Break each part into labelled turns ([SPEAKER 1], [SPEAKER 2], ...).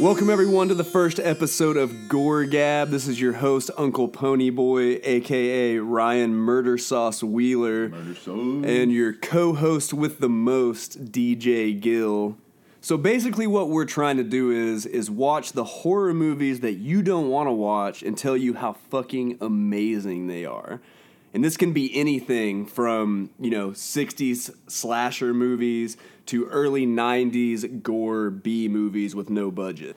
[SPEAKER 1] Welcome everyone to the first episode of Gore Gab. This is your host Uncle Ponyboy, aka Ryan Murder Sauce Wheeler,
[SPEAKER 2] Murder Soul.
[SPEAKER 1] and your co-host with the most, DJ Gill. So basically, what we're trying to do is is watch the horror movies that you don't want to watch and tell you how fucking amazing they are. And this can be anything from you know '60s slasher movies to early '90s gore B movies with no budget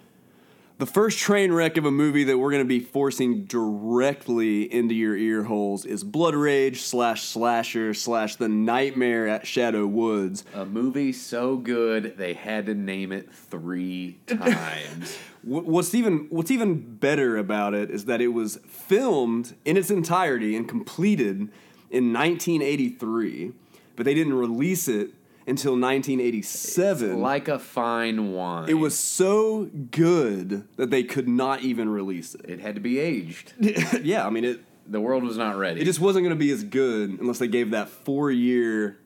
[SPEAKER 1] the first train wreck of a movie that we're going to be forcing directly into your ear holes is Blood Rage slash Slasher slash The Nightmare at Shadow Woods.
[SPEAKER 2] A movie so good they had to name it three times.
[SPEAKER 1] Wh- What's even what's even better about it is that it was filmed in its entirety and completed in 1983, but they didn't release it until 1987.
[SPEAKER 2] like a fine wine.
[SPEAKER 1] it was so good that they could not even release it.
[SPEAKER 2] It had to be aged.
[SPEAKER 1] yeah, I mean it
[SPEAKER 2] The world was not ready.
[SPEAKER 1] it just wasn't going to be as good unless they gave that four year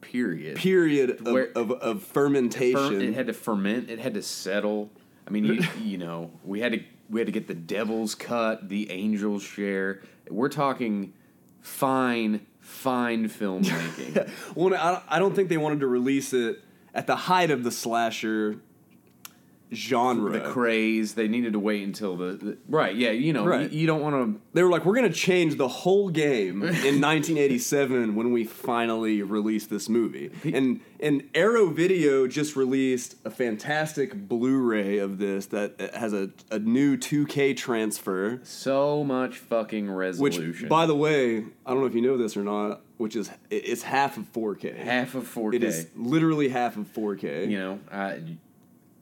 [SPEAKER 2] period.
[SPEAKER 1] period of,
[SPEAKER 2] Where-
[SPEAKER 1] of, of
[SPEAKER 2] Fer-
[SPEAKER 1] fermentation.
[SPEAKER 2] it had to ferment. It had to settle. I mean, you, you know, we had to we had to get the devil's cut, the angel's share. We're talking fine, fine filmmaking.
[SPEAKER 1] well, I, I don't think they wanted to release it at the height of the slasher genre.
[SPEAKER 2] the craze. They needed to wait until the, the right. Yeah, you know,
[SPEAKER 1] Right.
[SPEAKER 2] you, you don't want to
[SPEAKER 1] they were like, we're going to change the whole game in 1987 when we finally release this movie. And, and Arrow Video just released a fantastic Blu ray of this that uh, has a, a new 2K transfer.
[SPEAKER 2] So much fucking resolution.
[SPEAKER 1] Which, by the way, I don't know if you know this or not, which is it- it's half of 4K.
[SPEAKER 2] half of 4K.
[SPEAKER 1] It is literally half of 4K.
[SPEAKER 2] You know, I,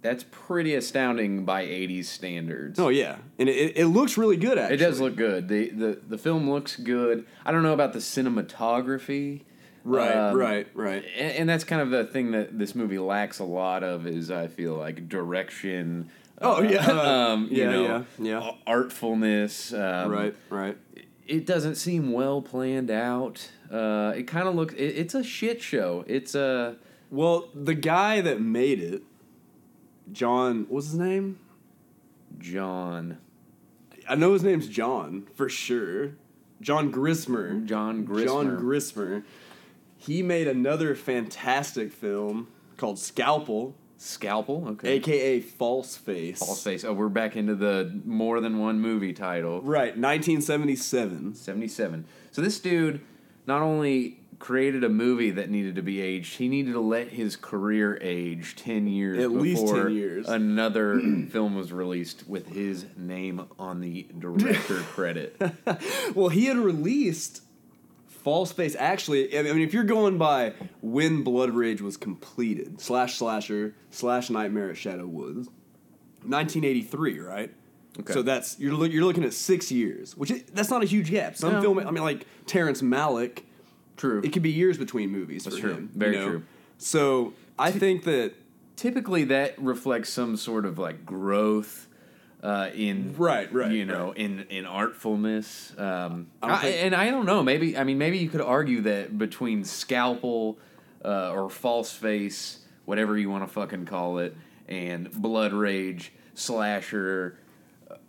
[SPEAKER 2] that's pretty astounding by 80s standards.
[SPEAKER 1] Oh yeah, and it- it, it looks really good. Actually,
[SPEAKER 2] it does look good. The, the the film looks good. I don't know about the cinematography.
[SPEAKER 1] Right,
[SPEAKER 2] Um,
[SPEAKER 1] right, right.
[SPEAKER 2] And, and that's kind of the thing that this movie lacks a lot of is I feel like direction.
[SPEAKER 1] Oh, yeah.
[SPEAKER 2] um, you
[SPEAKER 1] Yeah,
[SPEAKER 2] know,
[SPEAKER 1] yeah, yeah.
[SPEAKER 2] a- artfulness. Um,
[SPEAKER 1] right, right.
[SPEAKER 2] it doesn't seem well planned out. Uh, it kind of looks. It, it's a shit show. It's a.
[SPEAKER 1] Well, the guy that made it, John, what's his name?
[SPEAKER 2] John.
[SPEAKER 1] I know his name's John for sure. John Grismer.
[SPEAKER 2] John Grismer.
[SPEAKER 1] John Grismer. He made another fantastic film called Scalpel,
[SPEAKER 2] Scalpel. Okay.
[SPEAKER 1] aka False Face.
[SPEAKER 2] False face. Oh, we're back into the more than one movie title.
[SPEAKER 1] Right, 1977.
[SPEAKER 2] Seventy-seven. So this dude not only created a movie that needed to be aged, he needed to let his career age ten years.
[SPEAKER 1] At least 10
[SPEAKER 2] before
[SPEAKER 1] years.
[SPEAKER 2] Another film was released with his name on the director credit.
[SPEAKER 1] Well, he had released False Face. Actually, I mean, if you're going by when Blood Rage was completed, slash slasher, slash Nightmare at Shadow Woods, 1983, right?
[SPEAKER 2] Okay.
[SPEAKER 1] So that's you're look you're looking at six years, which is, that's not a huge gap. Some
[SPEAKER 2] No.
[SPEAKER 1] film, I mean, like Terrence Malick,
[SPEAKER 2] True.
[SPEAKER 1] it could be years between movies. That's for
[SPEAKER 2] true.
[SPEAKER 1] him,
[SPEAKER 2] Very true.
[SPEAKER 1] So I think that
[SPEAKER 2] typically that reflects some sort of like growth uh, in
[SPEAKER 1] Right, right,
[SPEAKER 2] you know in in artfulness um,
[SPEAKER 1] I don't
[SPEAKER 2] I-
[SPEAKER 1] think-
[SPEAKER 2] and i don't know maybe i mean maybe you could argue that between scalpel uh, or false face whatever you want to fucking call it and blood rage slasher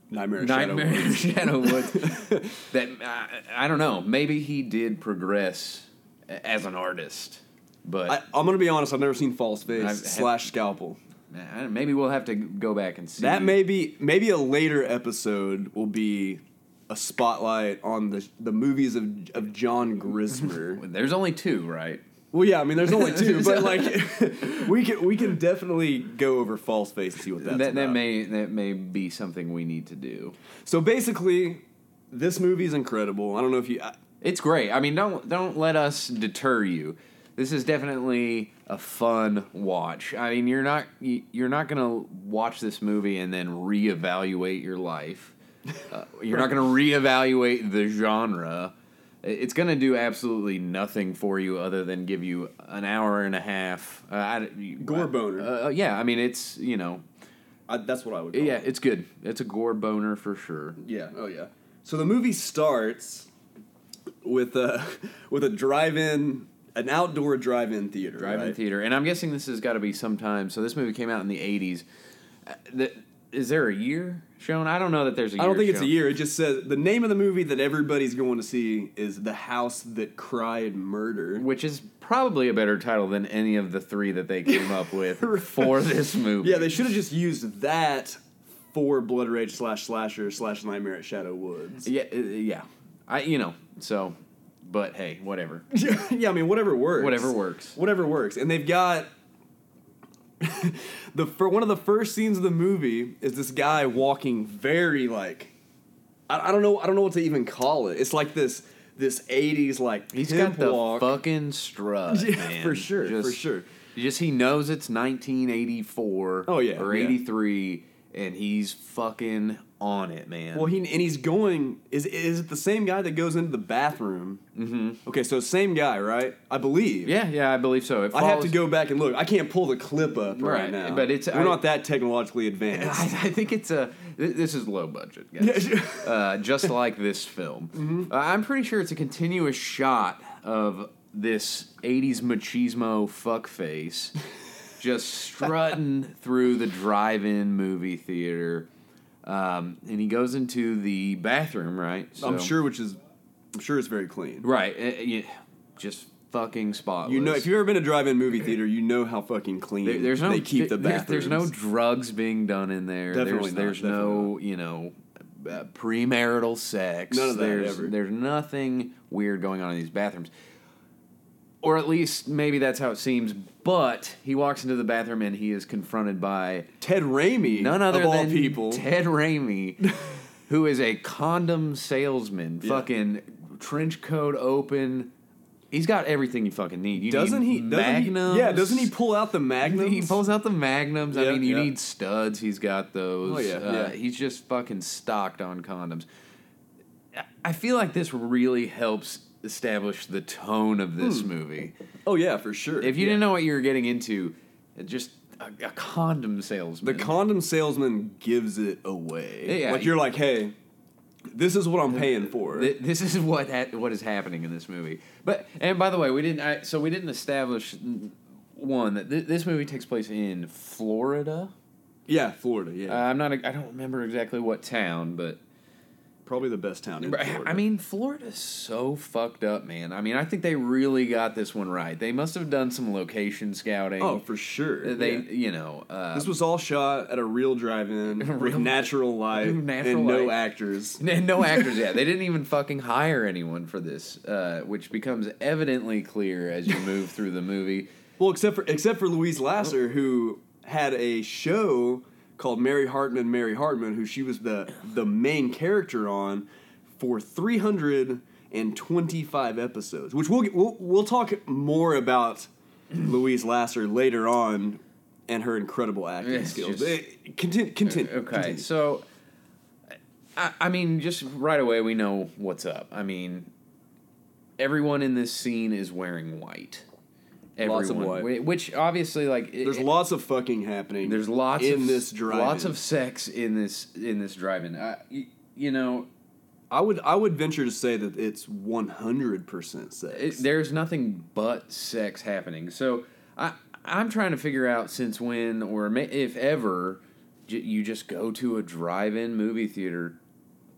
[SPEAKER 1] Nightmare at Shadow
[SPEAKER 2] nightmare
[SPEAKER 1] Woods.
[SPEAKER 2] in shadow woods that I, I don't know maybe he did progress a- as an artist but
[SPEAKER 1] I, I'm gonna be honest. I've never seen False Face
[SPEAKER 2] I've-
[SPEAKER 1] slash Scalpel.
[SPEAKER 2] I- maybe we'll have to go back and see
[SPEAKER 1] That may be maybe a later episode will be a spotlight on the the movies of of John Grismer.
[SPEAKER 2] There's only two, right?
[SPEAKER 1] well, yeah, I mean, there's only two, but like we can we can definitely go over False Face and see what that's
[SPEAKER 2] that that
[SPEAKER 1] about.
[SPEAKER 2] may that may be something we need to do.
[SPEAKER 1] so basically, this movie's incredible. I don't know if you. I,
[SPEAKER 2] It's great. I mean, don't don't let us deter you. This is definitely a fun watch. I mean, you're not you- you're not gonna watch this movie and then reevaluate your life. Uh, you're not gonna reevaluate the genre. I- It's gonna do absolutely nothing for you other than give you an hour and a half. Uh, I,
[SPEAKER 1] Gore boner.
[SPEAKER 2] Uh, yeah, I mean, it's you know,
[SPEAKER 1] I, that's what I would. Call
[SPEAKER 2] yeah,
[SPEAKER 1] It.
[SPEAKER 2] it's good. It's a gore boner for sure.
[SPEAKER 1] Yeah. Oh yeah. So the movie starts with a with a drive-in, an outdoor drive-in theater.
[SPEAKER 2] Drive-in
[SPEAKER 1] right?
[SPEAKER 2] theater, and I'm guessing this has got to be sometime. So this movie came out in Uh, the '80s. Th- Is there a year shown? I don't know that there's a year.
[SPEAKER 1] I don't think it's a
[SPEAKER 2] shown.
[SPEAKER 1] year. It just says the name of the movie that everybody's going to see is The House That Cried Murder.
[SPEAKER 2] Which is probably a better title than any of the three that they came up with for this movie.
[SPEAKER 1] Yeah, they should have just used that for Blood Rage slash Slasher slash Nightmare at Shadow Woods.
[SPEAKER 2] Yeah, uh, yeah. I you know so, but hey, whatever.
[SPEAKER 1] yeah, I mean whatever works.
[SPEAKER 2] Whatever works.
[SPEAKER 1] Whatever works. And they've got the fir- one of the first scenes of the movie is this guy walking very like I, I don't know I don't know what to even call it. It's like this this 80s like
[SPEAKER 2] He's
[SPEAKER 1] pimp
[SPEAKER 2] got the
[SPEAKER 1] walk.
[SPEAKER 2] fucking strut,
[SPEAKER 1] Yeah,
[SPEAKER 2] man.
[SPEAKER 1] for sure, for
[SPEAKER 2] Just-
[SPEAKER 1] sure.
[SPEAKER 2] Just he knows it's 1984.
[SPEAKER 1] Oh, yeah,
[SPEAKER 2] or
[SPEAKER 1] yeah.
[SPEAKER 2] 83, and he's fucking on it, man.
[SPEAKER 1] Well, he and he's going. Is is it the same guy that goes into the bathroom? Mm-hmm. Okay, so same guy, right? I believe.
[SPEAKER 2] yeah, yeah, I believe so. It
[SPEAKER 1] I have to
[SPEAKER 2] follows-
[SPEAKER 1] go back and look. I can't pull the clip up right,
[SPEAKER 2] Right,
[SPEAKER 1] now.
[SPEAKER 2] but it's-
[SPEAKER 1] we're
[SPEAKER 2] I-
[SPEAKER 1] not that technologically advanced.
[SPEAKER 2] I, I think it's a. th- This is low budget, guys.
[SPEAKER 1] Yeah, sure.
[SPEAKER 2] uh, just like this film.
[SPEAKER 1] Mm-hmm.
[SPEAKER 2] Uh, I'm pretty sure it's a continuous shot of this 80s machismo fuckface just strutting through the drive in movie theater. Um, and he goes into the bathroom, right?
[SPEAKER 1] I'm
[SPEAKER 2] So-
[SPEAKER 1] sure, which is, I'm sure it's very clean.
[SPEAKER 2] Right. uh, yeah, just fucking spotless.
[SPEAKER 1] You know, if you've ever been to drive-in movie theater, you know how fucking clean
[SPEAKER 2] There- there's no
[SPEAKER 1] they keep the
[SPEAKER 2] there-
[SPEAKER 1] bathrooms.
[SPEAKER 2] There's no drugs being done in there.
[SPEAKER 1] Definitely
[SPEAKER 2] there's
[SPEAKER 1] not,
[SPEAKER 2] there's no you know uh, premarital sex.
[SPEAKER 1] None of that
[SPEAKER 2] there's,
[SPEAKER 1] ever.
[SPEAKER 2] There's nothing weird going on in these bathrooms. Or at least maybe that's how it seems. But he walks into the bathroom and he is confronted by
[SPEAKER 1] Ted Raimi,
[SPEAKER 2] none other
[SPEAKER 1] of all
[SPEAKER 2] than
[SPEAKER 1] people.
[SPEAKER 2] Ted Raimi, who is a condom salesman.
[SPEAKER 1] Yeah.
[SPEAKER 2] Fucking trench coat open. He's got everything you fucking need. You
[SPEAKER 1] doesn't
[SPEAKER 2] need
[SPEAKER 1] he? Doesn't
[SPEAKER 2] Magnums.
[SPEAKER 1] he? Yeah, doesn't he pull out the magnums?
[SPEAKER 2] He pulls out the magnums. I
[SPEAKER 1] Yeah,
[SPEAKER 2] mean, you
[SPEAKER 1] yeah.
[SPEAKER 2] need studs. He's got those.
[SPEAKER 1] Oh, yeah,
[SPEAKER 2] Uh,
[SPEAKER 1] yeah.
[SPEAKER 2] He's just fucking stocked on condoms. I- I feel like this really helps establish the tone of this movie.
[SPEAKER 1] Oh yeah, for sure.
[SPEAKER 2] If you
[SPEAKER 1] Yeah.
[SPEAKER 2] didn't know what you were getting into, just a, a condom
[SPEAKER 1] The
[SPEAKER 2] salesman.
[SPEAKER 1] condom salesman gives it away.
[SPEAKER 2] Yeah.
[SPEAKER 1] like you're like, hey, this is what I'm paying for.
[SPEAKER 2] Th- this is what ha- what is happening in this movie. But and by the way, we didn't. I, so we didn't establish mm, one that th- this movie takes place in Florida.
[SPEAKER 1] yeah, Florida.
[SPEAKER 2] Uh,
[SPEAKER 1] Yeah,
[SPEAKER 2] I'm not. I don't remember exactly what town, but
[SPEAKER 1] probably the best town in
[SPEAKER 2] But,
[SPEAKER 1] Florida.
[SPEAKER 2] I mean, Florida's so fucked up, man. I mean, I think they really got this one right. They must have done some location scouting.
[SPEAKER 1] oh, for sure.
[SPEAKER 2] they,
[SPEAKER 1] Yeah.
[SPEAKER 2] you know, uh,
[SPEAKER 1] This was all shot at a real drive-in, with
[SPEAKER 2] Real-
[SPEAKER 1] natural light,
[SPEAKER 2] Natural
[SPEAKER 1] and no
[SPEAKER 2] light.
[SPEAKER 1] actors.
[SPEAKER 2] and no actors yet. They didn't even fucking hire anyone for this, uh, which becomes evidently clear as you move through the movie.
[SPEAKER 1] Well, except for except for Louise Lasser, who had a show called Mary Hartman, Mary Hartman, who she was the the main character on for 325 episodes, which we'll we'll, we'll talk more about Louise Lasser later on and her incredible acting
[SPEAKER 2] It's
[SPEAKER 1] skills.
[SPEAKER 2] just-
[SPEAKER 1] Eh, continue, continue.
[SPEAKER 2] Okay,
[SPEAKER 1] continue.
[SPEAKER 2] so I, I mean, just right away we know what's up. I mean, everyone in this scene is wearing white. Everyone,
[SPEAKER 1] Lots of white.
[SPEAKER 2] whi- which obviously, like, it-
[SPEAKER 1] There's
[SPEAKER 2] it-
[SPEAKER 1] lots of fucking happening.
[SPEAKER 2] There's lots
[SPEAKER 1] in
[SPEAKER 2] of,
[SPEAKER 1] this drive.
[SPEAKER 2] Lots of sex in this in this driving. I, y- you know,
[SPEAKER 1] I would I would venture to say that it's 100% sex.
[SPEAKER 2] it, there's nothing but sex happening. So I I'm trying to figure out since when or ma- if ever j- you just go to a drive-in movie theater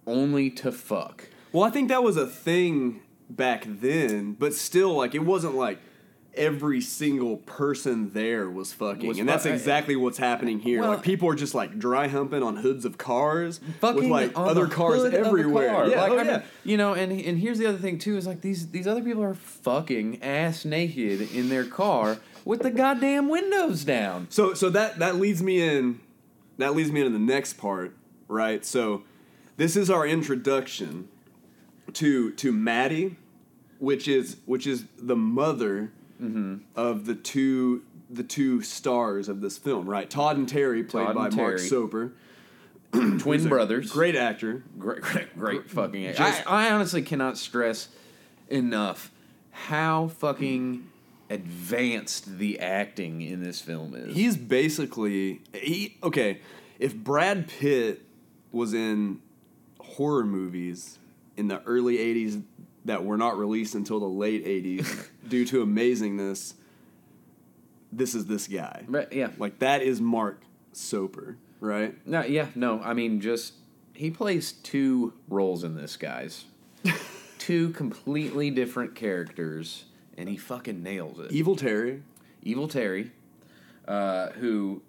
[SPEAKER 2] only to fuck.
[SPEAKER 1] Well, I think that was a thing back then, but still, like, it wasn't like every single person there was fucking.
[SPEAKER 2] Was
[SPEAKER 1] and
[SPEAKER 2] fu-
[SPEAKER 1] that's exactly what's happening here.
[SPEAKER 2] Well-
[SPEAKER 1] like, people are just, like, dry humping on hoods of cars
[SPEAKER 2] fucking
[SPEAKER 1] with, like,
[SPEAKER 2] on
[SPEAKER 1] other
[SPEAKER 2] the
[SPEAKER 1] cars
[SPEAKER 2] hood of the
[SPEAKER 1] everywhere.
[SPEAKER 2] car.
[SPEAKER 1] Yeah,
[SPEAKER 2] Like,
[SPEAKER 1] oh,
[SPEAKER 2] I mean,
[SPEAKER 1] yeah.
[SPEAKER 2] you know, and and here's the other thing too is like these these other people are fucking ass naked in their car with the goddamn windows down.
[SPEAKER 1] So, so that, that leads me in, that leads me into the next part, right? So, this is our introduction to, to Maddie, which is, which is the mother
[SPEAKER 2] Mm-hmm.
[SPEAKER 1] of the two the two stars of this film, right? Todd and Terry, played
[SPEAKER 2] Todd
[SPEAKER 1] by
[SPEAKER 2] and
[SPEAKER 1] Mark
[SPEAKER 2] Terry.
[SPEAKER 1] Soper,
[SPEAKER 2] Twin brothers.
[SPEAKER 1] great actor.
[SPEAKER 2] great, great, great fucking. act.
[SPEAKER 1] Just-
[SPEAKER 2] I, I honestly cannot stress enough how fucking advanced the acting in this film is.
[SPEAKER 1] He's basically he okay. If Brad Pitt was in horror movies in the early '80s that were not released until the late '80s due to amazingness, this is this guy.
[SPEAKER 2] But, yeah,
[SPEAKER 1] Like that is Mark Soper. right?
[SPEAKER 2] No, yeah, no. I mean, just he plays two roles in this, guys. two completely different characters, and he fucking nails it.
[SPEAKER 1] Evil Terry.
[SPEAKER 2] Evil Terry, uh, who,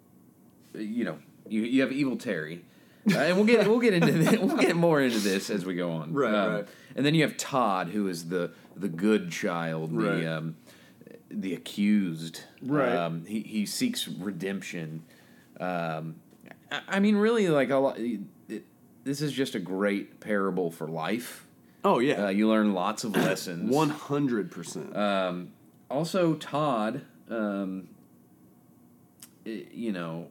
[SPEAKER 2] you know, you, you have Evil Terry, Uh, and we'll get we'll get into this, we'll get more into this as we go on. Um,
[SPEAKER 1] Right, right.
[SPEAKER 2] And then you have Todd, who is the the good child,
[SPEAKER 1] Right.
[SPEAKER 2] the um, the accused.
[SPEAKER 1] Right.
[SPEAKER 2] Um, he he seeks redemption. Um, I, I mean, really, like a lot. It, this is just a great parable for life.
[SPEAKER 1] Oh
[SPEAKER 2] Uh,
[SPEAKER 1] yeah,
[SPEAKER 2] you learn lots of lessons.
[SPEAKER 1] one hundred percent.
[SPEAKER 2] Um, also, Todd, um, i- you know,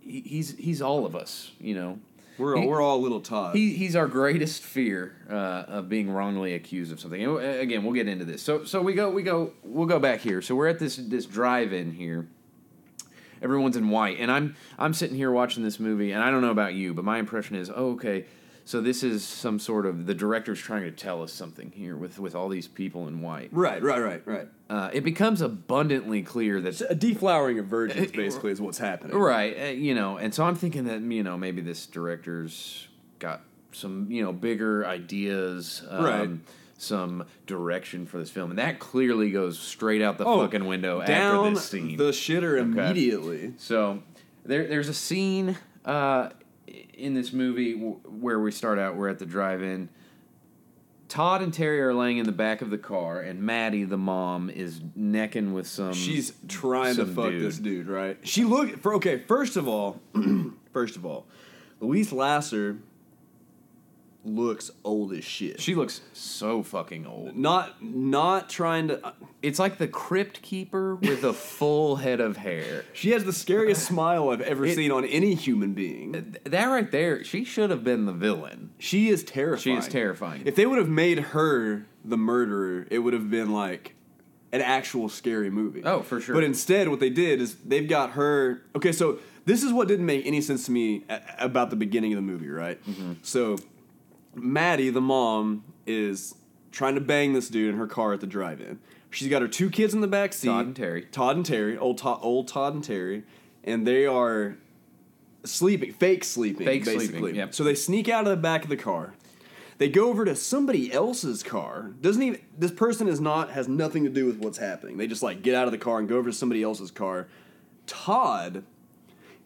[SPEAKER 2] he, he's he's all of us. You know,
[SPEAKER 1] We're
[SPEAKER 2] he-
[SPEAKER 1] we're all little Todd.
[SPEAKER 2] he he's our greatest fear uh, of being wrongly accused of something. And uh, again, we'll get into this. So so we go we go we'll go back here. So we're at this this drive-in here. Everyone's in white, and I'm I'm sitting here watching this movie, and I don't know about you, but my impression is, oh, okay, so this is some sort of the director's trying to tell us something here with with all these people in white.
[SPEAKER 1] right, right, right, right.
[SPEAKER 2] Uh, it becomes abundantly clear that
[SPEAKER 1] It's a deflowering of virgins, basically, is what's happening.
[SPEAKER 2] Right, uh, you know, and so I'm thinking that you know maybe this director's got some you know bigger ideas, um,
[SPEAKER 1] Right.
[SPEAKER 2] Some direction for this film, and that clearly goes straight out the fucking window
[SPEAKER 1] Oh, down
[SPEAKER 2] after this scene.
[SPEAKER 1] the shitter immediately.
[SPEAKER 2] so there, there's a scene uh, in this movie w- where we start out. We're at the drive-in. Todd and Terry are laying in the back of the car, and Maddie, the mom, is necking with some.
[SPEAKER 1] She's trying to
[SPEAKER 2] some
[SPEAKER 1] fuck
[SPEAKER 2] dude.
[SPEAKER 1] this dude, right? She looked for okay. First of all, first of all, Louise Lasser looks old as shit.
[SPEAKER 2] She looks so fucking old.
[SPEAKER 1] not not trying to.
[SPEAKER 2] It's like the crypt keeper with a full head of hair.
[SPEAKER 1] She has the scariest smile I've ever
[SPEAKER 2] It-
[SPEAKER 1] seen on any human being.
[SPEAKER 2] Th- That right there, she should have been the villain.
[SPEAKER 1] She is terrifying.
[SPEAKER 2] She is terrifying.
[SPEAKER 1] If they would have made her the murderer, it would have been like an actual scary movie.
[SPEAKER 2] Oh, for sure.
[SPEAKER 1] But instead, what they did is they've got her. Okay, so this is what didn't make any sense to me a- about the beginning of the movie, right?
[SPEAKER 2] Mm-hmm.
[SPEAKER 1] So Maddie, the mom, is trying to bang this dude in her car at the drive-in. She's got her two kids in the back seat.
[SPEAKER 2] Todd and Terry.
[SPEAKER 1] Todd and Terry, old Todd, old Todd and Terry, and they are sleeping, fake sleeping,
[SPEAKER 2] Fake sleeping,
[SPEAKER 1] basically.
[SPEAKER 2] yep.
[SPEAKER 1] So they sneak out of the back of the car. They go over to somebody else's car. Doesn't even this person is not has nothing to do with what's happening. They just like get out of the car and go over to somebody else's car. Todd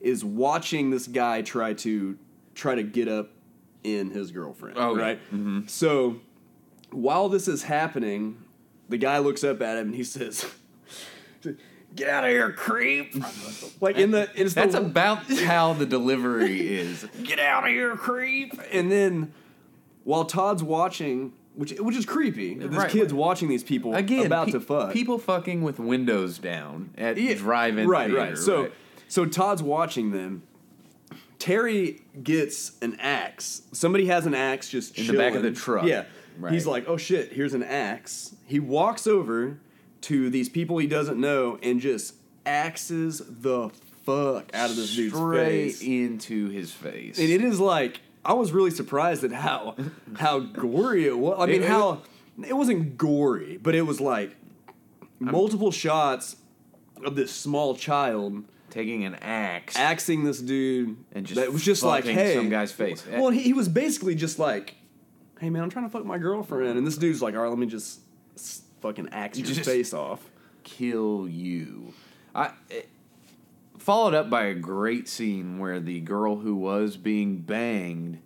[SPEAKER 1] is watching this guy try to try to get up in his girlfriend.
[SPEAKER 2] Oh, yeah.
[SPEAKER 1] right. So while this is happening, the guy looks up at him and he says, "Get out of here, creep!" like in the it's
[SPEAKER 2] That's
[SPEAKER 1] the,
[SPEAKER 2] about how the delivery is.
[SPEAKER 1] get out of here, creep. And then while Todd's watching, which which is creepy, that this
[SPEAKER 2] Right.
[SPEAKER 1] kid's watching these people
[SPEAKER 2] Again,
[SPEAKER 1] about
[SPEAKER 2] pe-
[SPEAKER 1] to fuck.
[SPEAKER 2] people fucking with windows down at
[SPEAKER 1] Yeah,
[SPEAKER 2] drive-in.
[SPEAKER 1] right,
[SPEAKER 2] theater,
[SPEAKER 1] right. So so Todd's watching them. Terry gets an axe. Somebody has an axe just
[SPEAKER 2] In the back of
[SPEAKER 1] chilling.
[SPEAKER 2] the truck.
[SPEAKER 1] Yeah,
[SPEAKER 2] Right.
[SPEAKER 1] he's like, "Oh shit, here's an axe." He walks over to these people he doesn't know and just axes the fuck out of this dude's
[SPEAKER 2] straight
[SPEAKER 1] face.
[SPEAKER 2] into his face.
[SPEAKER 1] and it is like I was really surprised at how how gory it was. I mean,
[SPEAKER 2] It- it
[SPEAKER 1] how it wasn't gory, but it was like multiple shots of this small child
[SPEAKER 2] Taking an axe.
[SPEAKER 1] axing this dude,
[SPEAKER 2] And just
[SPEAKER 1] that was just like,
[SPEAKER 2] fucking
[SPEAKER 1] hey,
[SPEAKER 2] some guy's face.
[SPEAKER 1] Well, he, he was basically just like, hey man, I'm trying to fuck my girlfriend, and this dude's like, all right, let me just s- fucking axe your
[SPEAKER 2] Just-
[SPEAKER 1] face off.
[SPEAKER 2] kill you. I it, followed up by a great scene where the girl who was being banged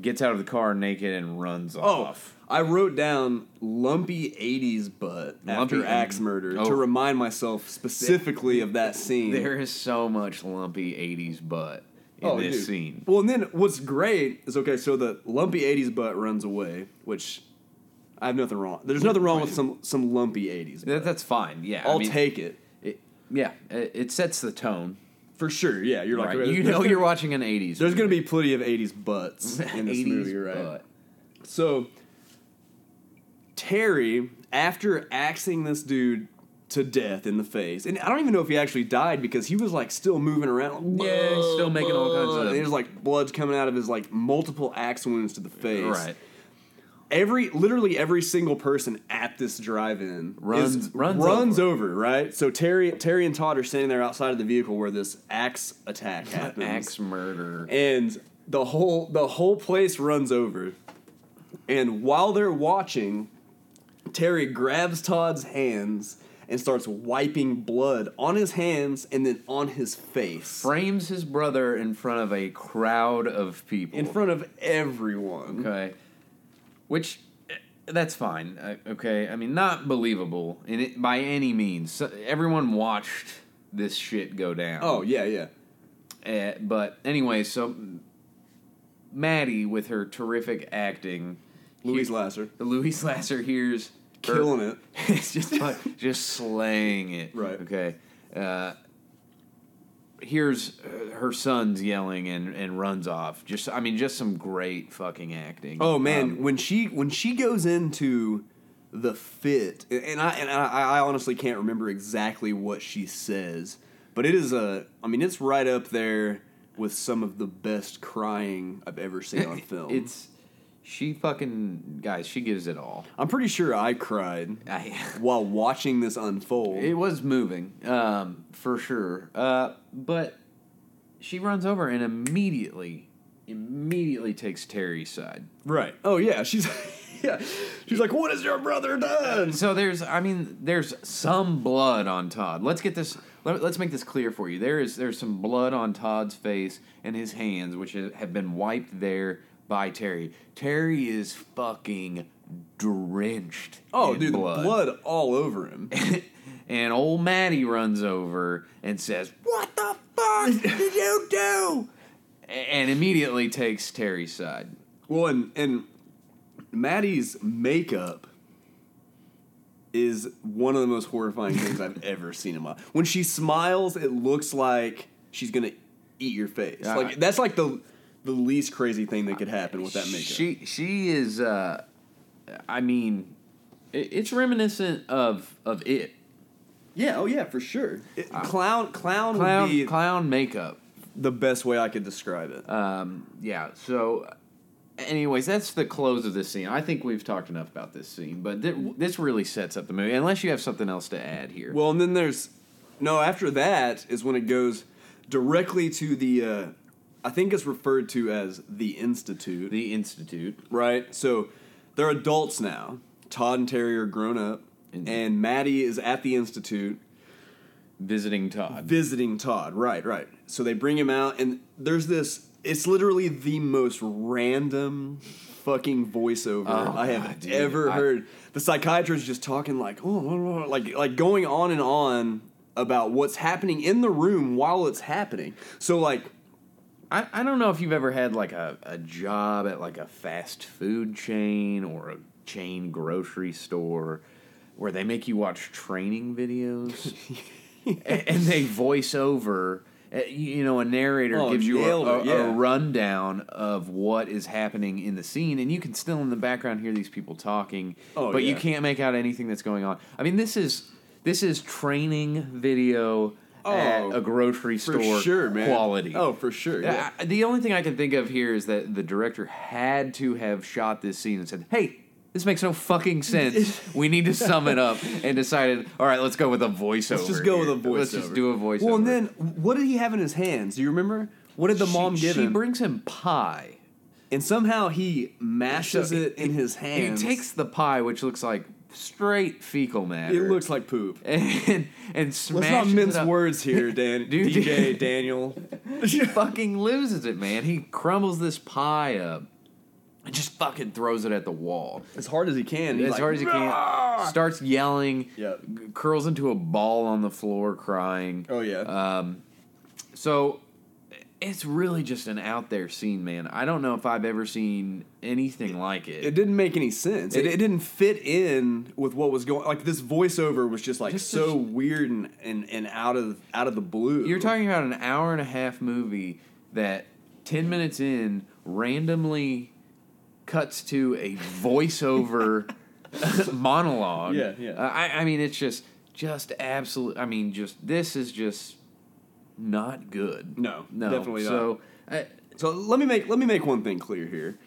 [SPEAKER 2] gets out of the car naked and runs
[SPEAKER 1] Oh,
[SPEAKER 2] off.
[SPEAKER 1] I wrote down lumpy 80s butt
[SPEAKER 2] Lumpy
[SPEAKER 1] after axe murder
[SPEAKER 2] Oh.
[SPEAKER 1] to remind myself specifically of that scene.
[SPEAKER 2] There is so much lumpy '80s butt in this
[SPEAKER 1] Oh, dude.
[SPEAKER 2] scene.
[SPEAKER 1] Well, and then what's great is okay, so the lumpy 80s butt runs away, which I have nothing wrong. There's nothing wrong with some, some lumpy 80s.
[SPEAKER 2] That, that's fine. Yeah,
[SPEAKER 1] I'll
[SPEAKER 2] I mean,
[SPEAKER 1] take it.
[SPEAKER 2] it. Yeah, it, it sets the tone.
[SPEAKER 1] For sure, yeah. You're like,
[SPEAKER 2] Right?
[SPEAKER 1] okay,
[SPEAKER 2] You
[SPEAKER 1] there's
[SPEAKER 2] know
[SPEAKER 1] gonna-
[SPEAKER 2] you're watching an '80s.
[SPEAKER 1] There's going to be plenty of 80s butts in this
[SPEAKER 2] 80s
[SPEAKER 1] movie, right?
[SPEAKER 2] butt.
[SPEAKER 1] So Terry, after axing this dude to death in the face, and I don't even know if he actually died because he was like still moving around. like,
[SPEAKER 2] Yeah, he's still making all kinds of-
[SPEAKER 1] And there's like blood's coming out of his like multiple axe wounds to the face.
[SPEAKER 2] Right.
[SPEAKER 1] every literally every single person at this drive-in
[SPEAKER 2] Runs-
[SPEAKER 1] is-
[SPEAKER 2] runs
[SPEAKER 1] over. right? So Terry Terry and Todd are standing there outside of the vehicle where this axe attack happens.
[SPEAKER 2] Axe murder.
[SPEAKER 1] And the whole the whole place runs over. And while they're watching, Terry grabs Todd's hands and starts wiping blood on his hands and then on his face
[SPEAKER 2] Frames his brother in front of a crowd of people.
[SPEAKER 1] in front of everyone.
[SPEAKER 2] Okay. Which, eh, that's fine. uh, Okay. I mean, not believable in it, by any means. So, everyone watched this shit go down.
[SPEAKER 1] Oh, yeah, yeah.
[SPEAKER 2] Eh, but anyway, so Maddie, with her terrific acting,
[SPEAKER 1] Louise
[SPEAKER 2] he-
[SPEAKER 1] Lasser.
[SPEAKER 2] Louise Lasser hears or-
[SPEAKER 1] Killing it.
[SPEAKER 2] it's just like, just slaying it.
[SPEAKER 1] Right.
[SPEAKER 2] Okay. Uh, hears uh, her son's yelling and and runs off. Just I mean, just some great fucking acting.
[SPEAKER 1] Oh man,
[SPEAKER 2] Um,
[SPEAKER 1] when she when she goes into the fit, and- and I and I, I honestly can't remember exactly what she says, but it is a I mean it's right up there with some of the best crying I've ever seen on film.
[SPEAKER 2] it's she fucking guys. She gives it all.
[SPEAKER 1] I'm pretty sure I cried
[SPEAKER 2] I.
[SPEAKER 1] while watching this unfold.
[SPEAKER 2] It was moving, um, for sure. Uh, but she runs over and immediately, immediately takes Terry's side.
[SPEAKER 1] right? Oh yeah, she's yeah, she's like, what has your brother done?
[SPEAKER 2] So there's, I mean, there's some blood on Todd. Let's get this. Let, let's make this clear for you. There is there's some blood on Todd's face and his hands, which ha- have been wiped there by Terry. Terry is fucking drenched.
[SPEAKER 1] Oh
[SPEAKER 2] in
[SPEAKER 1] dude, the blood all over him.
[SPEAKER 2] and old Maddie runs over and says, "What the fuck did you do?" And immediately takes Terry's side.
[SPEAKER 1] Well, and, and Maddie's makeup is one of the most horrifying things I've ever seen in my. When she smiles, it looks like she's gonna eat your face.
[SPEAKER 2] Uh,
[SPEAKER 1] like that's like the the least crazy thing that could happen with that makeup.
[SPEAKER 2] She she is. Uh, I mean, it, it's reminiscent of of it
[SPEAKER 1] yeah, oh yeah, for sure. It- clown, clown, would
[SPEAKER 2] clown
[SPEAKER 1] be
[SPEAKER 2] clown makeup.
[SPEAKER 1] the best way I could describe it.
[SPEAKER 2] Um, yeah. So, anyways, that's the close of this scene. I think we've talked enough about this scene, but th- this really sets up the movie. Unless you have something else to add here.
[SPEAKER 1] Well, and then there's no. After that is when it goes directly to the. Uh, I think it's referred to as the institute.
[SPEAKER 2] the Institute.
[SPEAKER 1] right? So they're adults now. Todd and Terry are grown up,
[SPEAKER 2] Mhm.
[SPEAKER 1] and Maddie is at the institute
[SPEAKER 2] Visiting Todd.
[SPEAKER 1] visiting Todd. Right, right. So they bring him out, and there's this. It's literally the most random fucking voiceover
[SPEAKER 2] Oh,
[SPEAKER 1] I have
[SPEAKER 2] God, dude.
[SPEAKER 1] ever
[SPEAKER 2] I-
[SPEAKER 1] heard. The psychiatrist just talking like, oh, oh, oh," like like going on and on about what's happening in the room while it's happening. So like
[SPEAKER 2] I, I don't know if you've ever had like a, a job at like a fast food chain or a chain grocery store where they make you watch training videos and, and they voice over uh, you- you know a narrator
[SPEAKER 1] Oh,
[SPEAKER 2] gives you a,
[SPEAKER 1] nailed
[SPEAKER 2] a-
[SPEAKER 1] it,
[SPEAKER 2] a
[SPEAKER 1] yeah.
[SPEAKER 2] rundown of what is happening in the scene and you can still in the background hear these people talking
[SPEAKER 1] Oh,
[SPEAKER 2] but you
[SPEAKER 1] yeah.
[SPEAKER 2] can't make out anything that's going on i mean this is this is training video at
[SPEAKER 1] Oh,
[SPEAKER 2] a grocery
[SPEAKER 1] for
[SPEAKER 2] store
[SPEAKER 1] sure, man.
[SPEAKER 2] quality
[SPEAKER 1] Oh, for sure. yeah.
[SPEAKER 2] I- the only thing I can think of here is that the director had to have shot this scene and said, "Hey, this makes no fucking sense. we need to sum it up." And decided, "All right, let's go with a voiceover.
[SPEAKER 1] Let's just go with a voiceover.
[SPEAKER 2] Let's just do a voiceover."
[SPEAKER 1] Well, and then what did he have in his hands? Do you remember? What did the
[SPEAKER 2] She-
[SPEAKER 1] mom give
[SPEAKER 2] She
[SPEAKER 1] him?
[SPEAKER 2] brings him pie.
[SPEAKER 1] and somehow he mashes
[SPEAKER 2] So
[SPEAKER 1] it in his
[SPEAKER 2] He
[SPEAKER 1] hands.
[SPEAKER 2] takes the pie, which looks like straight fecal
[SPEAKER 1] It
[SPEAKER 2] matter.
[SPEAKER 1] looks like poop.
[SPEAKER 2] and and
[SPEAKER 1] Let's
[SPEAKER 2] smashes
[SPEAKER 1] not mince
[SPEAKER 2] it up.
[SPEAKER 1] words here, Dan.
[SPEAKER 2] Dude.
[SPEAKER 1] DJ Daniel.
[SPEAKER 2] He fucking loses it, man. He crumbles this pie up and just fucking throws it at the wall.
[SPEAKER 1] As hard as he can. He's
[SPEAKER 2] as
[SPEAKER 1] like,
[SPEAKER 2] hard as he
[SPEAKER 1] "Rah!"
[SPEAKER 2] can. Starts yelling.
[SPEAKER 1] Yep.
[SPEAKER 2] g- Curls into a ball on the floor, crying.
[SPEAKER 1] Oh yeah.
[SPEAKER 2] Um, so it's really just an out there scene, man. I don't know if I've ever seen anything like it.
[SPEAKER 1] it didn't make any sense. It,
[SPEAKER 2] it-
[SPEAKER 1] it didn't fit in with what was going. Like this voiceover was just like
[SPEAKER 2] Just
[SPEAKER 1] so
[SPEAKER 2] this-
[SPEAKER 1] weird and, and, and out of out of the blue.
[SPEAKER 2] You're talking about an hour and a half movie that ten minutes in randomly cuts to a voiceover monologue.
[SPEAKER 1] Yeah, yeah.
[SPEAKER 2] Uh, I, I mean, it's just just absolute. I mean, just this is just not good.
[SPEAKER 1] No,
[SPEAKER 2] no,
[SPEAKER 1] definitely not.
[SPEAKER 2] so, uh, not.
[SPEAKER 1] So let me make let me make one thing clear here.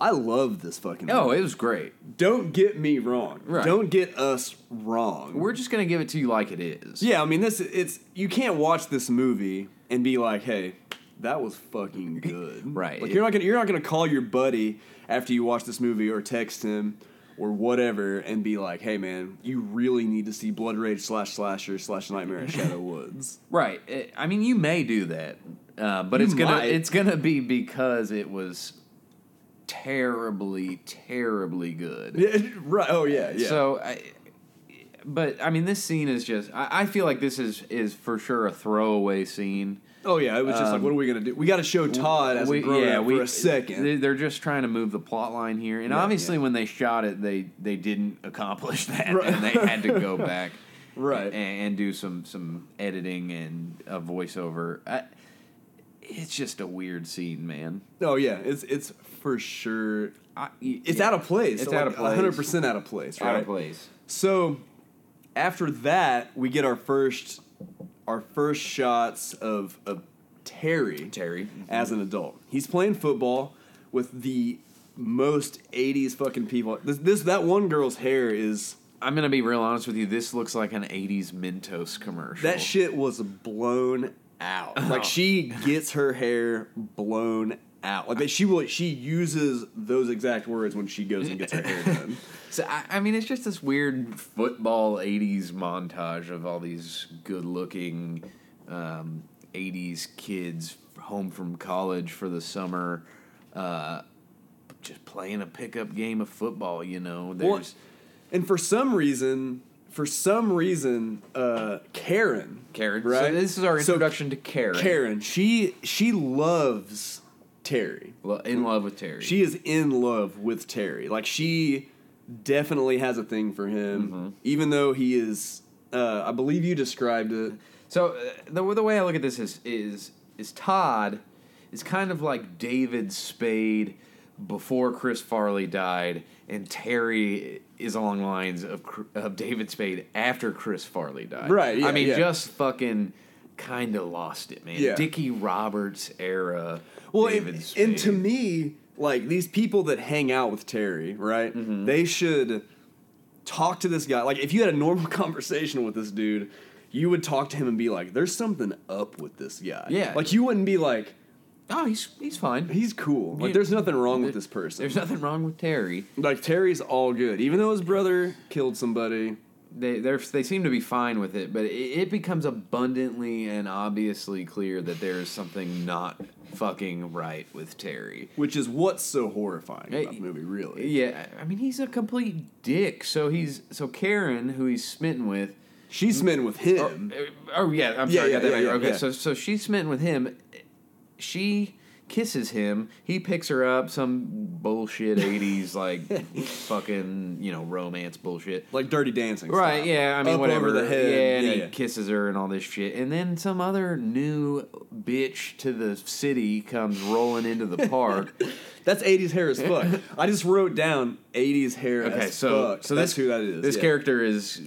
[SPEAKER 1] I love this fucking. movie.
[SPEAKER 2] Oh, it was great.
[SPEAKER 1] Don't get me wrong.
[SPEAKER 2] Right.
[SPEAKER 1] Don't get us wrong.
[SPEAKER 2] We're just gonna give it to you like it is.
[SPEAKER 1] yeah, I mean this. It's you can't watch this movie and be like, hey, that was fucking good.
[SPEAKER 2] Right.
[SPEAKER 1] Like you're not gonna you're not gonna call your buddy after you watch this movie or text him or whatever and be like, hey man, you really need to see Blood Rage slash Slasher slash Nightmare at Shadow Woods.
[SPEAKER 2] Right. Eh, I- I mean, you may do that, uh, but it's gonna
[SPEAKER 1] might.
[SPEAKER 2] it's gonna be because it was terribly, terribly good.
[SPEAKER 1] Yeah, right. Oh yeah. Yeah.
[SPEAKER 2] So, I, but I mean, this scene is just. I, I feel like this is is for sure a throwaway scene.
[SPEAKER 1] oh yeah. It was just like, what are we gonna do? We got to show Todd as a grown up for a second.
[SPEAKER 2] they- They're just trying to move the plot line here, and
[SPEAKER 1] Yeah,
[SPEAKER 2] obviously,
[SPEAKER 1] yeah.
[SPEAKER 2] when they shot it, they they didn't accomplish that,
[SPEAKER 1] Right.
[SPEAKER 2] and they had to go back,
[SPEAKER 1] Right.
[SPEAKER 2] and, and do some some editing and a voiceover. I, it's just a weird scene, man.
[SPEAKER 1] oh yeah. It's it's for sure.
[SPEAKER 2] I,
[SPEAKER 1] It's out of place.
[SPEAKER 2] It's
[SPEAKER 1] like,
[SPEAKER 2] out of place.
[SPEAKER 1] 100% out of place. Right?
[SPEAKER 2] out of place.
[SPEAKER 1] So after that, we get our first our first shots of of Terry.
[SPEAKER 2] Terry.
[SPEAKER 1] as an adult. He's playing football with the most 80s fucking people. This, this that one girl's hair is
[SPEAKER 2] I'm gonna be real honest with you. This looks like an '80s Mentos commercial.
[SPEAKER 1] that shit was blown out. Like she gets her hair blown out. Like that she will she uses those exact words when she goes and gets her hair done.
[SPEAKER 2] So I, I mean, it's just this weird football '80s montage of all these good-looking um, '80s kids home from college for the summer, uh, just playing a pickup game of football. You know,
[SPEAKER 1] Well,
[SPEAKER 2] there's
[SPEAKER 1] and for some reason, for some reason, uh, Karen,
[SPEAKER 2] Karen.
[SPEAKER 1] right?
[SPEAKER 2] So this is our
[SPEAKER 1] So
[SPEAKER 2] introduction to Karen.
[SPEAKER 1] Karen, she she loves Terry.
[SPEAKER 2] Lo- in love with Terry.
[SPEAKER 1] She is in love with Terry. Like she definitely has a thing for him, even though he is. Uh, I believe you described it.
[SPEAKER 2] So uh, the the way I look at this is is is Todd is kind of like David Spade before Chris Farley died, and Terry is along the lines of Cr- of David Spade after Chris Farley died.
[SPEAKER 1] Right, yeah,
[SPEAKER 2] I mean,
[SPEAKER 1] yeah.
[SPEAKER 2] just fucking kind of lost it, man.
[SPEAKER 1] Yeah.
[SPEAKER 2] Dickie Roberts era.
[SPEAKER 1] Well,
[SPEAKER 2] David
[SPEAKER 1] and,
[SPEAKER 2] Spade.
[SPEAKER 1] and to me, like these people that hang out with Terry, right?
[SPEAKER 2] Mm-hmm.
[SPEAKER 1] They should talk to this guy. Like, if you had a normal conversation with this dude, you would talk to him and be like, "There's something up with this guy."
[SPEAKER 2] Yeah.
[SPEAKER 1] Like you wouldn't be like,
[SPEAKER 2] oh, he's he's fine.
[SPEAKER 1] "He's cool." Like,
[SPEAKER 2] Yeah.
[SPEAKER 1] there's nothing wrong with
[SPEAKER 2] There-
[SPEAKER 1] this person.
[SPEAKER 2] There's nothing wrong with Terry.
[SPEAKER 1] like Terry's all good, even though his brother killed somebody.
[SPEAKER 2] they they're, they seem to be fine with it, but it, it becomes abundantly and obviously clear that there is something not fucking right with Terry.
[SPEAKER 1] Which is what's so horrifying
[SPEAKER 2] Hey,
[SPEAKER 1] about the movie, really.
[SPEAKER 2] Yeah, I mean he's a complete dick. So he's so Karen, who he's smitten with.
[SPEAKER 1] She's smitten with him.
[SPEAKER 2] Oh, oh, yeah, I'm
[SPEAKER 1] Yeah,
[SPEAKER 2] sorry,
[SPEAKER 1] yeah,
[SPEAKER 2] I got that
[SPEAKER 1] yeah,
[SPEAKER 2] right.
[SPEAKER 1] yeah,
[SPEAKER 2] okay,
[SPEAKER 1] yeah.
[SPEAKER 2] so so she's smitten with him. She kisses him. He picks her up. Some bullshit '80s like fucking you know romance bullshit.
[SPEAKER 1] like Dirty Dancing.
[SPEAKER 2] Right,
[SPEAKER 1] style.
[SPEAKER 2] yeah, I mean,
[SPEAKER 1] Up
[SPEAKER 2] whatever.
[SPEAKER 1] Over the head.
[SPEAKER 2] Yeah, and
[SPEAKER 1] yeah,
[SPEAKER 2] he
[SPEAKER 1] yeah.
[SPEAKER 2] kisses her and all this shit. And then some other new bitch to the city comes rolling into the park.
[SPEAKER 1] That's 80s hair as fuck. I just wrote down 80s hair
[SPEAKER 2] okay,
[SPEAKER 1] as
[SPEAKER 2] so,
[SPEAKER 1] fuck.
[SPEAKER 2] so
[SPEAKER 1] That's
[SPEAKER 2] this,
[SPEAKER 1] who that is.
[SPEAKER 2] This
[SPEAKER 1] yeah.
[SPEAKER 2] character is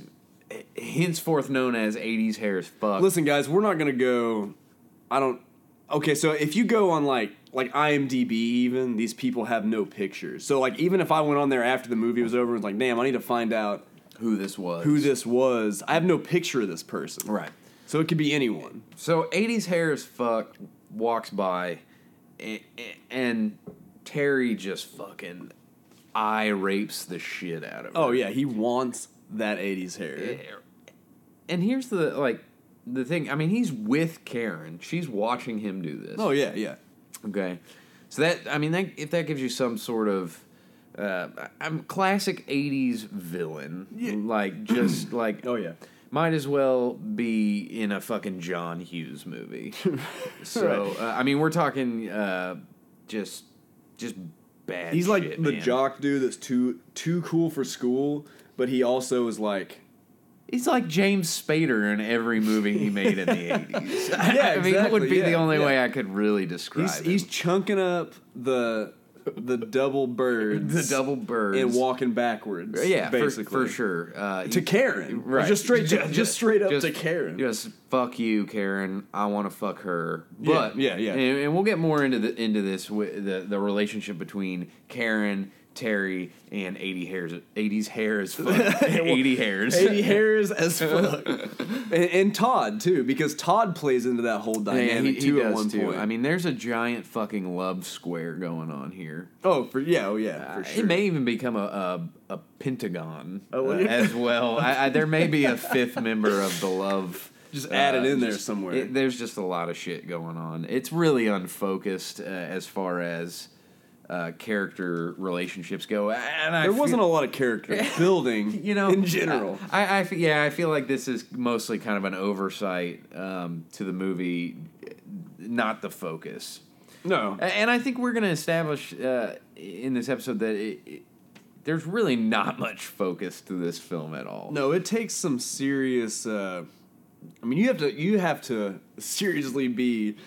[SPEAKER 2] henceforth known as 80s hair as fuck.
[SPEAKER 1] Listen, guys, we're not going to go. I don't. Okay, so if you go on like like IMDb, even these people have no pictures. So like, even if I went on there after the movie was over and was like, "Damn, I need to find out
[SPEAKER 2] who this was.
[SPEAKER 1] who this was," I have no picture of this person.
[SPEAKER 2] Right.
[SPEAKER 1] So it could be anyone.
[SPEAKER 2] So 80s hair as fuck walks by, and, and Terry just fucking eye rapes the shit out of her.
[SPEAKER 1] Oh yeah, he wants that 80s hair.
[SPEAKER 2] And here's the like the thing. I mean, he's with Karen. She's watching him do this.
[SPEAKER 1] Oh yeah, yeah.
[SPEAKER 2] Okay. So that I mean, that, if that gives you some sort of uh, I'm classic '80s villain, like just like
[SPEAKER 1] Oh, yeah.
[SPEAKER 2] might as well be in a fucking John Hughes movie. so
[SPEAKER 1] Right.
[SPEAKER 2] uh, I mean, we're talking uh, just just bad.
[SPEAKER 1] He's like
[SPEAKER 2] shit,
[SPEAKER 1] the
[SPEAKER 2] man.
[SPEAKER 1] jock dude that's too too cool for school, but he also is like
[SPEAKER 2] He's like James Spader in every movie he made in the 80s.
[SPEAKER 1] Yeah,
[SPEAKER 2] I mean, that
[SPEAKER 1] exactly,
[SPEAKER 2] would be
[SPEAKER 1] yeah,
[SPEAKER 2] the only
[SPEAKER 1] yeah.
[SPEAKER 2] way I could really describe
[SPEAKER 1] he's, he's
[SPEAKER 2] him.
[SPEAKER 1] chunking up the the double birds,
[SPEAKER 2] the double birds.
[SPEAKER 1] and walking backwards.
[SPEAKER 2] Yeah, for-
[SPEAKER 1] basically
[SPEAKER 2] for, sure. Uh,
[SPEAKER 1] to Karen, Just straight, to, just, straight up to Karen.
[SPEAKER 2] Just fuck you, Karen. I want to fuck her. But
[SPEAKER 1] yeah, yeah.
[SPEAKER 2] And, and we'll get more into the into this with the the relationship between Karen, Terry, and eighty hairs. Eighties hair is fuck. eighty hairs.
[SPEAKER 1] Eighty hairs as fuck, and, and Todd too, because Todd plays into that whole
[SPEAKER 2] Yeah,
[SPEAKER 1] dynamic
[SPEAKER 2] he, he
[SPEAKER 1] too at
[SPEAKER 2] does
[SPEAKER 1] one
[SPEAKER 2] too.
[SPEAKER 1] point.
[SPEAKER 2] I mean, there's a giant fucking love square going on here.
[SPEAKER 1] oh, for yeah, oh yeah, for sure.
[SPEAKER 2] It uh, may even become a a, a pentagon
[SPEAKER 1] Oh,
[SPEAKER 2] uh,
[SPEAKER 1] yeah.
[SPEAKER 2] as well. I, I, there may be a fifth member of the love. uh,
[SPEAKER 1] Just add it in there somewhere.
[SPEAKER 2] it- there's just a lot of shit going on. It's really unfocused uh, as far as uh, character relationships go. And I
[SPEAKER 1] there
[SPEAKER 2] feel-
[SPEAKER 1] wasn't a lot of character building,
[SPEAKER 2] you know,
[SPEAKER 1] in general.
[SPEAKER 2] I, I, I fe- yeah, I feel like this is mostly kind of an oversight um, to the movie, not the focus.
[SPEAKER 1] no,
[SPEAKER 2] A- And I think we're going to establish uh, in this episode that it, it, there's really not much focus to this film at all.
[SPEAKER 1] No, it takes some serious. Uh, I mean, you have to you have to seriously be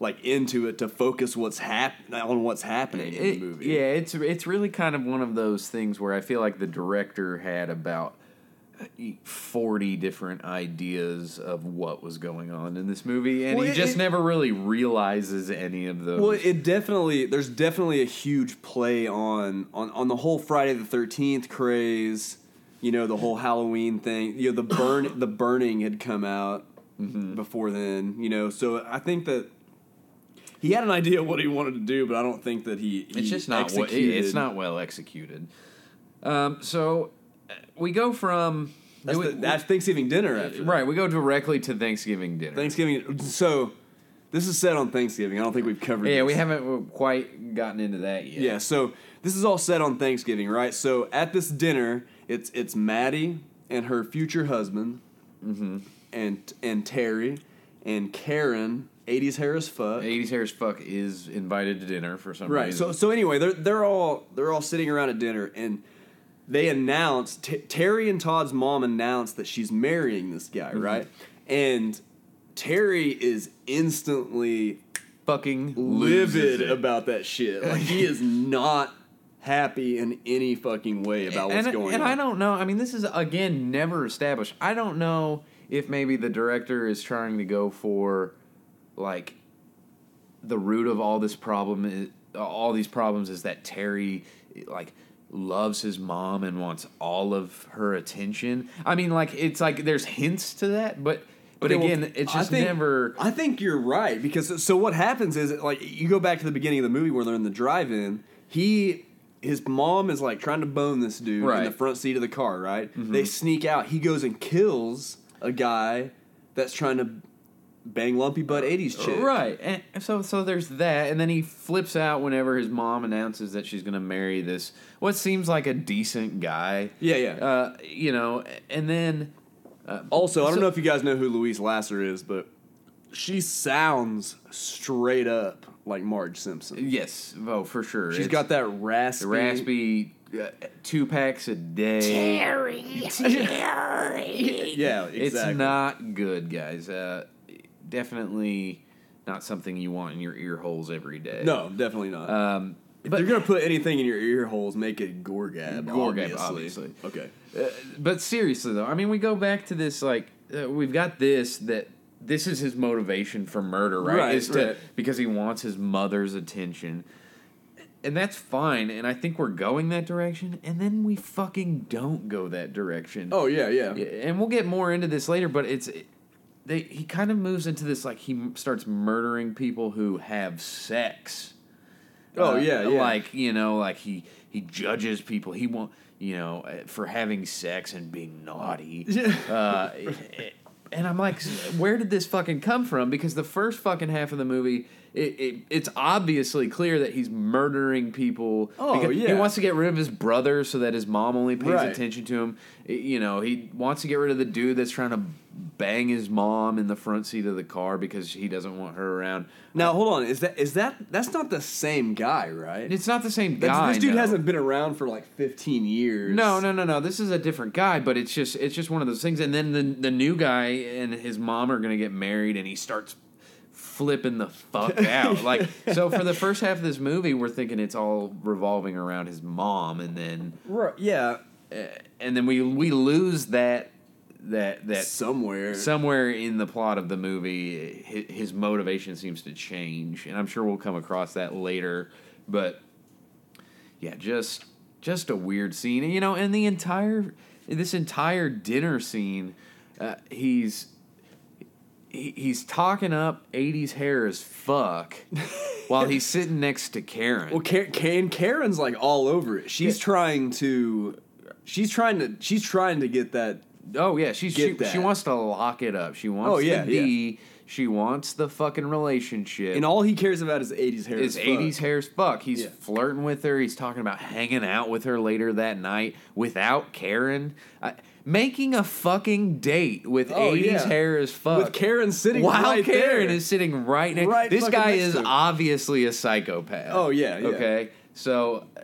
[SPEAKER 1] like into it to focus what's hap- on what's happening in the
[SPEAKER 2] It-
[SPEAKER 1] movie.
[SPEAKER 2] Yeah, it's it's really kind of one of those things where I feel like the director had about uh, forty different ideas of what was going on in this movie, and
[SPEAKER 1] Well,
[SPEAKER 2] he
[SPEAKER 1] it-
[SPEAKER 2] just
[SPEAKER 1] it-
[SPEAKER 2] never really realizes any of those.
[SPEAKER 1] Well, it definitely there's definitely a huge play on on on the whole Friday the Thirteenth craze. You know, the whole Halloween thing. You know, the burn the burning had come out
[SPEAKER 2] Mm-hmm.
[SPEAKER 1] before then. You know, so I think that. He had an idea of what he wanted to do, but I don't think that he. he
[SPEAKER 2] it's just not what
[SPEAKER 1] executed.
[SPEAKER 2] it's not well executed. Um, so uh, we go from
[SPEAKER 1] That's,
[SPEAKER 2] we-
[SPEAKER 1] the, that's Thanksgiving dinner after. that.
[SPEAKER 2] right. We go directly to Thanksgiving dinner.
[SPEAKER 1] Thanksgiving. So this is set on Thanksgiving. I don't think we've covered.
[SPEAKER 2] yeah,
[SPEAKER 1] this.
[SPEAKER 2] we haven't quite gotten into that yet.
[SPEAKER 1] Yeah. So this is all set on Thanksgiving, right? So at this dinner, it's it's Maddie and her future husband,
[SPEAKER 2] Mm-hmm.
[SPEAKER 1] and and Terry and Karen, eighties hair as fuck.
[SPEAKER 2] 80s Harris Fuck is invited to dinner for some
[SPEAKER 1] Right.
[SPEAKER 2] reason.
[SPEAKER 1] So so anyway, they're they're all they're all sitting around at dinner and. They announced T- Terry and Todd's mom announced that she's marrying this guy,
[SPEAKER 2] Mm-hmm.
[SPEAKER 1] right? And Terry is instantly
[SPEAKER 2] fucking loses
[SPEAKER 1] livid
[SPEAKER 2] it.
[SPEAKER 1] about that shit. Like he is not happy in any fucking way about what's
[SPEAKER 2] and,
[SPEAKER 1] going
[SPEAKER 2] and
[SPEAKER 1] on.
[SPEAKER 2] I don't know. I mean, this is again never established. I don't know if maybe the director is trying to go for like the root of all this problem is all these problems is that Terry like loves his mom and wants all of her attention. I mean, like it's like there's hints to that, but but
[SPEAKER 1] Okay, well,
[SPEAKER 2] again, it's
[SPEAKER 1] I
[SPEAKER 2] just
[SPEAKER 1] think-
[SPEAKER 2] never
[SPEAKER 1] I think you're right because so what happens is like you go back to the beginning of the movie where they're in the drive-in. He his mom is like trying to bone this dude in the
[SPEAKER 2] Right. Mm-hmm.
[SPEAKER 1] front seat of the car. Right? They sneak out. He goes and kills a guy that's trying to bang lumpy butt '80s chick.
[SPEAKER 2] Right. And so so there's that and then he flips out whenever his mom announces that she's going to marry this what seems like a decent guy.
[SPEAKER 1] Yeah, yeah.
[SPEAKER 2] Uh, you know, and then
[SPEAKER 1] Also, I don't
[SPEAKER 2] So-
[SPEAKER 1] know if you guys know who Louise Lasser is, but she sounds straight up like Marge Simpson.
[SPEAKER 2] yes, oh for sure.
[SPEAKER 1] She's
[SPEAKER 2] It's
[SPEAKER 1] got that raspy,
[SPEAKER 2] raspy uh, two packs a day.
[SPEAKER 1] Yeah, exactly.
[SPEAKER 2] It's not good, guys. Uh, definitely not something you want in your ear holes every day.
[SPEAKER 1] No, definitely not.
[SPEAKER 2] Um,
[SPEAKER 1] if
[SPEAKER 2] but
[SPEAKER 1] you're gonna put anything in your ear holes, make it gorgab.
[SPEAKER 2] Gorgab,
[SPEAKER 1] obviously.
[SPEAKER 2] obviously.
[SPEAKER 1] Okay.
[SPEAKER 2] But seriously though, I mean, we go back to this like uh, we've got this that this is his motivation for murder, right?
[SPEAKER 1] Right,
[SPEAKER 2] is to
[SPEAKER 1] right.
[SPEAKER 2] because he wants his mother's attention. And that's fine, and I think we're going that direction, and then we fucking don't go that direction.
[SPEAKER 1] Oh yeah, yeah.
[SPEAKER 2] Yeah, and we'll get more into this later, but it's it, they he kind of moves into this like he m- starts murdering people who have sex.
[SPEAKER 1] Oh
[SPEAKER 2] Uh,
[SPEAKER 1] yeah, yeah.
[SPEAKER 2] Like you know, like he he judges people. He won't you know uh, for having sex and being naughty.
[SPEAKER 1] Yeah.
[SPEAKER 2] Uh, eh, and I'm like, where did this fucking come from? Because the first fucking half of the movie. It, it, it's obviously clear that he's murdering people.
[SPEAKER 1] Oh,
[SPEAKER 2] because He
[SPEAKER 1] yeah.
[SPEAKER 2] wants to get rid of his brother so that his mom only pays
[SPEAKER 1] Right.
[SPEAKER 2] attention to him. I- You know, he wants to get rid of the dude that's trying to bang his mom in the front seat of the car because he doesn't want her around.
[SPEAKER 1] now hold on. Is that is that that's not the same guy, right?
[SPEAKER 2] And it's not the same
[SPEAKER 1] That's-
[SPEAKER 2] guy.
[SPEAKER 1] this dude
[SPEAKER 2] no.
[SPEAKER 1] hasn't been around for like 15 years.
[SPEAKER 2] No, no, no, no. This is a different guy, but it's just it's just one of those things. And then the the new guy and his mom are gonna get married, and he starts flipping the fuck out. Like, so for the first half of this movie, we're thinking it's all revolving around his mom, and then eh,
[SPEAKER 1] Right, yeah,
[SPEAKER 2] and then we we lose that that that
[SPEAKER 1] somewhere.
[SPEAKER 2] somewhere in the plot of the movie, hi- his motivation seems to change, and I'm sure we'll come across that later. But yeah, just just a weird scene, you know. And the entire this entire dinner scene, uh, he's he- he's talking up '80s hair as fuck, while he's sitting next to Karen.
[SPEAKER 1] well, Ka- Ka- Karen's like all over it. She's trying to, she's trying to, she's trying to get that.
[SPEAKER 2] Oh yeah, she's
[SPEAKER 1] Get
[SPEAKER 2] she, she
[SPEAKER 1] that.
[SPEAKER 2] wants to lock it up. She wants
[SPEAKER 1] Oh, yeah,
[SPEAKER 2] the
[SPEAKER 1] yeah.
[SPEAKER 2] D. She wants the fucking relationship.
[SPEAKER 1] And all he cares about is '80s hair.
[SPEAKER 2] It's
[SPEAKER 1] as fuck.
[SPEAKER 2] 80s hair as fuck. He's
[SPEAKER 1] Yeah.
[SPEAKER 2] flirting with her. He's talking about hanging out with her later that night without Karen. I, making a fucking date with
[SPEAKER 1] Oh,
[SPEAKER 2] 80s
[SPEAKER 1] yeah.
[SPEAKER 2] hair as fuck.
[SPEAKER 1] with Karen sitting
[SPEAKER 2] While
[SPEAKER 1] right
[SPEAKER 2] Karen
[SPEAKER 1] there.
[SPEAKER 2] is sitting right next
[SPEAKER 1] Right
[SPEAKER 2] This
[SPEAKER 1] fucking
[SPEAKER 2] guy
[SPEAKER 1] next
[SPEAKER 2] is
[SPEAKER 1] to her.
[SPEAKER 2] obviously a psychopath.
[SPEAKER 1] Oh, yeah, yeah.
[SPEAKER 2] Okay. So, uh,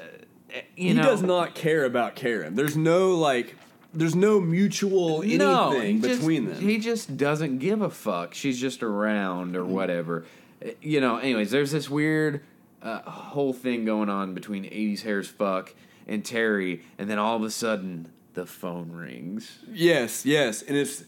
[SPEAKER 2] you
[SPEAKER 1] he
[SPEAKER 2] know.
[SPEAKER 1] does not care about Karen. There's no like, there's no mutual
[SPEAKER 2] no,
[SPEAKER 1] anything
[SPEAKER 2] he just-
[SPEAKER 1] between them.
[SPEAKER 2] He just doesn't give a fuck. She's just around or whatever. Uh, You know, anyways, there's this weird uh, whole thing going on between 80s Hair's Fuck and Terry, and then all of a sudden, the phone rings.
[SPEAKER 1] yes, yes, and it's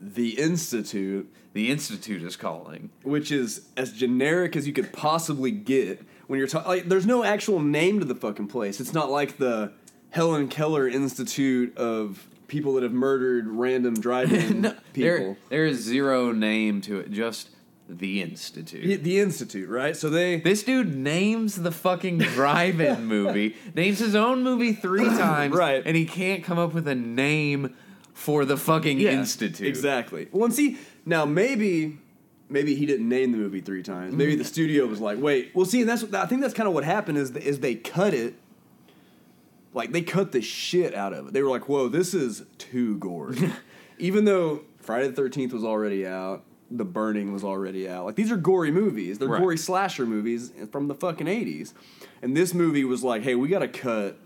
[SPEAKER 1] the Institute,
[SPEAKER 2] The Institute is calling.
[SPEAKER 1] which is as generic as you could possibly get when you're talking. Like, there's no actual name to the fucking place. It's not like the Helen Keller Institute of people that have murdered random driving
[SPEAKER 2] There,
[SPEAKER 1] people.
[SPEAKER 2] there is zero name to it, just the Institute.
[SPEAKER 1] The, the Institute, right? So they.
[SPEAKER 2] This dude names the fucking drive-in movie, names his own movie three times,
[SPEAKER 1] Right.
[SPEAKER 2] And he can't come up with a name for the fucking
[SPEAKER 1] Yeah,
[SPEAKER 2] institute.
[SPEAKER 1] Exactly. Well, and see, now maybe maybe he didn't name the movie three times. Maybe
[SPEAKER 2] Mm.
[SPEAKER 1] the studio was like, wait. Well, see, and that's I think that's kind of what happened is is they cut it. Like they cut the shit out of it. They were like, whoa, this is too gory. Even though Friday the Thirteenth was already out. The Burning was already out. Like these are gory movies. They're
[SPEAKER 2] Right.
[SPEAKER 1] gory slasher movies from the fucking eighties. And this movie was like, hey, we gotta cut,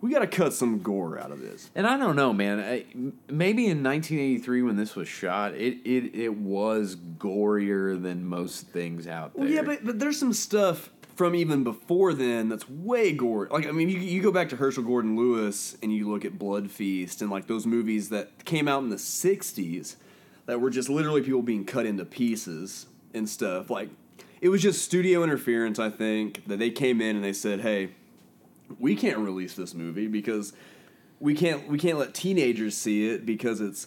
[SPEAKER 1] we gotta cut some gore out of this.
[SPEAKER 2] And I don't know, man. I, m- maybe in 1983 when this was shot, it it it was gorier than most things out there.
[SPEAKER 1] Well, yeah, but, but there's some stuff from even before then that's way gory. Like, I mean, you, you go back to Herschel Gordon Lewis and you look at Blood Feast and like those movies that came out in the 60s that were just literally people being cut into pieces and stuff. Like, it was just studio interference, I think, that they came in and they said, hey, we can't release this movie because we can't we can't let teenagers see it because it's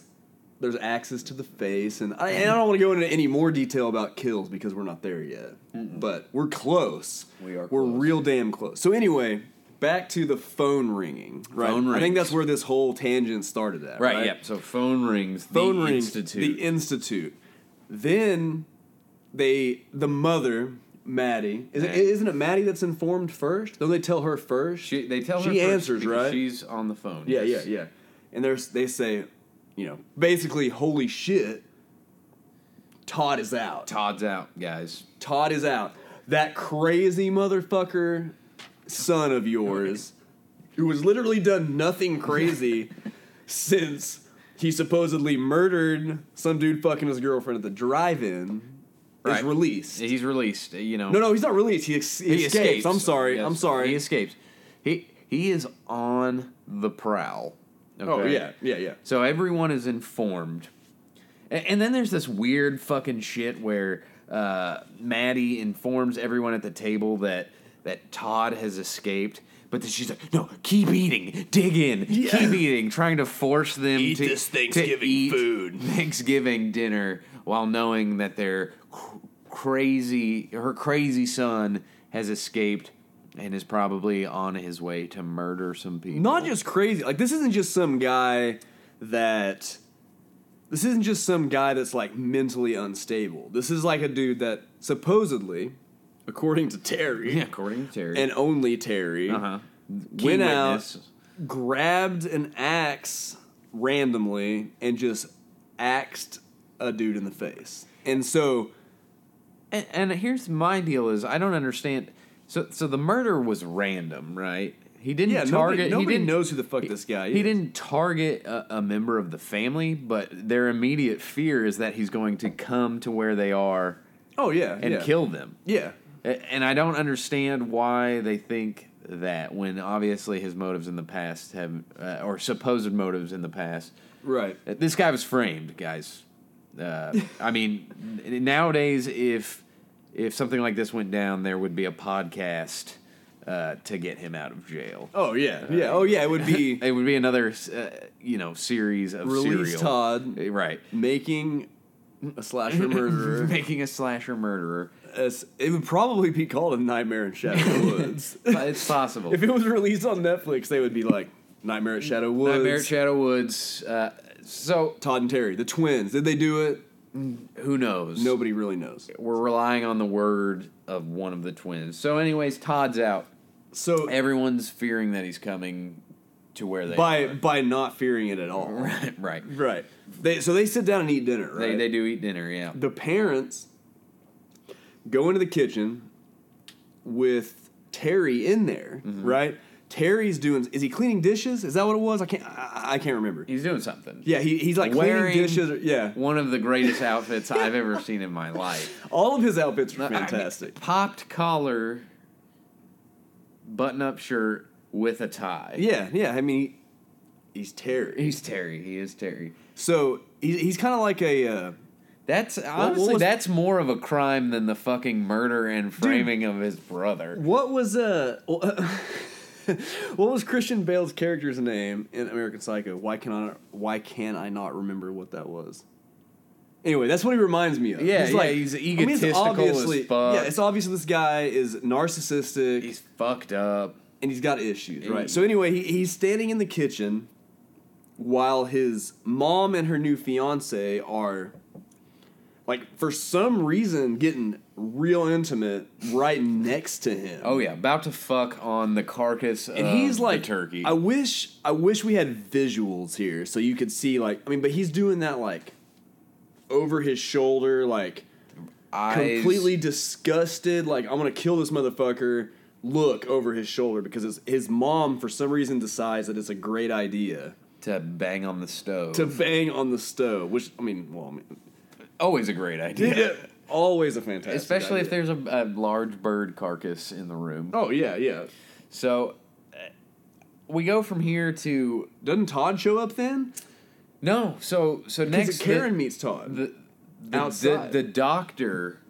[SPEAKER 1] there's axes to the face and I, and I don't want to go into any more detail about kills because we're not there yet but we're close
[SPEAKER 2] We are
[SPEAKER 1] we're
[SPEAKER 2] close.
[SPEAKER 1] real damn close so anyway back to the phone ringing right
[SPEAKER 2] Phone
[SPEAKER 1] I
[SPEAKER 2] rings.
[SPEAKER 1] think that's where this whole tangent started at
[SPEAKER 2] right,
[SPEAKER 1] right
[SPEAKER 2] Yeah. So phone rings.
[SPEAKER 1] phone
[SPEAKER 2] the
[SPEAKER 1] rings
[SPEAKER 2] Institute.
[SPEAKER 1] the institute then they the mother Maddie is it,
[SPEAKER 2] Maddie.
[SPEAKER 1] isn't it Maddie that's informed first don't they tell her first
[SPEAKER 2] she, they tell her
[SPEAKER 1] she
[SPEAKER 2] first
[SPEAKER 1] answers,
[SPEAKER 2] because
[SPEAKER 1] right?
[SPEAKER 2] She's on the phone.
[SPEAKER 1] Yeah, yeah,
[SPEAKER 2] yes.
[SPEAKER 1] yeah. And there's they say, you know, basically, holy shit, Todd is out.
[SPEAKER 2] Todd's out, guys.
[SPEAKER 1] Todd is out. That crazy motherfucker son of yours who has literally done nothing crazy since he supposedly murdered some dude fucking his girlfriend at the drive-in is
[SPEAKER 2] Right.
[SPEAKER 1] released.
[SPEAKER 2] He's released. You know.
[SPEAKER 1] No, no, he's not released. He, ex- he
[SPEAKER 2] he
[SPEAKER 1] escapes. I'm sorry.
[SPEAKER 2] Yes,
[SPEAKER 1] I'm sorry.
[SPEAKER 2] He escapes. He he is on the prowl. Okay?
[SPEAKER 1] Oh, yeah. Yeah, yeah.
[SPEAKER 2] So everyone is informed. A- And, then there's this weird fucking shit where uh, Maddie informs everyone at the table that that Todd has escaped. But then she's like, "No, keep eating, dig in,
[SPEAKER 1] Yeah.
[SPEAKER 2] keep eating," trying to force them
[SPEAKER 1] Eat
[SPEAKER 2] to
[SPEAKER 1] this
[SPEAKER 2] to
[SPEAKER 1] Thanksgiving
[SPEAKER 2] eat
[SPEAKER 1] food.
[SPEAKER 2] Thanksgiving dinner while knowing that their cr- crazy her crazy son has escaped and is probably on his way to murder some people.
[SPEAKER 1] not just crazy. Like this isn't just some guy that this isn't just some guy that's like mentally unstable. This is like a dude that supposedly, according to Terry
[SPEAKER 2] Yeah, according to Terry.
[SPEAKER 1] and only Terry,
[SPEAKER 2] uh-huh. Key
[SPEAKER 1] went
[SPEAKER 2] witness.
[SPEAKER 1] out, grabbed an axe randomly, and just axed a dude in the face. And so
[SPEAKER 2] And, and here's my deal: is I don't understand. So, so the murder was random, right? He didn't
[SPEAKER 1] yeah,
[SPEAKER 2] target.
[SPEAKER 1] nobody, nobody
[SPEAKER 2] he didn't
[SPEAKER 1] knows who the fuck this guy is.
[SPEAKER 2] He didn't target a, a member of the family, but their immediate fear is that he's going to come to where they are
[SPEAKER 1] Oh yeah,
[SPEAKER 2] and
[SPEAKER 1] yeah.
[SPEAKER 2] kill them.
[SPEAKER 1] Yeah,
[SPEAKER 2] A- And I don't understand why they think that when obviously his motives in the past have, uh, or supposed motives in the past,
[SPEAKER 1] right.
[SPEAKER 2] Uh, This guy was framed, guys. Uh, I mean, n- nowadays, if if something like this went down, there would be a podcast uh, to get him out of jail.
[SPEAKER 1] Oh yeah, yeah. Oh yeah, it would be
[SPEAKER 2] It would be another, uh, you know, series of
[SPEAKER 1] release
[SPEAKER 2] serial.
[SPEAKER 1] Todd
[SPEAKER 2] Uh, right?
[SPEAKER 1] making a slasher murderer.
[SPEAKER 2] Making a slasher murderer.
[SPEAKER 1] As- it would probably be called a Nightmare in Shadow Woods.
[SPEAKER 2] It's possible.
[SPEAKER 1] if it was released on Netflix, they would be like Nightmare at Shadow Woods.
[SPEAKER 2] Nightmare at Shadow Woods. Uh, so
[SPEAKER 1] Todd and Terry, the twins. Did they do it?
[SPEAKER 2] who knows?
[SPEAKER 1] Nobody really knows.
[SPEAKER 2] We're relying on the word of one of the twins. So, anyways, Todd's out.
[SPEAKER 1] So
[SPEAKER 2] Everyone's fearing that he's coming to where they
[SPEAKER 1] by
[SPEAKER 2] are.
[SPEAKER 1] by not fearing it at all,
[SPEAKER 2] Right, right.
[SPEAKER 1] right? They so they sit down and eat dinner, right?
[SPEAKER 2] They, they do eat dinner, yeah.
[SPEAKER 1] the parents go into the kitchen with Terry in there,
[SPEAKER 2] Mm-hmm.
[SPEAKER 1] right? Terry's doing is he cleaning dishes? Is that what it was? I can't I, I can't remember.
[SPEAKER 2] He's doing something.
[SPEAKER 1] Yeah, he, he's like
[SPEAKER 2] Wearing-
[SPEAKER 1] cleaning dishes. Or, yeah,
[SPEAKER 2] One of the greatest outfits I've ever seen in my life.
[SPEAKER 1] all of his outfits
[SPEAKER 2] I
[SPEAKER 1] are
[SPEAKER 2] mean,
[SPEAKER 1] fantastic.
[SPEAKER 2] popped collar, button up shirt with a tie.
[SPEAKER 1] yeah, yeah. I mean, he's Terry.
[SPEAKER 2] He's Terry. He is Terry.
[SPEAKER 1] So he, he's kind of like a uh,
[SPEAKER 2] That's honestly,
[SPEAKER 1] was-
[SPEAKER 2] that's more of a crime than the fucking murder and framing of his brother.
[SPEAKER 1] what was uh, what was Christian Bale's character's name in American Psycho? Why can I why can I not remember what that was? Anyway, that's what he reminds me of.
[SPEAKER 2] Yeah, yeah, he's egotistical as fuck.
[SPEAKER 1] Yeah, it's obvious this guy is narcissistic
[SPEAKER 2] He's fucked up.
[SPEAKER 1] and he's got issues,
[SPEAKER 2] He-
[SPEAKER 1] right? so anyway, he, he's standing in the kitchen while his mom and her new fiance are like for some reason getting real intimate right next to him.
[SPEAKER 2] Oh yeah, about to fuck on the carcass
[SPEAKER 1] and
[SPEAKER 2] of
[SPEAKER 1] he's like
[SPEAKER 2] the turkey.
[SPEAKER 1] I wish I wish we had visuals here so you could see like I mean but he's doing that like over his shoulder like
[SPEAKER 2] Eyes-
[SPEAKER 1] completely disgusted like I'm going to kill this motherfucker look over his shoulder because his, his mom for some reason decides that it's a great idea
[SPEAKER 2] to bang on the stove.
[SPEAKER 1] to bang on the stove which I mean well I mean,
[SPEAKER 2] Always Oh, a great idea.
[SPEAKER 1] always a fantastic
[SPEAKER 2] Especially if
[SPEAKER 1] idea.
[SPEAKER 2] there's a, a large bird carcass in the room.
[SPEAKER 1] Oh yeah, yeah.
[SPEAKER 2] So uh, we go from here to
[SPEAKER 1] Doesn't Todd show up then?
[SPEAKER 2] no. So so
[SPEAKER 1] Because
[SPEAKER 2] next the-
[SPEAKER 1] Karen meets Todd.
[SPEAKER 2] the the,
[SPEAKER 1] Outside.
[SPEAKER 2] the, the doctor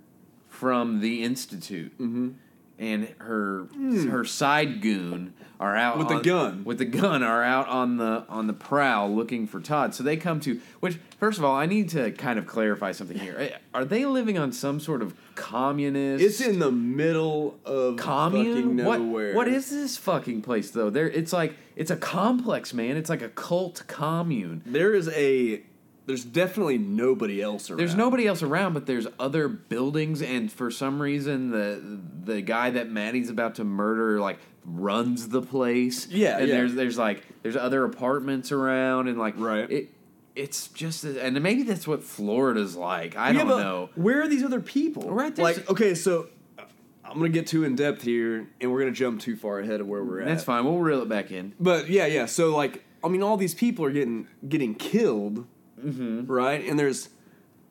[SPEAKER 2] from the institute
[SPEAKER 1] Mm-hmm.
[SPEAKER 2] and her her side goon are out
[SPEAKER 1] Hmm. With the
[SPEAKER 2] on-
[SPEAKER 1] gun.
[SPEAKER 2] with the gun are out on the on the prowl looking for Todd. So they come to which first of all I need to kind of clarify something here. Eh, Are they living on some sort of communist?
[SPEAKER 1] It's in the middle of fucking
[SPEAKER 2] commune. What,
[SPEAKER 1] nowhere.
[SPEAKER 2] what is this fucking place though? There, it's like it's a complex, man. It's like a cult commune.
[SPEAKER 1] There is a. There's definitely nobody else around.
[SPEAKER 2] There's nobody else around, but there's other buildings, and for some reason, the the guy that Maddie's about to murder like runs the place.
[SPEAKER 1] Yeah,
[SPEAKER 2] and
[SPEAKER 1] yeah.
[SPEAKER 2] there's there's like there's other apartments around, and like
[SPEAKER 1] Right.
[SPEAKER 2] It, it's just, and maybe that's what Florida's like. I
[SPEAKER 1] Yeah,
[SPEAKER 2] don't
[SPEAKER 1] but
[SPEAKER 2] know.
[SPEAKER 1] Where are these other people?
[SPEAKER 2] Right, there's-
[SPEAKER 1] Like, okay, so uh, I'm gonna get too in depth here, and we're gonna jump too far ahead of where we're at.
[SPEAKER 2] That's fine. We'll reel it back in.
[SPEAKER 1] But yeah, yeah. So like, I mean, all these people are getting getting killed,
[SPEAKER 2] Mm-hmm.
[SPEAKER 1] right? And there's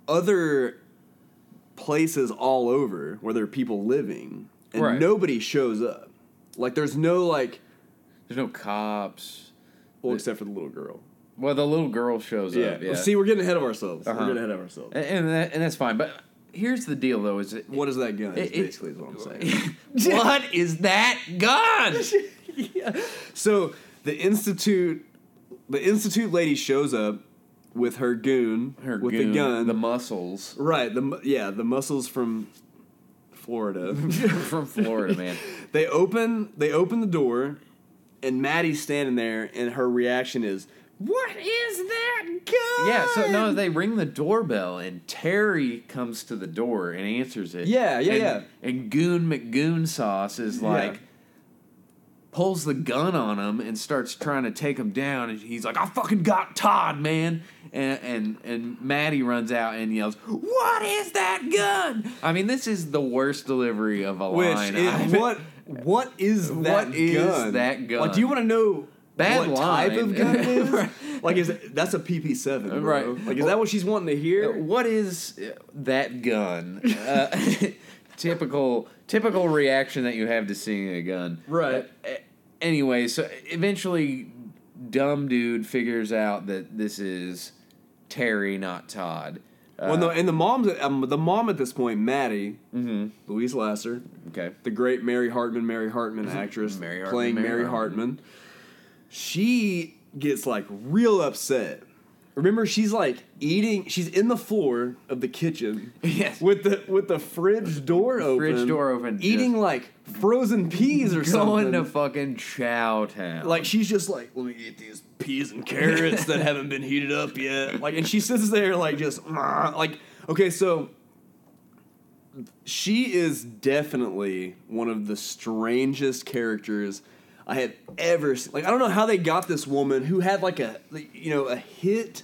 [SPEAKER 1] other places all over where there are people living, and
[SPEAKER 2] Right.
[SPEAKER 1] nobody shows up. Like, there's no like,
[SPEAKER 2] There's no cops.
[SPEAKER 1] well, except for the little girl.
[SPEAKER 2] Well, the little girl shows up. Yeah.
[SPEAKER 1] See, we're getting ahead of ourselves.
[SPEAKER 2] Uh-huh.
[SPEAKER 1] We're getting ahead of ourselves.
[SPEAKER 2] and and, that, and that's fine. But here's the deal, though: is it,
[SPEAKER 1] What is that gun? Is
[SPEAKER 2] It- it-
[SPEAKER 1] basically is what I'm saying.
[SPEAKER 2] what is that gun?
[SPEAKER 1] So the institute, the institute lady shows up with her goon, with
[SPEAKER 2] goon,
[SPEAKER 1] the gun,
[SPEAKER 2] the muscles
[SPEAKER 1] right? The mu- yeah, the muscles from Florida.
[SPEAKER 2] from Florida, man.
[SPEAKER 1] they open they open the door, and Maddie's standing there, and her reaction is, "What is that gun?"
[SPEAKER 2] Yeah, so no, they ring the doorbell and Terry comes to the door and answers it.
[SPEAKER 1] Yeah, yeah,
[SPEAKER 2] and,
[SPEAKER 1] yeah.
[SPEAKER 2] And Goon McGoon Sauce is like pulls the gun on him and starts trying to take him down and he's like, I fucking got Todd, man and and, and Maddie runs out and yells, What is that gun? I mean, this is the worst delivery of a
[SPEAKER 1] Which
[SPEAKER 2] line.
[SPEAKER 1] is,
[SPEAKER 2] I've-
[SPEAKER 1] what what is that
[SPEAKER 2] What is
[SPEAKER 1] gun?
[SPEAKER 2] that gun?
[SPEAKER 1] Like, do you want to know
[SPEAKER 2] Bad
[SPEAKER 1] what
[SPEAKER 2] line.
[SPEAKER 1] type of gun it is? like, is that's a PP seven, bro.
[SPEAKER 2] Right.
[SPEAKER 1] Like, is that what she's wanting to hear?
[SPEAKER 2] what is uh, that gun? Uh, typical typical reaction that you have to seeing a gun.
[SPEAKER 1] Right.
[SPEAKER 2] Uh, anyway, so eventually, dumb dude figures out that this is Terry, not Todd. Uh, Mm-hmm.
[SPEAKER 1] well, no, and the mom's um, the mom at this point, Maddie, Louise Lasser,
[SPEAKER 2] Okay.
[SPEAKER 1] the great Mary Hartman, Mary Hartman actress
[SPEAKER 2] Mm-hmm. Mary Hartman,
[SPEAKER 1] playing
[SPEAKER 2] Mary
[SPEAKER 1] Mary Hartman. She gets like real upset. Remember, she's like eating. She's in the floor of the kitchen
[SPEAKER 2] Yes.
[SPEAKER 1] with the with the fridge door open.
[SPEAKER 2] Fridge door open, just-
[SPEAKER 1] Eating like frozen peas or something.
[SPEAKER 2] Going to fucking Chow Town.
[SPEAKER 1] like she's just like, let me eat these peas and carrots that haven't been heated up yet. Like, and she sits there like just "Mah." like okay, so she is definitely one of the strangest characters I have ever seen. Like, I don't know how they got this woman who had like a like, you know a hit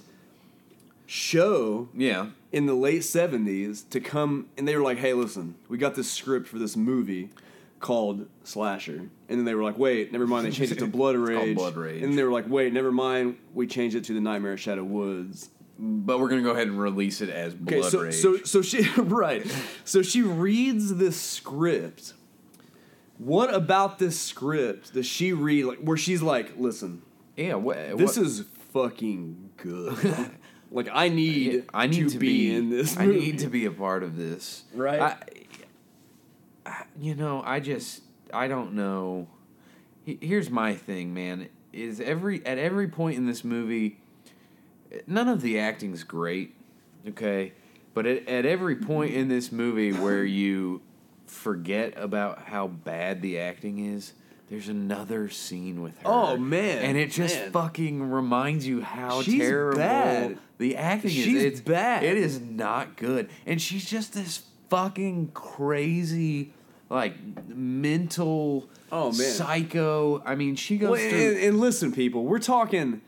[SPEAKER 1] show
[SPEAKER 2] yeah.
[SPEAKER 1] in the late 70s to come and they were like hey listen we got this script for this movie called slasher and then they were like wait never mind they changed it to blood
[SPEAKER 2] called
[SPEAKER 1] rage
[SPEAKER 2] Blood Rage.
[SPEAKER 1] and they were like wait never mind we changed it to the nightmare at shadow woods
[SPEAKER 2] But we're gonna go ahead and release it as Blood
[SPEAKER 1] okay so
[SPEAKER 2] Rage.
[SPEAKER 1] so so she right so she reads this script what about this script does she read like where she's like listen
[SPEAKER 2] yeah, wha-
[SPEAKER 1] this
[SPEAKER 2] wha-
[SPEAKER 1] is fucking good like i need
[SPEAKER 2] I need to,
[SPEAKER 1] be, in this
[SPEAKER 2] I
[SPEAKER 1] movie.
[SPEAKER 2] need to be a part of this.
[SPEAKER 1] Right.
[SPEAKER 2] I, I, you know, I just I don't know. He- Here's my thing, man. Is every at every point in this movie, none of the acting's great, okay? But at, at every point in this movie where you forget about how bad the acting is, there's another scene with her.
[SPEAKER 1] Oh, man,
[SPEAKER 2] And it just
[SPEAKER 1] man.
[SPEAKER 2] fucking reminds you how
[SPEAKER 1] She's
[SPEAKER 2] terrible
[SPEAKER 1] bad.
[SPEAKER 2] the acting is.
[SPEAKER 1] She's
[SPEAKER 2] It's
[SPEAKER 1] bad.
[SPEAKER 2] It is not good. And she's just this fucking crazy, like mental.
[SPEAKER 1] Oh, man.
[SPEAKER 2] psycho! I mean, she goes
[SPEAKER 1] Well,
[SPEAKER 2] through.
[SPEAKER 1] and, and listen, people, we're talking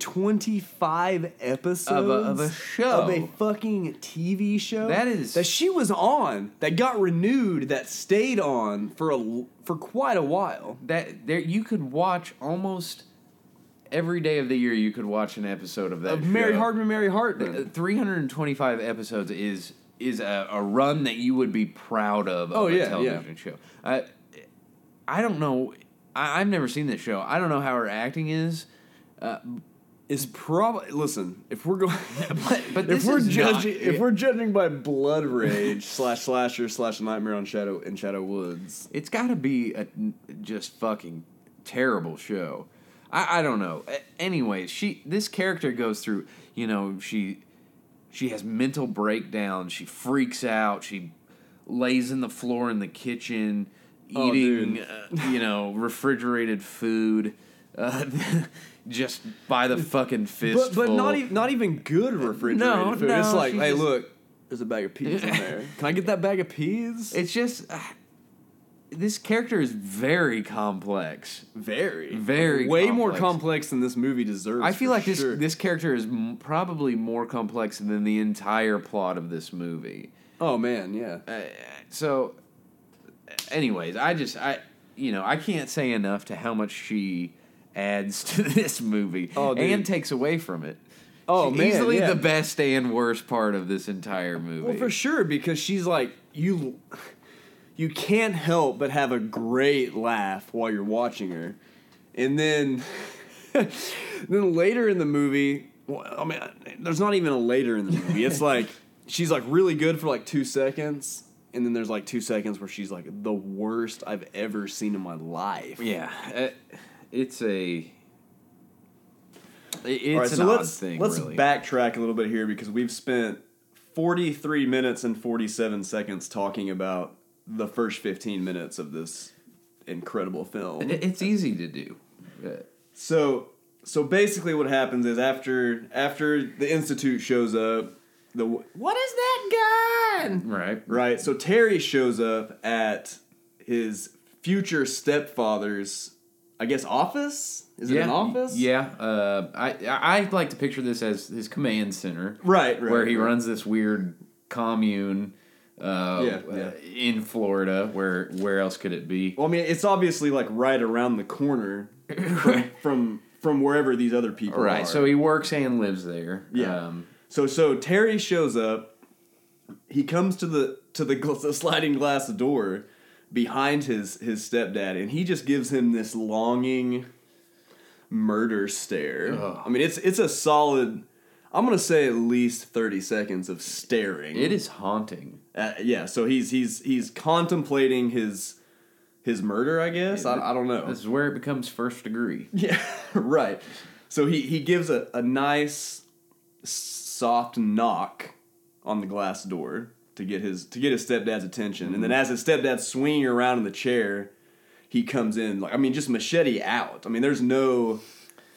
[SPEAKER 1] 325 episodes
[SPEAKER 2] Of a- of a show.
[SPEAKER 1] of a fucking TV show
[SPEAKER 2] That is-
[SPEAKER 1] that she was on that got renewed that stayed on for a l- for quite a while.
[SPEAKER 2] that there you could watch almost every day of the year you could watch an episode of that
[SPEAKER 1] Of Mary
[SPEAKER 2] show.
[SPEAKER 1] Hardman, Mary
[SPEAKER 2] Uh,
[SPEAKER 1] Hartman.
[SPEAKER 2] 325 episodes is is a, a run that you would be proud of
[SPEAKER 1] Oh,
[SPEAKER 2] of
[SPEAKER 1] yeah, yeah.
[SPEAKER 2] a television show i i don't know I, i've never seen this show i don't know how her acting is
[SPEAKER 1] Is probably listen if we're going,
[SPEAKER 2] but
[SPEAKER 1] if
[SPEAKER 2] this
[SPEAKER 1] we're
[SPEAKER 2] is not-
[SPEAKER 1] judging if we're judging by Blood Rage slash slasher slash Nightmare on Shadow in Shadow Woods.
[SPEAKER 2] it's got to be a n- just fucking terrible show. I, I don't know. A- Anyways, she this character goes through. You know, she she has mental breakdowns. She freaks out. She lays in the floor in the kitchen
[SPEAKER 1] Oh,
[SPEAKER 2] eating,
[SPEAKER 1] dude.
[SPEAKER 2] uh, you know, refrigerated food. Uh, just by the fucking fistful.
[SPEAKER 1] But, but not even not even good refrigerated
[SPEAKER 2] No,
[SPEAKER 1] food.
[SPEAKER 2] no,
[SPEAKER 1] it's like,
[SPEAKER 2] she
[SPEAKER 1] hey,
[SPEAKER 2] just-
[SPEAKER 1] look, there's a bag of peas in there. Can I get that bag of peas?
[SPEAKER 2] It's just uh, this character is very complex.
[SPEAKER 1] very,
[SPEAKER 2] Very
[SPEAKER 1] way more
[SPEAKER 2] complex.
[SPEAKER 1] complex than this movie deserves.
[SPEAKER 2] I feel
[SPEAKER 1] for
[SPEAKER 2] like this
[SPEAKER 1] sure.
[SPEAKER 2] this character is m- probably more complex than the entire plot of this movie.
[SPEAKER 1] Oh man, yeah.
[SPEAKER 2] Uh, so, anyways, I just I you know I can't say enough to how much she adds to this movie
[SPEAKER 1] Oh, dude.
[SPEAKER 2] and takes away from it.
[SPEAKER 1] Oh,
[SPEAKER 2] She's
[SPEAKER 1] man,
[SPEAKER 2] easily
[SPEAKER 1] yeah.
[SPEAKER 2] the best and worst part of this entire movie.
[SPEAKER 1] Well, for sure, because she's like you. You can't help but have a great laugh while you're watching her, and then, then later in the movie, well, I mean, there's not even a later in the movie. It's like she's like really good for like two seconds, and then there's like two seconds where she's like the worst I've ever seen in my life.
[SPEAKER 2] Yeah, uh, it's a it- it's
[SPEAKER 1] All right,
[SPEAKER 2] an
[SPEAKER 1] so
[SPEAKER 2] odd
[SPEAKER 1] let's
[SPEAKER 2] thing.
[SPEAKER 1] let's
[SPEAKER 2] really.
[SPEAKER 1] backtrack a little bit here because we've spent 43 minutes and 47 seconds talking about the first 15 minutes of this incredible film.
[SPEAKER 2] It- it's easy to do. Uh,
[SPEAKER 1] So so basically what happens is after after the institute shows up, the w- what is that gun?
[SPEAKER 2] right.
[SPEAKER 1] Right. So Terry shows up at his future stepfather's I guess office? Is it an office?
[SPEAKER 2] Yeah, uh, I I I like to picture this as his command center,
[SPEAKER 1] Right, right.
[SPEAKER 2] where he
[SPEAKER 1] right.
[SPEAKER 2] runs this weird commune Uh,
[SPEAKER 1] Yeah,
[SPEAKER 2] uh, in Florida, where where else could it be?
[SPEAKER 1] Well, I mean, it's obviously like right around the corner from from, from wherever these other people are.
[SPEAKER 2] Right. So he works and lives there.
[SPEAKER 1] Yeah.
[SPEAKER 2] Um,
[SPEAKER 1] so so Terry shows up. He comes to the to the, gl- the sliding glass door behind his his stepdad, and he just gives him this longing murder stare. I mean, it's it's a solid. I'm gonna say at least thirty seconds of staring.
[SPEAKER 2] it is haunting.
[SPEAKER 1] Uh, yeah. So he's he's he's contemplating his his murder. I guess I, I don't know.
[SPEAKER 2] This is where it becomes first degree.
[SPEAKER 1] Yeah, right. So he, he gives a, a nice soft knock on the glass door to get his to get his stepdad's attention. And then as his stepdad's swinging around in the chair, he comes in like I mean just machete out. I mean there's no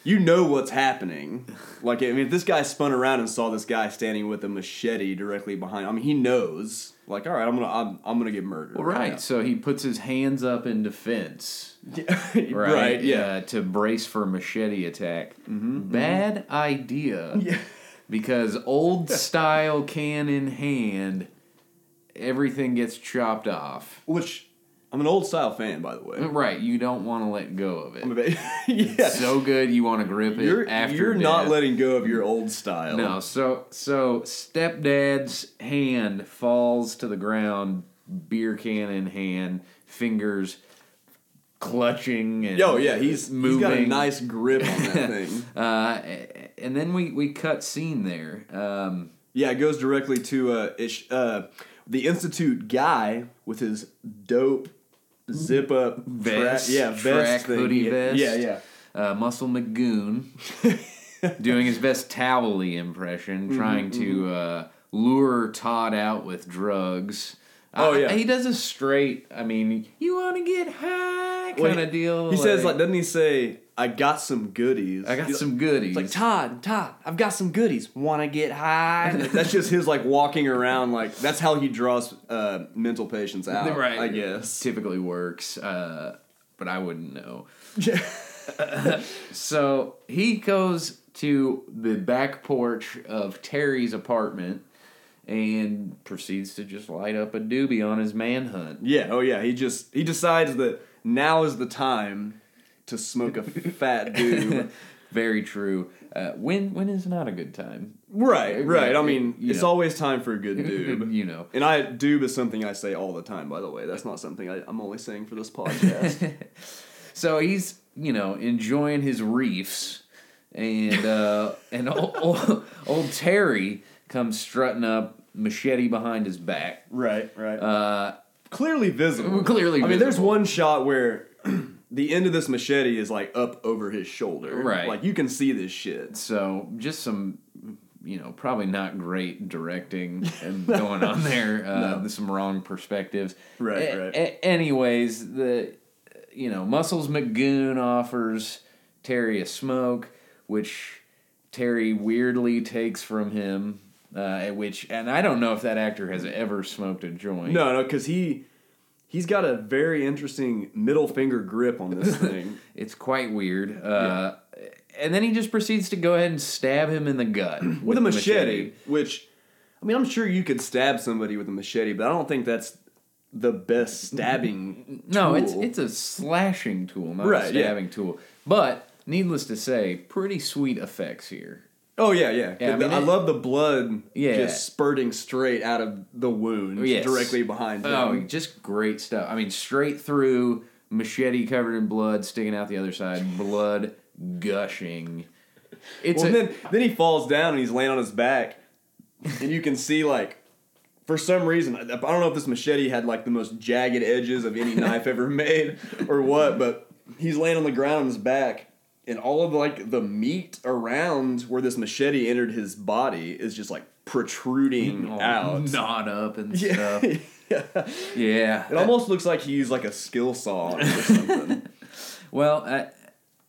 [SPEAKER 1] you know what's happening. Like I mean if this guy spun around and saw this guy standing with a machete directly behind I mean he knows like all right I'm going to I'm, I'm going to get murdered.
[SPEAKER 2] Well, right. So he puts his hands up in defense.
[SPEAKER 1] right.
[SPEAKER 2] Right.
[SPEAKER 1] right. Yeah. Mm-hmm,
[SPEAKER 2] uh, to brace for machete attack. Bad idea.
[SPEAKER 1] Yeah.
[SPEAKER 2] Because old style can in hand, everything gets chopped off.
[SPEAKER 1] Which I'm an old style fan by the way.
[SPEAKER 2] Right. You don't want to let go of
[SPEAKER 1] I'm a
[SPEAKER 2] it.
[SPEAKER 1] bit- yeah.
[SPEAKER 2] So good. You want to grip it
[SPEAKER 1] you're
[SPEAKER 2] after.
[SPEAKER 1] you're not
[SPEAKER 2] death.
[SPEAKER 1] letting go of your old style.
[SPEAKER 2] No, so so stepdad's hand falls to the ground, beer can in hand, fingers clutching and
[SPEAKER 1] Yo, yeah, he's
[SPEAKER 2] moving.
[SPEAKER 1] He's got a nice grip on that thing.
[SPEAKER 2] uh, and then we we cut scene there. Um,
[SPEAKER 1] Yeah, it goes directly to uh, ish, uh the institute guy with his dope zip up
[SPEAKER 2] Vest,
[SPEAKER 1] yeah, vest
[SPEAKER 2] track
[SPEAKER 1] thing.
[SPEAKER 2] hoodie
[SPEAKER 1] yeah,
[SPEAKER 2] vest.
[SPEAKER 1] Yeah, yeah.
[SPEAKER 2] uh, Muscle McGoon doing his best towelly impression, trying to uh, lure Todd out with drugs.
[SPEAKER 1] Oh,
[SPEAKER 2] I-
[SPEAKER 1] yeah.
[SPEAKER 2] he does a straight. I mean, you want to get high
[SPEAKER 1] Well,
[SPEAKER 2] kind of
[SPEAKER 1] he-
[SPEAKER 2] deal.
[SPEAKER 1] He says like, doesn't he say, "I got some goodies."
[SPEAKER 2] I got
[SPEAKER 1] He's-
[SPEAKER 2] some
[SPEAKER 1] It's
[SPEAKER 2] goodies.
[SPEAKER 1] like Todd, Todd, I've got some goodies. Want to get high? that's just his like walking around like that's how he draws uh, mental patients out.
[SPEAKER 2] right,
[SPEAKER 1] I guess.
[SPEAKER 2] typically works, uh, but I wouldn't know.
[SPEAKER 1] Yeah.
[SPEAKER 2] So he goes to the back porch of Terry's apartment and proceeds to just light up a doobie on his manhunt.
[SPEAKER 1] Yeah, oh yeah. He just he decides that now is the time to smoke a fat dude.
[SPEAKER 2] Very true. Uh, when when is not a good time?
[SPEAKER 1] right, right. I mean,
[SPEAKER 2] You
[SPEAKER 1] it's
[SPEAKER 2] know.
[SPEAKER 1] always time for a good doob.
[SPEAKER 2] you know.
[SPEAKER 1] And I doob is something I say all the time, by the way. That's not something I, I'm only saying for this podcast.
[SPEAKER 2] So he's you know enjoying his reefs, and uh, and old, old, old Terry comes strutting up, machete behind his back.
[SPEAKER 1] right, right.
[SPEAKER 2] Uh,
[SPEAKER 1] clearly visible.
[SPEAKER 2] Clearly
[SPEAKER 1] I mean, there's
[SPEAKER 2] visible.
[SPEAKER 1] one shot where the end of this machete is like up over his shoulder.
[SPEAKER 2] Right.
[SPEAKER 1] Like you can see this shit.
[SPEAKER 2] so just some you know probably not great directing and going on there uh, some wrong perspectives
[SPEAKER 1] Right,
[SPEAKER 2] A-
[SPEAKER 1] right.
[SPEAKER 2] a- anyways the you know muscles mcgoon offers terry a smoke which terry weirdly takes from him uh, at which and i don't know if that actor has ever smoked a joint
[SPEAKER 1] No, no, because he he's got a very interesting middle finger grip on this thing.
[SPEAKER 2] It's quite weird. Uh, And then he just proceeds to go ahead and stab him in the gut with,
[SPEAKER 1] with a
[SPEAKER 2] the
[SPEAKER 1] machete, which I mean, I'm sure you could stab somebody with a machete, but I don't think that's the best stabbing.
[SPEAKER 2] No, it's
[SPEAKER 1] tool.
[SPEAKER 2] it's a slashing tool, not
[SPEAKER 1] Right,
[SPEAKER 2] a
[SPEAKER 1] yeah.
[SPEAKER 2] stabbing tool. But needless to say, pretty sweet effects here.
[SPEAKER 1] oh yeah, yeah.
[SPEAKER 2] Yeah, I
[SPEAKER 1] I,
[SPEAKER 2] mean, it-
[SPEAKER 1] love the blood
[SPEAKER 2] Yeah.
[SPEAKER 1] just spurting straight out of the wound
[SPEAKER 2] Yes.
[SPEAKER 1] directly behind him.
[SPEAKER 2] Oh, just great stuff. I mean, straight through machete covered in blood, sticking out the other side, blood gushing. It's
[SPEAKER 1] well,
[SPEAKER 2] a,
[SPEAKER 1] and then then he falls down and he's laying on his back, and you can see like. For some reason, I I don't know if this machete had like the most jagged edges of any knife ever made or what, but he's laying on the ground on his back, and all of like the meat around where this machete entered his body is just like protruding
[SPEAKER 2] all
[SPEAKER 1] out.
[SPEAKER 2] gnawed up and
[SPEAKER 1] Yeah.
[SPEAKER 2] Oh, stuff. Yeah,
[SPEAKER 1] It almost looks like he used like a skill saw or something.
[SPEAKER 2] Well, uh,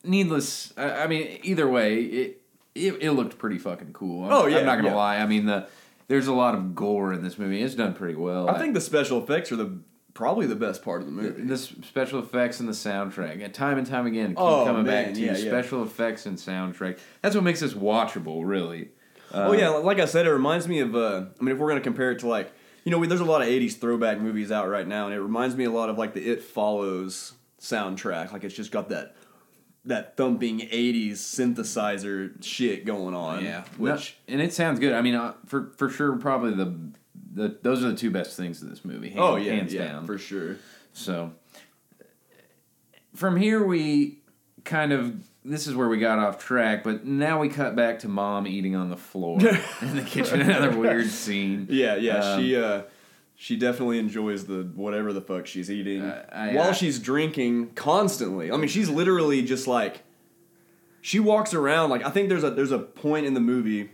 [SPEAKER 2] needless. I, I mean, either way, it, it it looked pretty fucking cool. I'm,
[SPEAKER 1] Oh, yeah,
[SPEAKER 2] I'm not gonna
[SPEAKER 1] yeah.
[SPEAKER 2] lie. I mean, the there's a lot of gore in this movie. It's done pretty well.
[SPEAKER 1] I think the special effects are the probably the best part of the movie.
[SPEAKER 2] the s- special effects and the soundtrack, and time and time again, keep
[SPEAKER 1] Oh,
[SPEAKER 2] coming back
[SPEAKER 1] man,
[SPEAKER 2] to
[SPEAKER 1] yeah, yeah.
[SPEAKER 2] special effects and soundtrack. That's what makes this watchable, really.
[SPEAKER 1] uh, oh yeah, like I said, it reminds me of. Uh, I mean, if we're gonna compare it to like You know, we, there's a lot of '80s throwback movies out right now, and it reminds me a lot of like the It Follows soundtrack. Like it's just got that that thumping '80s synthesizer shit going on.
[SPEAKER 2] Yeah,
[SPEAKER 1] which
[SPEAKER 2] No, and it sounds good. I mean, uh, for for sure, probably the, the those are the two best things in this movie. hand-
[SPEAKER 1] oh yeah,
[SPEAKER 2] hands
[SPEAKER 1] yeah,
[SPEAKER 2] down.
[SPEAKER 1] for sure.
[SPEAKER 2] So from here we kind of this is where we got off track, but now we cut back to mom eating on the floor in the kitchen. Another weird scene.
[SPEAKER 1] Yeah, yeah.
[SPEAKER 2] Um,
[SPEAKER 1] she uh she definitely enjoys the whatever the fuck she's eating
[SPEAKER 2] Uh, I-
[SPEAKER 1] while
[SPEAKER 2] I-
[SPEAKER 1] she's drinking constantly. I mean, she's literally just like she walks around like I think there's a there's a point in the movie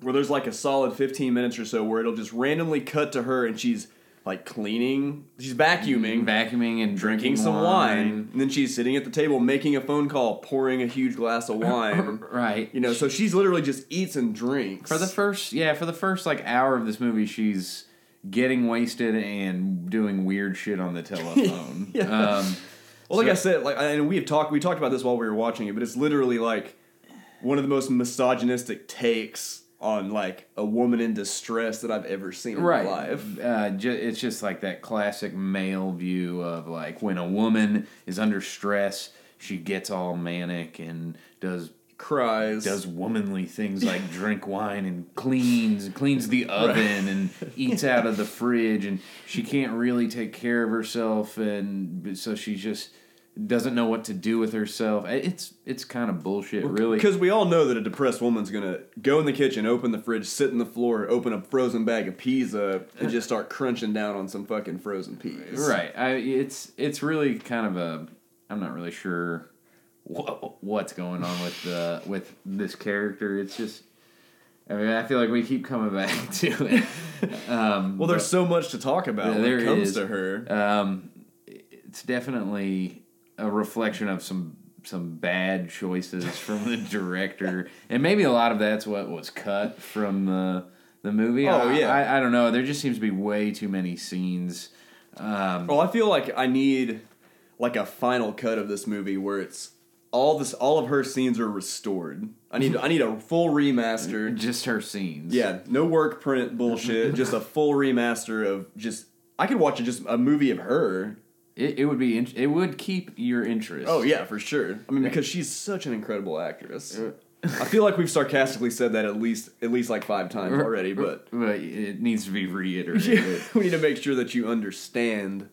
[SPEAKER 1] where there's like a solid 15 minutes or so where it'll just randomly cut to her and she's like cleaning, she's
[SPEAKER 2] Mm,
[SPEAKER 1] vacuuming,
[SPEAKER 2] vacuuming and drinking,
[SPEAKER 1] drinking some wine, and then she's sitting at the table making a phone call, pouring a huge glass of wine.
[SPEAKER 2] Right.
[SPEAKER 1] You know, so she's literally just eats and drinks.
[SPEAKER 2] for the first yeah for the first like hour of this movie she's getting wasted and doing weird shit on the telephone
[SPEAKER 1] Yeah.
[SPEAKER 2] um,
[SPEAKER 1] Well, like
[SPEAKER 2] So-
[SPEAKER 1] I said, like and we have talked, we talked about this while we were watching it, but it's literally like one of the most misogynistic takes on like a woman in distress that I've ever seen in
[SPEAKER 2] right
[SPEAKER 1] my life.
[SPEAKER 2] Uh, ju- it's just like that classic male view of like when a woman is under stress she gets all manic and does
[SPEAKER 1] Cries.
[SPEAKER 2] does womanly things like drink wine and cleans cleans the oven and eats out of the fridge and she can't really take care of herself and so she just doesn't know what to do with herself. It's it's kind of bullshit, really.
[SPEAKER 1] because we all know that a depressed woman's gonna go in the kitchen, open the fridge, sit on the floor, open a frozen bag of peas up, and just start crunching down on some fucking frozen peas.
[SPEAKER 2] Right. I, it's it's really kind of a. I'm not really sure what, what's going on with the with this character. It's just. I mean, I feel like we keep coming back to it. Um,
[SPEAKER 1] Well, there's so much to talk about
[SPEAKER 2] Yeah,
[SPEAKER 1] when
[SPEAKER 2] there
[SPEAKER 1] it comes
[SPEAKER 2] is.
[SPEAKER 1] to her.
[SPEAKER 2] Um, it's definitely a reflection of some some bad choices from the director, and maybe a lot of that's what was cut from the the movie.
[SPEAKER 1] Oh,
[SPEAKER 2] I,
[SPEAKER 1] yeah.
[SPEAKER 2] I, I don't know. There just seems to be way too many scenes. Um,
[SPEAKER 1] Well, I feel like I need like a final cut of this movie where it's all this all of her scenes are restored. I need I need a full remaster.
[SPEAKER 2] just her scenes.
[SPEAKER 1] Yeah, no work print bullshit, just a full remaster of just I could watch just a movie of her.
[SPEAKER 2] it, it would be int- it would keep your interest.
[SPEAKER 1] Oh yeah, for sure. I mean because she's such an incredible actress. I feel like we've sarcastically said that at least at least like 5 times already, but
[SPEAKER 2] but it needs to be reiterated.
[SPEAKER 1] we need to make sure that you understand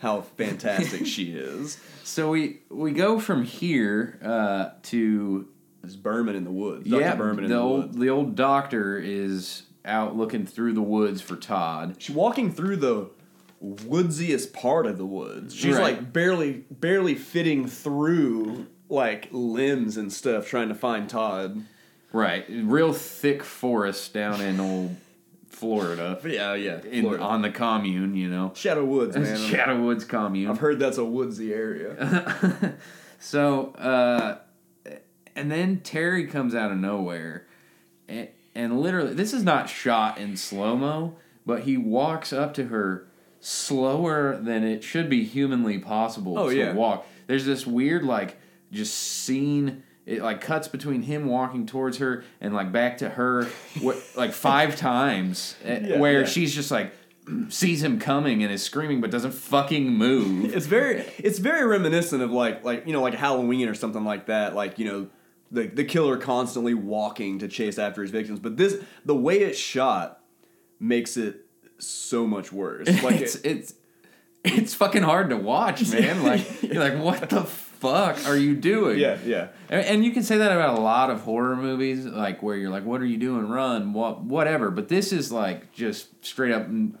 [SPEAKER 1] how fantastic she is.
[SPEAKER 2] so we we go from here uh, to
[SPEAKER 1] It's Berman in the woods. Dr. Berman in the,
[SPEAKER 2] old
[SPEAKER 1] woods.
[SPEAKER 2] the old doctor is out looking through the woods for Todd.
[SPEAKER 1] She's walking through the woodsiest part of the woods. She's
[SPEAKER 2] Right.
[SPEAKER 1] like barely barely fitting through like limbs and stuff trying to find Todd.
[SPEAKER 2] Right, real thick forest down in old Florida,
[SPEAKER 1] Yeah, yeah.
[SPEAKER 2] in on the commune, you know,
[SPEAKER 1] Shadow Woods, man.
[SPEAKER 2] Shadow Woods commune.
[SPEAKER 1] I've heard that's a woodsy area.
[SPEAKER 2] So, uh, and then Terry comes out of nowhere, and, and literally, this is not shot in slow mo, but he walks up to her slower than it should be humanly possible
[SPEAKER 1] Oh,
[SPEAKER 2] to
[SPEAKER 1] yeah.
[SPEAKER 2] walk. There's this weird, like, just scene. It like cuts between him walking towards her and like back to her, wh- like five times, eh,
[SPEAKER 1] Yeah,
[SPEAKER 2] where
[SPEAKER 1] yeah.
[SPEAKER 2] she's just like sees him coming and is screaming but doesn't fucking move.
[SPEAKER 1] it's very it's very reminiscent of like like you know like Halloween or something like that. Like you know the the killer constantly walking to chase after his victims. But this the way it's shot makes it so much worse. Like
[SPEAKER 2] it's
[SPEAKER 1] it-
[SPEAKER 2] it's it's fucking hard to watch, man. Like you're like, what the fuck are you doing?
[SPEAKER 1] yeah, yeah.
[SPEAKER 2] And, and you can say that about a lot of horror movies, like where you're like, what are you doing? Run, what, whatever. But this is like just straight up n-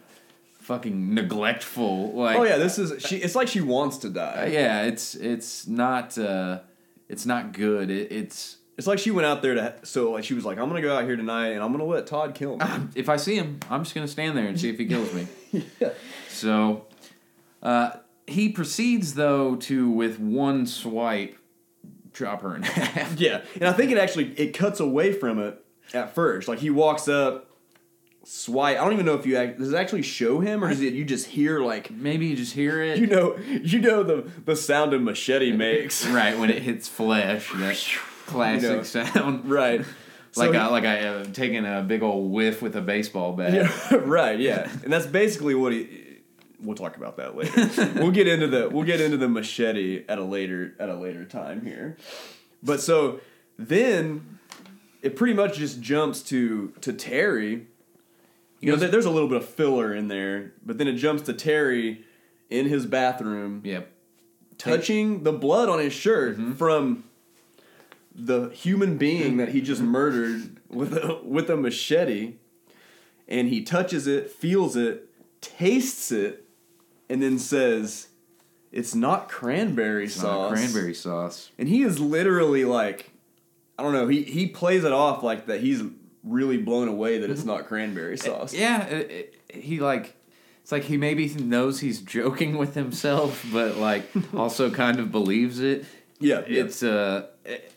[SPEAKER 2] fucking neglectful. Like,
[SPEAKER 1] Oh yeah, this is she. It's like she wants to die.
[SPEAKER 2] yeah. It's it's not uh, it's not good. It, it's
[SPEAKER 1] It's like she went out there to. So like she was like, I'm gonna go out here tonight and I'm gonna let Todd kill me.
[SPEAKER 2] if I see him, I'm just gonna stand there and see if he kills me. So uh, he proceeds though to with one swipe chop her in half.
[SPEAKER 1] yeah, and I think it actually it cuts away from it at first. Like he walks up, swipe. I don't even know if you act, does it actually show him or is it you just hear like
[SPEAKER 2] Maybe you just hear it
[SPEAKER 1] you know you know the the sound a machete makes
[SPEAKER 2] right when it hits flesh. That classic
[SPEAKER 1] You know.
[SPEAKER 2] sound.
[SPEAKER 1] right.
[SPEAKER 2] Like
[SPEAKER 1] So-
[SPEAKER 2] I, like I uh, taking a big old whiff with a baseball bat.
[SPEAKER 1] Yeah, right. Yeah, and that's basically what he. We'll talk about that later. we'll get into the we'll get into the machete at a later at a later time here. But so then it pretty much just jumps to to Terry. You know, there- there's a little bit of filler in there, but then it jumps to Terry in his bathroom,
[SPEAKER 2] Yep.
[SPEAKER 1] touching the blood on his shirt
[SPEAKER 2] Mm-hmm.
[SPEAKER 1] from the human being that he just murdered with a with a machete and he touches it, feels it, tastes it, and then says, "It's not cranberry
[SPEAKER 2] It's
[SPEAKER 1] sauce."
[SPEAKER 2] not Uh, cranberry sauce.
[SPEAKER 1] And he is literally like, I don't know. He he plays it off like that. He's really blown away that it's not cranberry sauce.
[SPEAKER 2] Yeah, Mm-hmm. it, it, he like it's like he maybe knows he's joking with himself, but like also kind of believes it.
[SPEAKER 1] Yeah, yeah.
[SPEAKER 2] it's uh,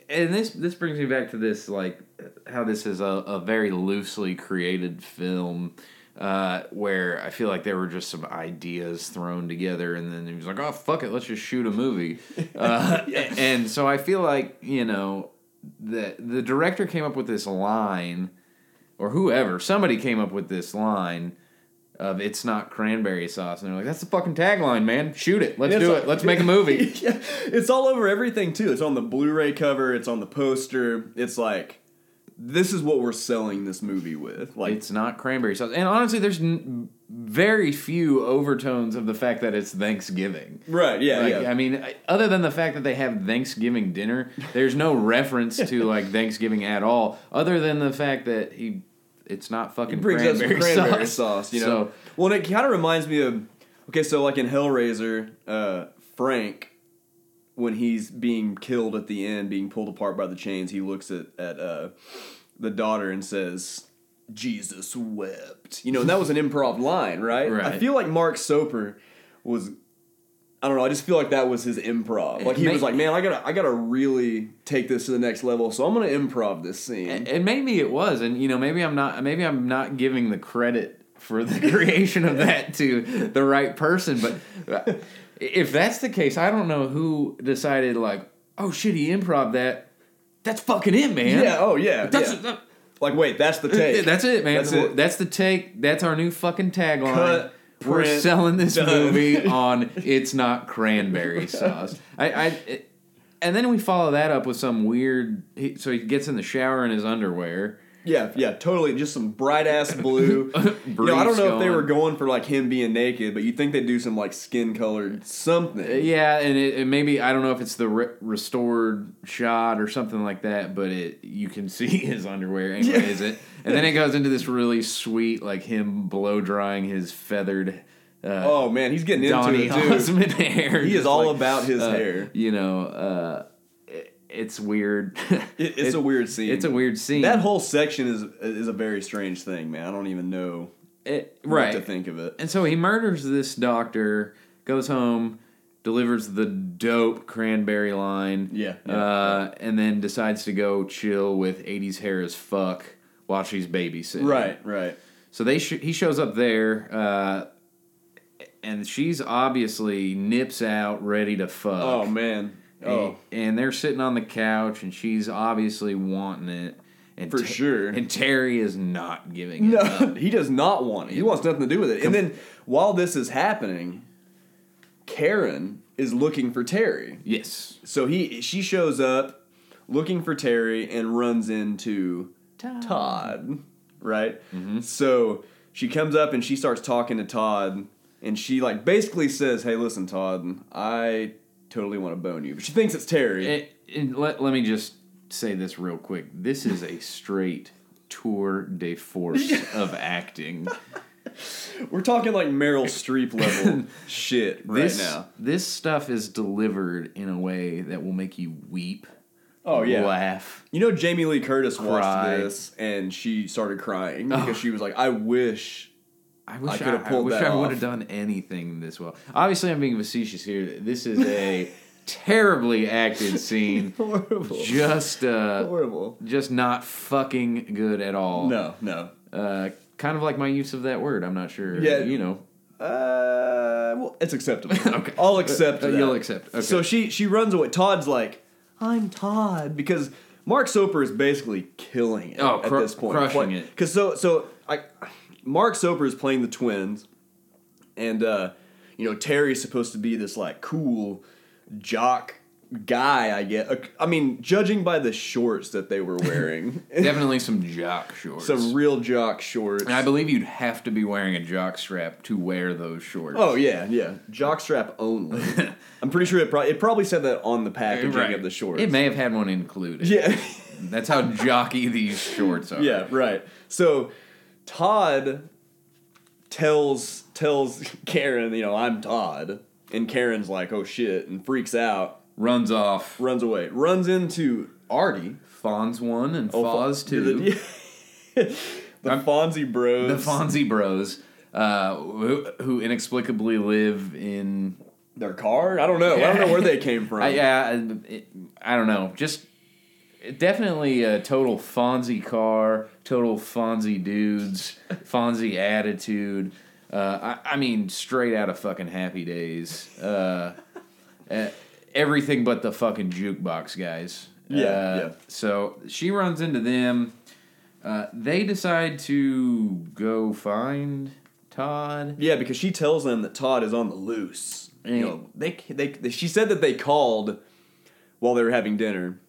[SPEAKER 2] and this this brings me back to this like how this is a, a very loosely created film. Uh, where I feel like there were just some ideas thrown together, and then he was like, "Oh fuck it, let's just shoot a movie." Uh, And so I feel like you know the the director came up with this line, or whoever, somebody came up with this line of "It's not cranberry sauce," and they're like, "That's the fucking tagline, man. Shoot it, let's
[SPEAKER 1] And it's
[SPEAKER 2] do
[SPEAKER 1] all-
[SPEAKER 2] it, let's make a movie."
[SPEAKER 1] Yeah, it's all over everything too. It's on the Blu-ray cover. It's on the poster. It's like, this is what we're selling this movie with. Like,
[SPEAKER 2] It's not cranberry sauce. And honestly, there's n- very few overtones of the fact that it's Thanksgiving.
[SPEAKER 1] right? Yeah,
[SPEAKER 2] Like,
[SPEAKER 1] yeah.
[SPEAKER 2] I mean, I- other than the fact that they have Thanksgiving dinner, there's no reference to like Thanksgiving at all, other than the fact that he, it's not fucking
[SPEAKER 1] brings
[SPEAKER 2] cranberry,
[SPEAKER 1] up some cranberry
[SPEAKER 2] sauce.
[SPEAKER 1] sauce. you know. well, and it kind of reminds me of okay, so like in Hellraiser, uh, Frank, when he's being killed at the end, being pulled apart by the chains, he looks at at uh, the daughter and says, "Jesus wept." You know, and that was an improv line, right? I
[SPEAKER 2] Right.
[SPEAKER 1] feel like Mark Soper was. I don't know. I just feel like that was his improv. Like he
[SPEAKER 2] may-
[SPEAKER 1] was like, "Man, I gotta, I gotta really take this to the next level." So I'm gonna improv this scene.
[SPEAKER 2] And, and maybe it was, and you know, maybe I'm not, maybe I'm not giving the credit for the creation of that to the right person. But uh, if that's the case, I don't know who decided like, oh shit, he improv that. That's fucking it, man.
[SPEAKER 1] yeah. Oh yeah.
[SPEAKER 2] That's
[SPEAKER 1] yeah. Like, wait, that's the
[SPEAKER 2] that-
[SPEAKER 1] take.
[SPEAKER 2] Uh, that's it, man.
[SPEAKER 1] That's it.
[SPEAKER 2] That's the take. That's our new fucking tagline.
[SPEAKER 1] Cut,
[SPEAKER 2] We're
[SPEAKER 1] print,
[SPEAKER 2] selling this
[SPEAKER 1] done.
[SPEAKER 2] movie on it's not cranberry sauce. I, I it- and then we follow that up with some weird. He, so he gets in the shower in his underwear.
[SPEAKER 1] Yeah, yeah, totally. Just some bright ass blue. you know, I don't
[SPEAKER 2] Briefs
[SPEAKER 1] know if they
[SPEAKER 2] going.
[SPEAKER 1] were going for like him being naked, but you think they would do some like skin colored something.
[SPEAKER 2] Yeah, and it, it maybe I don't know if it's the re- restored shot or something like that, but it you can see his underwear. Anyways, it and then it goes into this really sweet like him blow drying his feathered uh,
[SPEAKER 1] Oh man, he's getting
[SPEAKER 2] Donny
[SPEAKER 1] into it too.
[SPEAKER 2] Osmond hair.
[SPEAKER 1] He is
[SPEAKER 2] Just
[SPEAKER 1] all
[SPEAKER 2] like,
[SPEAKER 1] about his
[SPEAKER 2] uh,
[SPEAKER 1] hair.
[SPEAKER 2] You know, uh, it, it's weird.
[SPEAKER 1] It, it's a weird scene.
[SPEAKER 2] It's a weird scene.
[SPEAKER 1] That whole section is is a very strange thing, man. I don't even know
[SPEAKER 2] It-
[SPEAKER 1] what
[SPEAKER 2] right.
[SPEAKER 1] to think of it.
[SPEAKER 2] And so he murders this doctor, goes home, delivers the dope cranberry line.
[SPEAKER 1] Yeah, yeah.
[SPEAKER 2] uh, and then decides to go chill with 80s hair as fuck while she's babysitting.
[SPEAKER 1] Right, right.
[SPEAKER 2] So they sh- he shows up there, uh, and she's obviously nips out, ready to fuck.
[SPEAKER 1] Oh man. Oh,
[SPEAKER 2] And they're sitting on the couch, and she's obviously wanting it. And
[SPEAKER 1] For sure.
[SPEAKER 2] And Terry is not giving it up.
[SPEAKER 1] No, he does not want it. He wants nothing to do with it. And then while this is happening, Karen is looking for Terry.
[SPEAKER 2] Yes.
[SPEAKER 1] So he she shows up looking for Terry and runs into Todd, right? So she comes up and she starts talking to Todd and she like basically says, "Hey, listen, Todd, I totally want to bone you." But she thinks it's Terry.
[SPEAKER 2] And, and let, let me just say this real quick. This is a straight tour de force of acting.
[SPEAKER 1] We're talking like Meryl Streep level shit right
[SPEAKER 2] this,
[SPEAKER 1] now.
[SPEAKER 2] This stuff is delivered in a way that will make you weep,
[SPEAKER 1] Oh yeah.
[SPEAKER 2] laugh.
[SPEAKER 1] You know, Jamie Lee Curtis
[SPEAKER 2] Cry.
[SPEAKER 1] watched this and she started crying because she was like, "I wish."
[SPEAKER 2] I wish I,
[SPEAKER 1] could've
[SPEAKER 2] I
[SPEAKER 1] pulled
[SPEAKER 2] wish
[SPEAKER 1] that
[SPEAKER 2] I
[SPEAKER 1] off.
[SPEAKER 2] would have done anything this well. Obviously, I'm being facetious here. This is a terribly acted scene.
[SPEAKER 1] Horrible.
[SPEAKER 2] Just uh,
[SPEAKER 1] Horrible.
[SPEAKER 2] just not fucking good at all.
[SPEAKER 1] No, no.
[SPEAKER 2] Uh, kind of like my use of that word. I'm not sure.
[SPEAKER 1] Yeah.
[SPEAKER 2] You know.
[SPEAKER 1] Uh, well, it's acceptable.
[SPEAKER 2] Okay.
[SPEAKER 1] I'll accept.
[SPEAKER 2] Uh,
[SPEAKER 1] that.
[SPEAKER 2] you'll accept. Okay.
[SPEAKER 1] So she she runs away. Todd's like, "I'm Todd," because Mark Soper is basically killing it
[SPEAKER 2] Oh, cru-
[SPEAKER 1] at this point,
[SPEAKER 2] crushing it.
[SPEAKER 1] Because so so I, Mark Soper is playing the twins, and uh, you know Terry's supposed to be this like cool jock guy. I get. I mean, judging by the shorts that they were wearing,
[SPEAKER 2] Definitely some jock shorts.
[SPEAKER 1] some real jock shorts.
[SPEAKER 2] and I believe you'd have to be wearing a jock strap to wear those shorts.
[SPEAKER 1] Oh yeah, yeah. Jockstrap only. I'm pretty sure it, pro- it probably said that on the packaging
[SPEAKER 2] Right.
[SPEAKER 1] of the shorts.
[SPEAKER 2] It may have had one included.
[SPEAKER 1] yeah,
[SPEAKER 2] That's how jockey these shorts are.
[SPEAKER 1] yeah, right. So Todd tells tells Karen, you know, I'm Todd, and Karen's like, oh shit, and freaks out,
[SPEAKER 2] Runs off.
[SPEAKER 1] runs away, runs into Artie,
[SPEAKER 2] Fonz one and
[SPEAKER 1] Oh,
[SPEAKER 2] Foz
[SPEAKER 1] Fo-
[SPEAKER 2] two.
[SPEAKER 1] the, the Fonzie Bros,
[SPEAKER 2] the Fonzie Bros, uh, who, who inexplicably live in.
[SPEAKER 1] their car. I don't know. I don't know where they came from.
[SPEAKER 2] I, yeah, I- it- I don't know. Just definitely a total Fonzie car, total Fonzie dudes, Fonzie attitude. Uh, I, I mean, straight out of fucking Happy Days. Uh, eh, everything but the fucking jukebox guys.
[SPEAKER 1] Yeah,
[SPEAKER 2] Uh,
[SPEAKER 1] yeah.
[SPEAKER 2] So she runs into them. Uh, they decide to go find Todd.
[SPEAKER 1] Yeah, because she tells them that Todd is on the loose.
[SPEAKER 2] Yeah.
[SPEAKER 1] You know, they, they they she said that they called while they were having dinner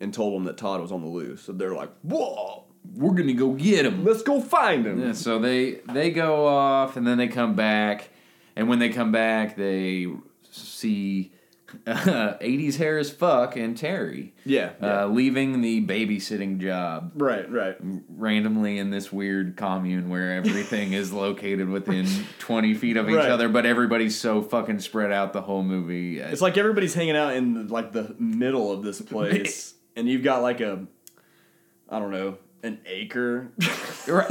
[SPEAKER 1] and told them that Todd was on the loose. So they're like, "Whoa,
[SPEAKER 2] We're gonna go get him.
[SPEAKER 1] let's go find him."
[SPEAKER 2] Yeah, so they they go off and then they come back, and when they come back, they see uh, '80s hair as fuck and Terry
[SPEAKER 1] Yeah, yeah.
[SPEAKER 2] uh, Mm. leaving the babysitting job.
[SPEAKER 1] right, right.
[SPEAKER 2] randomly in this weird commune where everything is located within 20 feet of each
[SPEAKER 1] Right.
[SPEAKER 2] other, but everybody's so fucking spread out the whole movie. Uh,
[SPEAKER 1] It's like everybody's hanging out in like the middle of this place, and you've got like a, I don't know, an acre.
[SPEAKER 2] Right.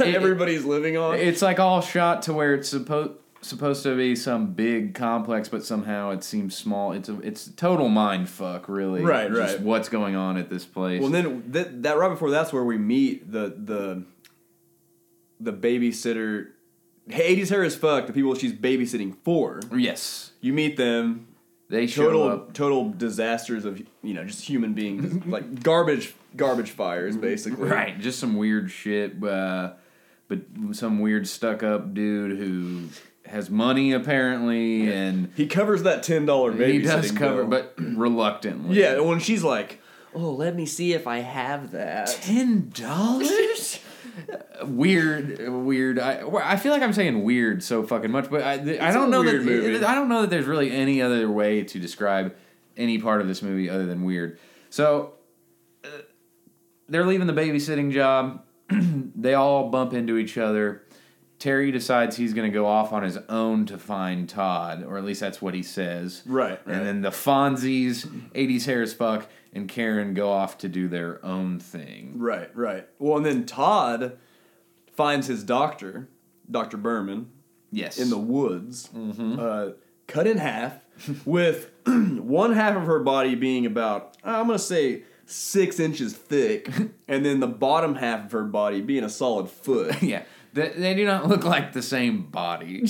[SPEAKER 1] everybody's living on.
[SPEAKER 2] It's like all shot to where it's supposed supposed to be some big complex but somehow it seems small it's a it's a total mind fuck really
[SPEAKER 1] Right,
[SPEAKER 2] Just
[SPEAKER 1] right.
[SPEAKER 2] what's going on at this place
[SPEAKER 1] Well, then that, that right before that's where we meet the the the babysitter. Hades her as fuck. The people she's babysitting for.
[SPEAKER 2] yes
[SPEAKER 1] You meet them.
[SPEAKER 2] they show
[SPEAKER 1] Total
[SPEAKER 2] up
[SPEAKER 1] total disasters of you know just human beings like garbage garbage fires basically.
[SPEAKER 2] right just some weird shit uh, but some weird stuck up dude who has money apparently and
[SPEAKER 1] He covers that ten dollar babysitting.
[SPEAKER 2] he does cover,
[SPEAKER 1] bill.
[SPEAKER 2] but reluctantly.
[SPEAKER 1] yeah, when she's like, "Oh, let me see if I have that."
[SPEAKER 2] ten dollars. weird, weird. I, well, I feel like I'm saying weird so fucking much, but I, th- I
[SPEAKER 1] It's a
[SPEAKER 2] don't know
[SPEAKER 1] weird
[SPEAKER 2] that
[SPEAKER 1] movie.
[SPEAKER 2] I don't know that there's really any other way to describe any part of this movie other than weird. So uh, they're leaving the babysitting job. they all bump into each other. Terry decides he's going to go off on his own to find Todd, or at least that's what he says.
[SPEAKER 1] Right, right.
[SPEAKER 2] And then the Fonzies, 80s hair as fuck, and Karen go off to do their own thing.
[SPEAKER 1] Right, right. Well, and then Todd finds his doctor, Doctor Berman,
[SPEAKER 2] Yes.
[SPEAKER 1] in the woods, uh, cut in half, with one half of her body being about, uh, I'm going to say, six inches thick, and then the bottom half of her body being a solid foot.
[SPEAKER 2] yeah. They, they do not look like the same body.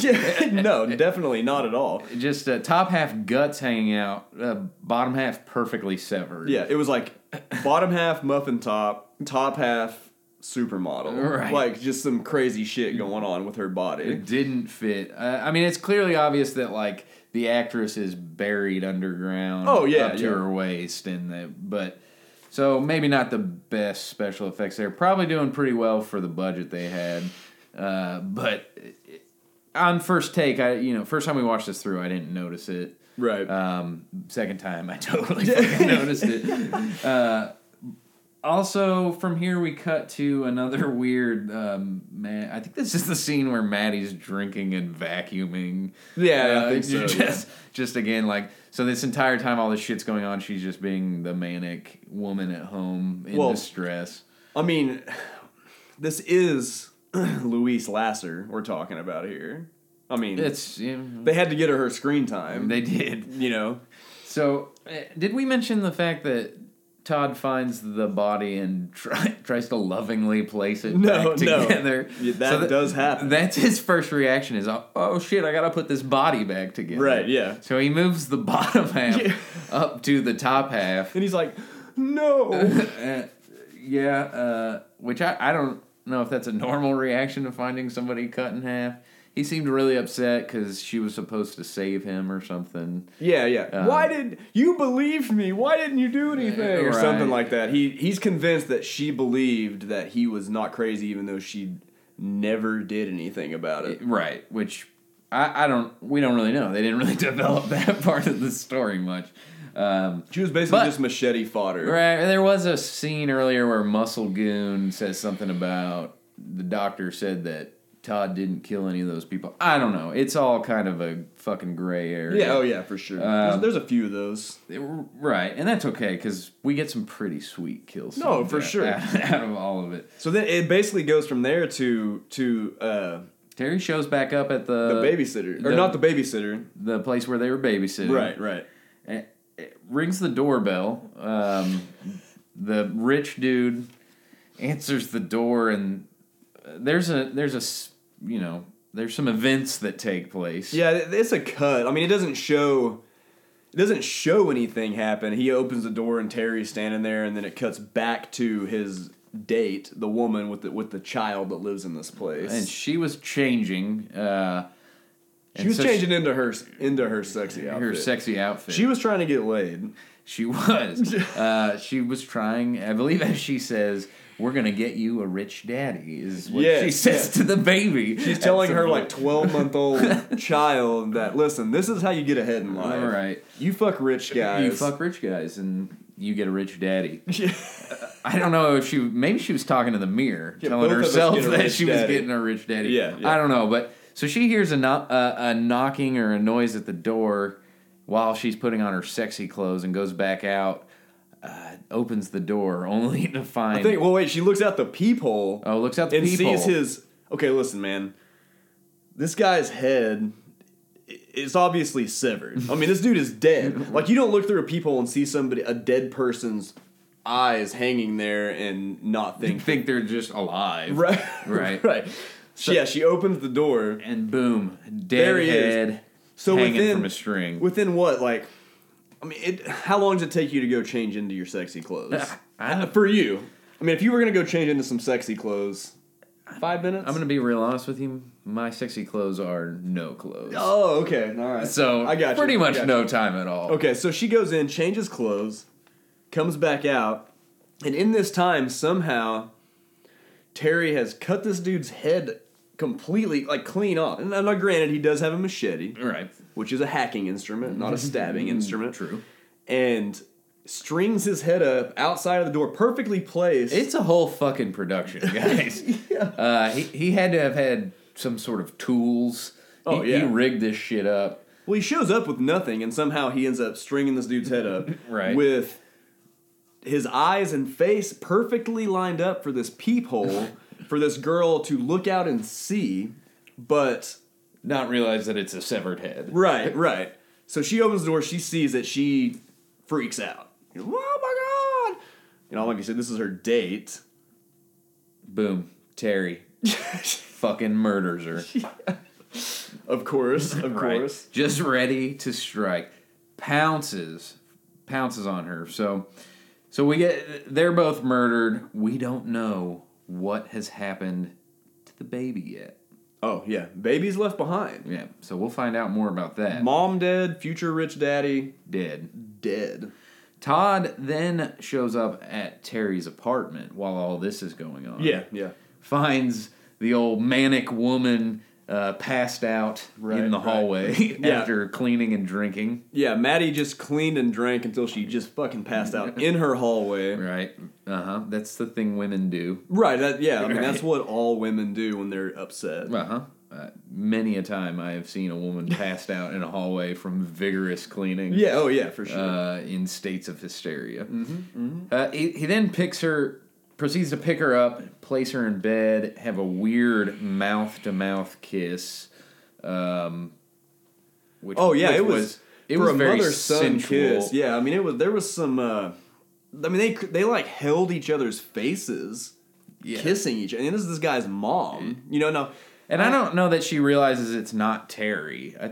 [SPEAKER 1] no, definitely not at all.
[SPEAKER 2] Just uh, top half guts hanging out, uh, bottom half perfectly severed.
[SPEAKER 1] Yeah, it was like bottom half muffin top, top half supermodel.
[SPEAKER 2] Right.
[SPEAKER 1] Like just some crazy shit going on with her body.
[SPEAKER 2] It didn't fit. Uh, I mean, it's clearly obvious that like the actress is buried underground.
[SPEAKER 1] Oh, yeah,
[SPEAKER 2] up to
[SPEAKER 1] yeah.
[SPEAKER 2] her waist, and the, but so maybe not the best special effects. They're probably doing pretty well for the budget they had, uh, but it- on first take, I you know first time we watched this through, I didn't notice it.
[SPEAKER 1] Right.
[SPEAKER 2] Um, second time, I totally fucking noticed it. Uh, also, from here we cut to another weird um, man. I think this is the scene where Maddie's drinking and vacuuming.
[SPEAKER 1] Yeah, I
[SPEAKER 2] Uh,
[SPEAKER 1] think so, yeah.
[SPEAKER 2] Just, just again, like so. This entire time, all this shit's going on. She's just being the manic woman at home in
[SPEAKER 1] Well-
[SPEAKER 2] distress.
[SPEAKER 1] I mean, this is Luis Lasser we're talking about here. I mean,
[SPEAKER 2] It's you know,
[SPEAKER 1] they had to get her her screen time.
[SPEAKER 2] they did.
[SPEAKER 1] you know,
[SPEAKER 2] So, eh, did we mention the fact that Todd finds the body and try, tries to lovingly place it
[SPEAKER 1] No,
[SPEAKER 2] back
[SPEAKER 1] no.
[SPEAKER 2] together?
[SPEAKER 1] Yeah, that does happen.
[SPEAKER 2] That's his first reaction is, "Oh shit, I gotta put this body back together."
[SPEAKER 1] Right, yeah.
[SPEAKER 2] So he moves the bottom half
[SPEAKER 1] Yeah.
[SPEAKER 2] up to the top half.
[SPEAKER 1] and he's like, no.
[SPEAKER 2] Eh, Yeah, uh, which I, I don't know if that's a normal reaction to finding somebody cut in half. He seemed really upset because she was supposed to save him or something.
[SPEAKER 1] Yeah, yeah.
[SPEAKER 2] Uh,
[SPEAKER 1] Why did you believe me? Why didn't you do anything or
[SPEAKER 2] right.
[SPEAKER 1] something like that? He he's convinced that she believed that he was not crazy, even though she never did anything about it.
[SPEAKER 2] Right, which I, I don't, we don't really know. They didn't really develop that part of the story much. Um,
[SPEAKER 1] She was basically
[SPEAKER 2] But-
[SPEAKER 1] just machete fodder.
[SPEAKER 2] Right, and there was a scene earlier where Muscle Goon says something about the doctor said that Todd didn't kill any of those people. I don't know. It's all kind of a fucking gray area.
[SPEAKER 1] Yeah. Oh yeah, for sure.
[SPEAKER 2] Um,
[SPEAKER 1] there's, there's a few of those.
[SPEAKER 2] It- right, and that's okay because we get some pretty sweet kills.
[SPEAKER 1] No, for
[SPEAKER 2] out-
[SPEAKER 1] sure.
[SPEAKER 2] out, out of all of it.
[SPEAKER 1] So then it basically goes from there to to uh,
[SPEAKER 2] Terry shows back up at the
[SPEAKER 1] the babysitter or
[SPEAKER 2] Uh, the-
[SPEAKER 1] not the babysitter.
[SPEAKER 2] the place where they were babysitting.
[SPEAKER 1] Right. Right.
[SPEAKER 2] it, it rings the doorbell. Um, the rich dude answers the door, and uh, there's a there's a s- you know there's some events that take place.
[SPEAKER 1] Yeah, it- it's a cut. I mean, it doesn't show. It doesn't show anything happen. He opens the door and Terry's standing there, and then it cuts back to his date, the woman with the with the child that lives in this place.
[SPEAKER 2] and she was changing. Uh,
[SPEAKER 1] she was changing into her into her sexy outfit.
[SPEAKER 2] her sexy outfit.
[SPEAKER 1] She was trying to get laid.
[SPEAKER 2] She was. uh, she was trying. I believe as she says, "We're gonna get you a rich daddy." Is what
[SPEAKER 1] Yes,
[SPEAKER 2] she says to the baby.
[SPEAKER 1] She's telling her like twelve month old child that listen, this is how you get ahead in life.
[SPEAKER 2] All right.
[SPEAKER 1] You fuck rich guys.
[SPEAKER 2] You fuck rich guys and you get a rich daddy.
[SPEAKER 1] Yeah.
[SPEAKER 2] I don't know if she maybe she was talking to the mirror,
[SPEAKER 1] Yeah,
[SPEAKER 2] telling
[SPEAKER 1] both of us
[SPEAKER 2] herself
[SPEAKER 1] get a
[SPEAKER 2] that
[SPEAKER 1] rich
[SPEAKER 2] she was
[SPEAKER 1] daddy.
[SPEAKER 2] getting a rich daddy.
[SPEAKER 1] Yeah, yeah.
[SPEAKER 2] I don't know, but so she hears a, no, uh, a knocking or a noise at the door while she's putting on her sexy clothes and goes back out, uh, opens the door only to find
[SPEAKER 1] I think. Well, wait. She looks out the peephole.
[SPEAKER 2] oh looks out the
[SPEAKER 1] and
[SPEAKER 2] peephole.
[SPEAKER 1] sees his. Okay, listen, man. This guy's head i- it's obviously severed. I mean, this dude is dead. Like you don't look through a peephole and see somebody, a dead person's eyes hanging there, and not think.
[SPEAKER 2] think they're just alive,
[SPEAKER 1] right,
[SPEAKER 2] Right.
[SPEAKER 1] right. She- yeah, she opens the door.
[SPEAKER 2] And boom, dead
[SPEAKER 1] There he is.
[SPEAKER 2] head
[SPEAKER 1] So
[SPEAKER 2] hanging
[SPEAKER 1] within
[SPEAKER 2] from a string.
[SPEAKER 1] within what like. I mean, it, how long does it take you to go change into your sexy clothes?
[SPEAKER 2] I don't-
[SPEAKER 1] For you, I mean, if you were gonna go change into some sexy clothes, five minutes.
[SPEAKER 2] I'm gonna be real honest with you. My sexy clothes are no clothes.
[SPEAKER 1] Oh, okay, all right.
[SPEAKER 2] So
[SPEAKER 1] I got you,
[SPEAKER 2] pretty
[SPEAKER 1] I
[SPEAKER 2] much
[SPEAKER 1] got you.
[SPEAKER 2] no time at all.
[SPEAKER 1] Okay, so she goes in, changes clothes, comes back out, and in this time, somehow, Terry has cut this dude's head completely, like clean off. And now, granted, he does have a machete,
[SPEAKER 2] Right.
[SPEAKER 1] which is a hacking instrument, not a stabbing instrument.
[SPEAKER 2] Mm-hmm. True.
[SPEAKER 1] And strings his head up outside of the door, perfectly placed.
[SPEAKER 2] It's a whole fucking production, guys. uh, he, he had to have had some sort of tools.
[SPEAKER 1] Oh,
[SPEAKER 2] he, he
[SPEAKER 1] yeah.
[SPEAKER 2] rigged this shit up.
[SPEAKER 1] well, he shows up with nothing, and somehow he ends up stringing this dude's head up
[SPEAKER 2] Right.
[SPEAKER 1] with his eyes and face perfectly lined up for this peephole for this girl to look out and see. But
[SPEAKER 2] Not realize that it's a severed head.
[SPEAKER 1] right, right. So she opens the door. She sees it. She freaks out. You know, oh my god! You know, like you said, this is her date.
[SPEAKER 2] Boom. Terry fucking murders her.
[SPEAKER 1] of course, of
[SPEAKER 2] Right.
[SPEAKER 1] course.
[SPEAKER 2] Just ready to strike. Pounces. Pounces on her. So so we get they're both murdered. We don't know what has happened to the baby yet.
[SPEAKER 1] Oh yeah, baby's left behind.
[SPEAKER 2] Yeah. So we'll find out more about that.
[SPEAKER 1] Mom dead. Future rich daddy
[SPEAKER 2] Dead.
[SPEAKER 1] dead.
[SPEAKER 2] Todd then shows up at Terry's apartment while all this is going on.
[SPEAKER 1] yeah.
[SPEAKER 2] Finds the old manic woman uh, passed out
[SPEAKER 1] Right,
[SPEAKER 2] in the
[SPEAKER 1] right.
[SPEAKER 2] hallway
[SPEAKER 1] Yeah.
[SPEAKER 2] after cleaning and drinking.
[SPEAKER 1] Yeah, Maddie just cleaned and drank until she just fucking passed out in her hallway.
[SPEAKER 2] Right. Uh huh. That's the thing women do.
[SPEAKER 1] Right. That, yeah. I mean,
[SPEAKER 2] Right.
[SPEAKER 1] that's what all women do when they're upset.
[SPEAKER 2] Uh huh. Uh, many a time I have seen a woman passed out in a hallway from vigorous cleaning.
[SPEAKER 1] Yeah. Oh, yeah. For sure. Mm-hmm,
[SPEAKER 2] uh, in states of hysteria. Uh, he, he then picks her, proceeds to pick her up, place her in bed, have a weird mouth to mouth kiss. Um, which,
[SPEAKER 1] oh, yeah.
[SPEAKER 2] which
[SPEAKER 1] It was,
[SPEAKER 2] it
[SPEAKER 1] for
[SPEAKER 2] was
[SPEAKER 1] a
[SPEAKER 2] very
[SPEAKER 1] mother-son
[SPEAKER 2] sensual.
[SPEAKER 1] kiss. Yeah. I mean, it was. There was some. Uh, I mean, they they like held each other's faces,
[SPEAKER 2] Yeah.
[SPEAKER 1] kissing each. And this is this guy's mom. You know. Now,
[SPEAKER 2] And I don't know that she realizes it's not Terry. I,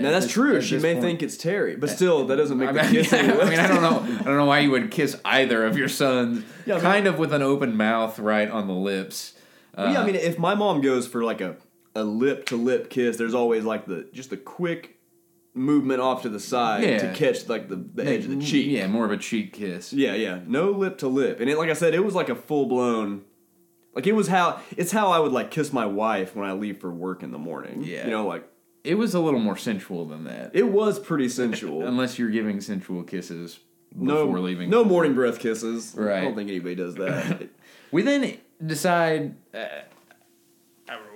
[SPEAKER 1] Now that's
[SPEAKER 2] this-
[SPEAKER 1] true.
[SPEAKER 2] at
[SPEAKER 1] She
[SPEAKER 2] this
[SPEAKER 1] may
[SPEAKER 2] point.
[SPEAKER 1] think it's Terry, but still, that doesn't make
[SPEAKER 2] I
[SPEAKER 1] the
[SPEAKER 2] mean,
[SPEAKER 1] kiss.
[SPEAKER 2] yeah,
[SPEAKER 1] any
[SPEAKER 2] I mean, I
[SPEAKER 1] less.
[SPEAKER 2] don't know. I don't know why you would kiss either of your sons.
[SPEAKER 1] Yeah, I mean-
[SPEAKER 2] kind of with an open mouth, right on the lips.
[SPEAKER 1] But
[SPEAKER 2] Uh,
[SPEAKER 1] yeah, I mean, if my mom goes for like a a lip to lip kiss, there's always like the just the quick movement off to the side to
[SPEAKER 2] Yeah.
[SPEAKER 1] catch like the, the edge of the cheek.
[SPEAKER 2] Uh, Yeah, more of a cheek kiss.
[SPEAKER 1] Yeah, yeah. No lip to lip. And it, like I said, it was like a full blown. Like it was how it's how I would like kiss my wife when I leave for work in the morning.
[SPEAKER 2] Yeah.
[SPEAKER 1] You know, like
[SPEAKER 2] It was a little more sensual than that.
[SPEAKER 1] it was pretty sensual.
[SPEAKER 2] Unless you're giving sensual kisses
[SPEAKER 1] no,
[SPEAKER 2] before leaving.
[SPEAKER 1] no morning breath kisses. I don't
[SPEAKER 2] Right.
[SPEAKER 1] think anybody does that.
[SPEAKER 2] We then decide. Uh,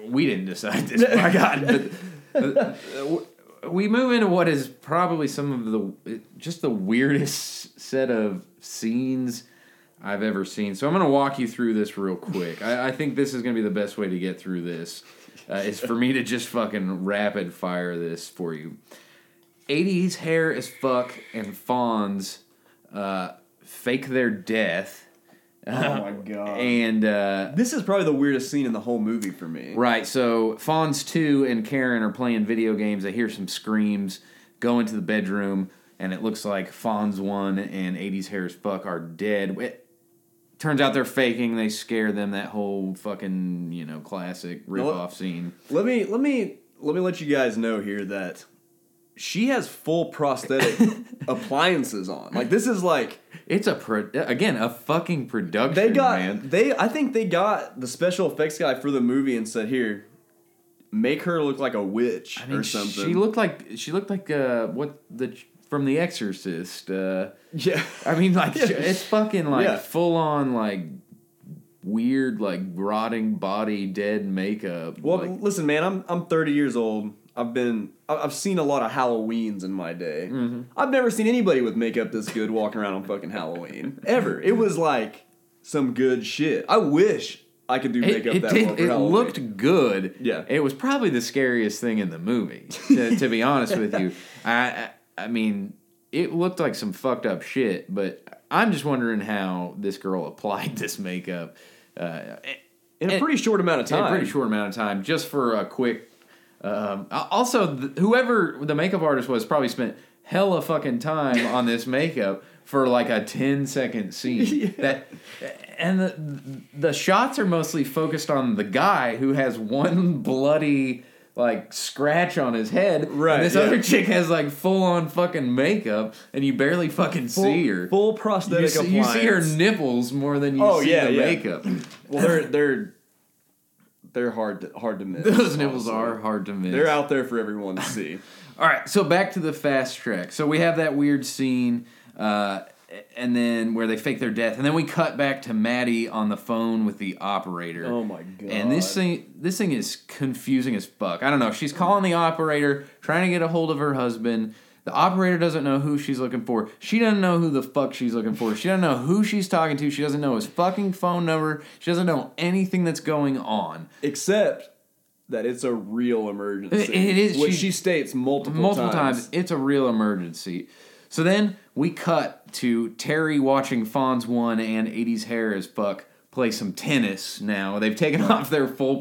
[SPEAKER 2] we didn't decide this. my God, but uh, w- we move into what is probably some of the just the weirdest set of scenes I've ever seen. So I'm going to walk you through this real quick. I, I think this is going to be the best way to get through this. Uh, is for me to just fucking rapid fire this for you. 80s hair as fuck and fawns uh, fake their death
[SPEAKER 1] oh my god.
[SPEAKER 2] and uh,
[SPEAKER 1] This is probably the weirdest scene in the whole movie for me.
[SPEAKER 2] right, so Fawns two and Karen are playing video games. They hear some screams, go into the bedroom, and it looks like Fawns one and eighties hair as fuck are dead. It, turns out they're faking. They scare them. That whole fucking you know classic rip off scene.
[SPEAKER 1] Let me let me let me let you guys know here that she has full prosthetic appliances on. Like this is like
[SPEAKER 2] It's a pro- again a fucking production.
[SPEAKER 1] They got
[SPEAKER 2] man.
[SPEAKER 1] they. I think they got the special effects guy for the movie and said, "Here, make her look like a witch
[SPEAKER 2] I mean,
[SPEAKER 1] or something."
[SPEAKER 2] She looked like she looked like uh, what the from The Exorcist. Uh,
[SPEAKER 1] yeah,
[SPEAKER 2] I mean, like
[SPEAKER 1] Yeah.
[SPEAKER 2] it's fucking like
[SPEAKER 1] Yeah.
[SPEAKER 2] full on like weird like rotting body dead makeup.
[SPEAKER 1] Well,
[SPEAKER 2] like,
[SPEAKER 1] listen, man, I'm I'm 30 years old. I've been I- I've seen a lot of Halloweens in my day.
[SPEAKER 2] Mm-hmm.
[SPEAKER 1] I've never seen anybody with makeup this good walking around on fucking Halloween ever. It was like some good shit. I wish I could do
[SPEAKER 2] it,
[SPEAKER 1] makeup
[SPEAKER 2] it
[SPEAKER 1] that
[SPEAKER 2] did.
[SPEAKER 1] well for
[SPEAKER 2] it
[SPEAKER 1] Halloween.
[SPEAKER 2] looked good.
[SPEAKER 1] Yeah.
[SPEAKER 2] it was probably the scariest thing in the movie. To, to be honest with you, I, I I mean, it looked like some fucked up shit. But I'm just wondering how this girl applied this makeup. Uh,
[SPEAKER 1] in a
[SPEAKER 2] it-
[SPEAKER 1] pretty short amount of
[SPEAKER 2] in
[SPEAKER 1] time.
[SPEAKER 2] a pretty short amount of time just for a quick um, al- also th- whoever the makeup artist was probably spent hella fucking time on this makeup for like a 10 second scene that and the, the shots are mostly focused on the guy who has one bloody like scratch on his head
[SPEAKER 1] Right,
[SPEAKER 2] and this
[SPEAKER 1] yeah.
[SPEAKER 2] other chick has like full on fucking makeup and you barely fucking
[SPEAKER 1] Full-
[SPEAKER 2] see her
[SPEAKER 1] full
[SPEAKER 2] you,
[SPEAKER 1] prosthetic
[SPEAKER 2] see, you
[SPEAKER 1] appliance.
[SPEAKER 2] see her nipples more than you
[SPEAKER 1] Oh,
[SPEAKER 2] see
[SPEAKER 1] yeah,
[SPEAKER 2] the
[SPEAKER 1] yeah.
[SPEAKER 2] makeup
[SPEAKER 1] Well, they're they're they're hard to, hard to miss.
[SPEAKER 2] those nipples
[SPEAKER 1] honestly.
[SPEAKER 2] are hard to miss
[SPEAKER 1] They're out there for everyone to see.
[SPEAKER 2] All right, so back to the fast track. So we have that weird scene, uh, and then where they fake their death, and then we cut back to Maddie on the phone with the operator.
[SPEAKER 1] Oh my God.
[SPEAKER 2] And this thing, this thing is confusing as fuck. I don't know. She's calling the operator, trying to get a hold of her husband. The operator doesn't know who she's looking for. She doesn't know who the fuck she's looking for. She doesn't know who she's talking to. She doesn't know his fucking phone number. She doesn't know anything that's going on.
[SPEAKER 1] Except that it's a real emergency.
[SPEAKER 2] It- it is-
[SPEAKER 1] Which she,
[SPEAKER 2] she-
[SPEAKER 1] states multiple,
[SPEAKER 2] multiple times. It's a real emergency. So then we cut to Terry watching Fonz One and 80s Hair as Fuck play some tennis. Now they've taken off their full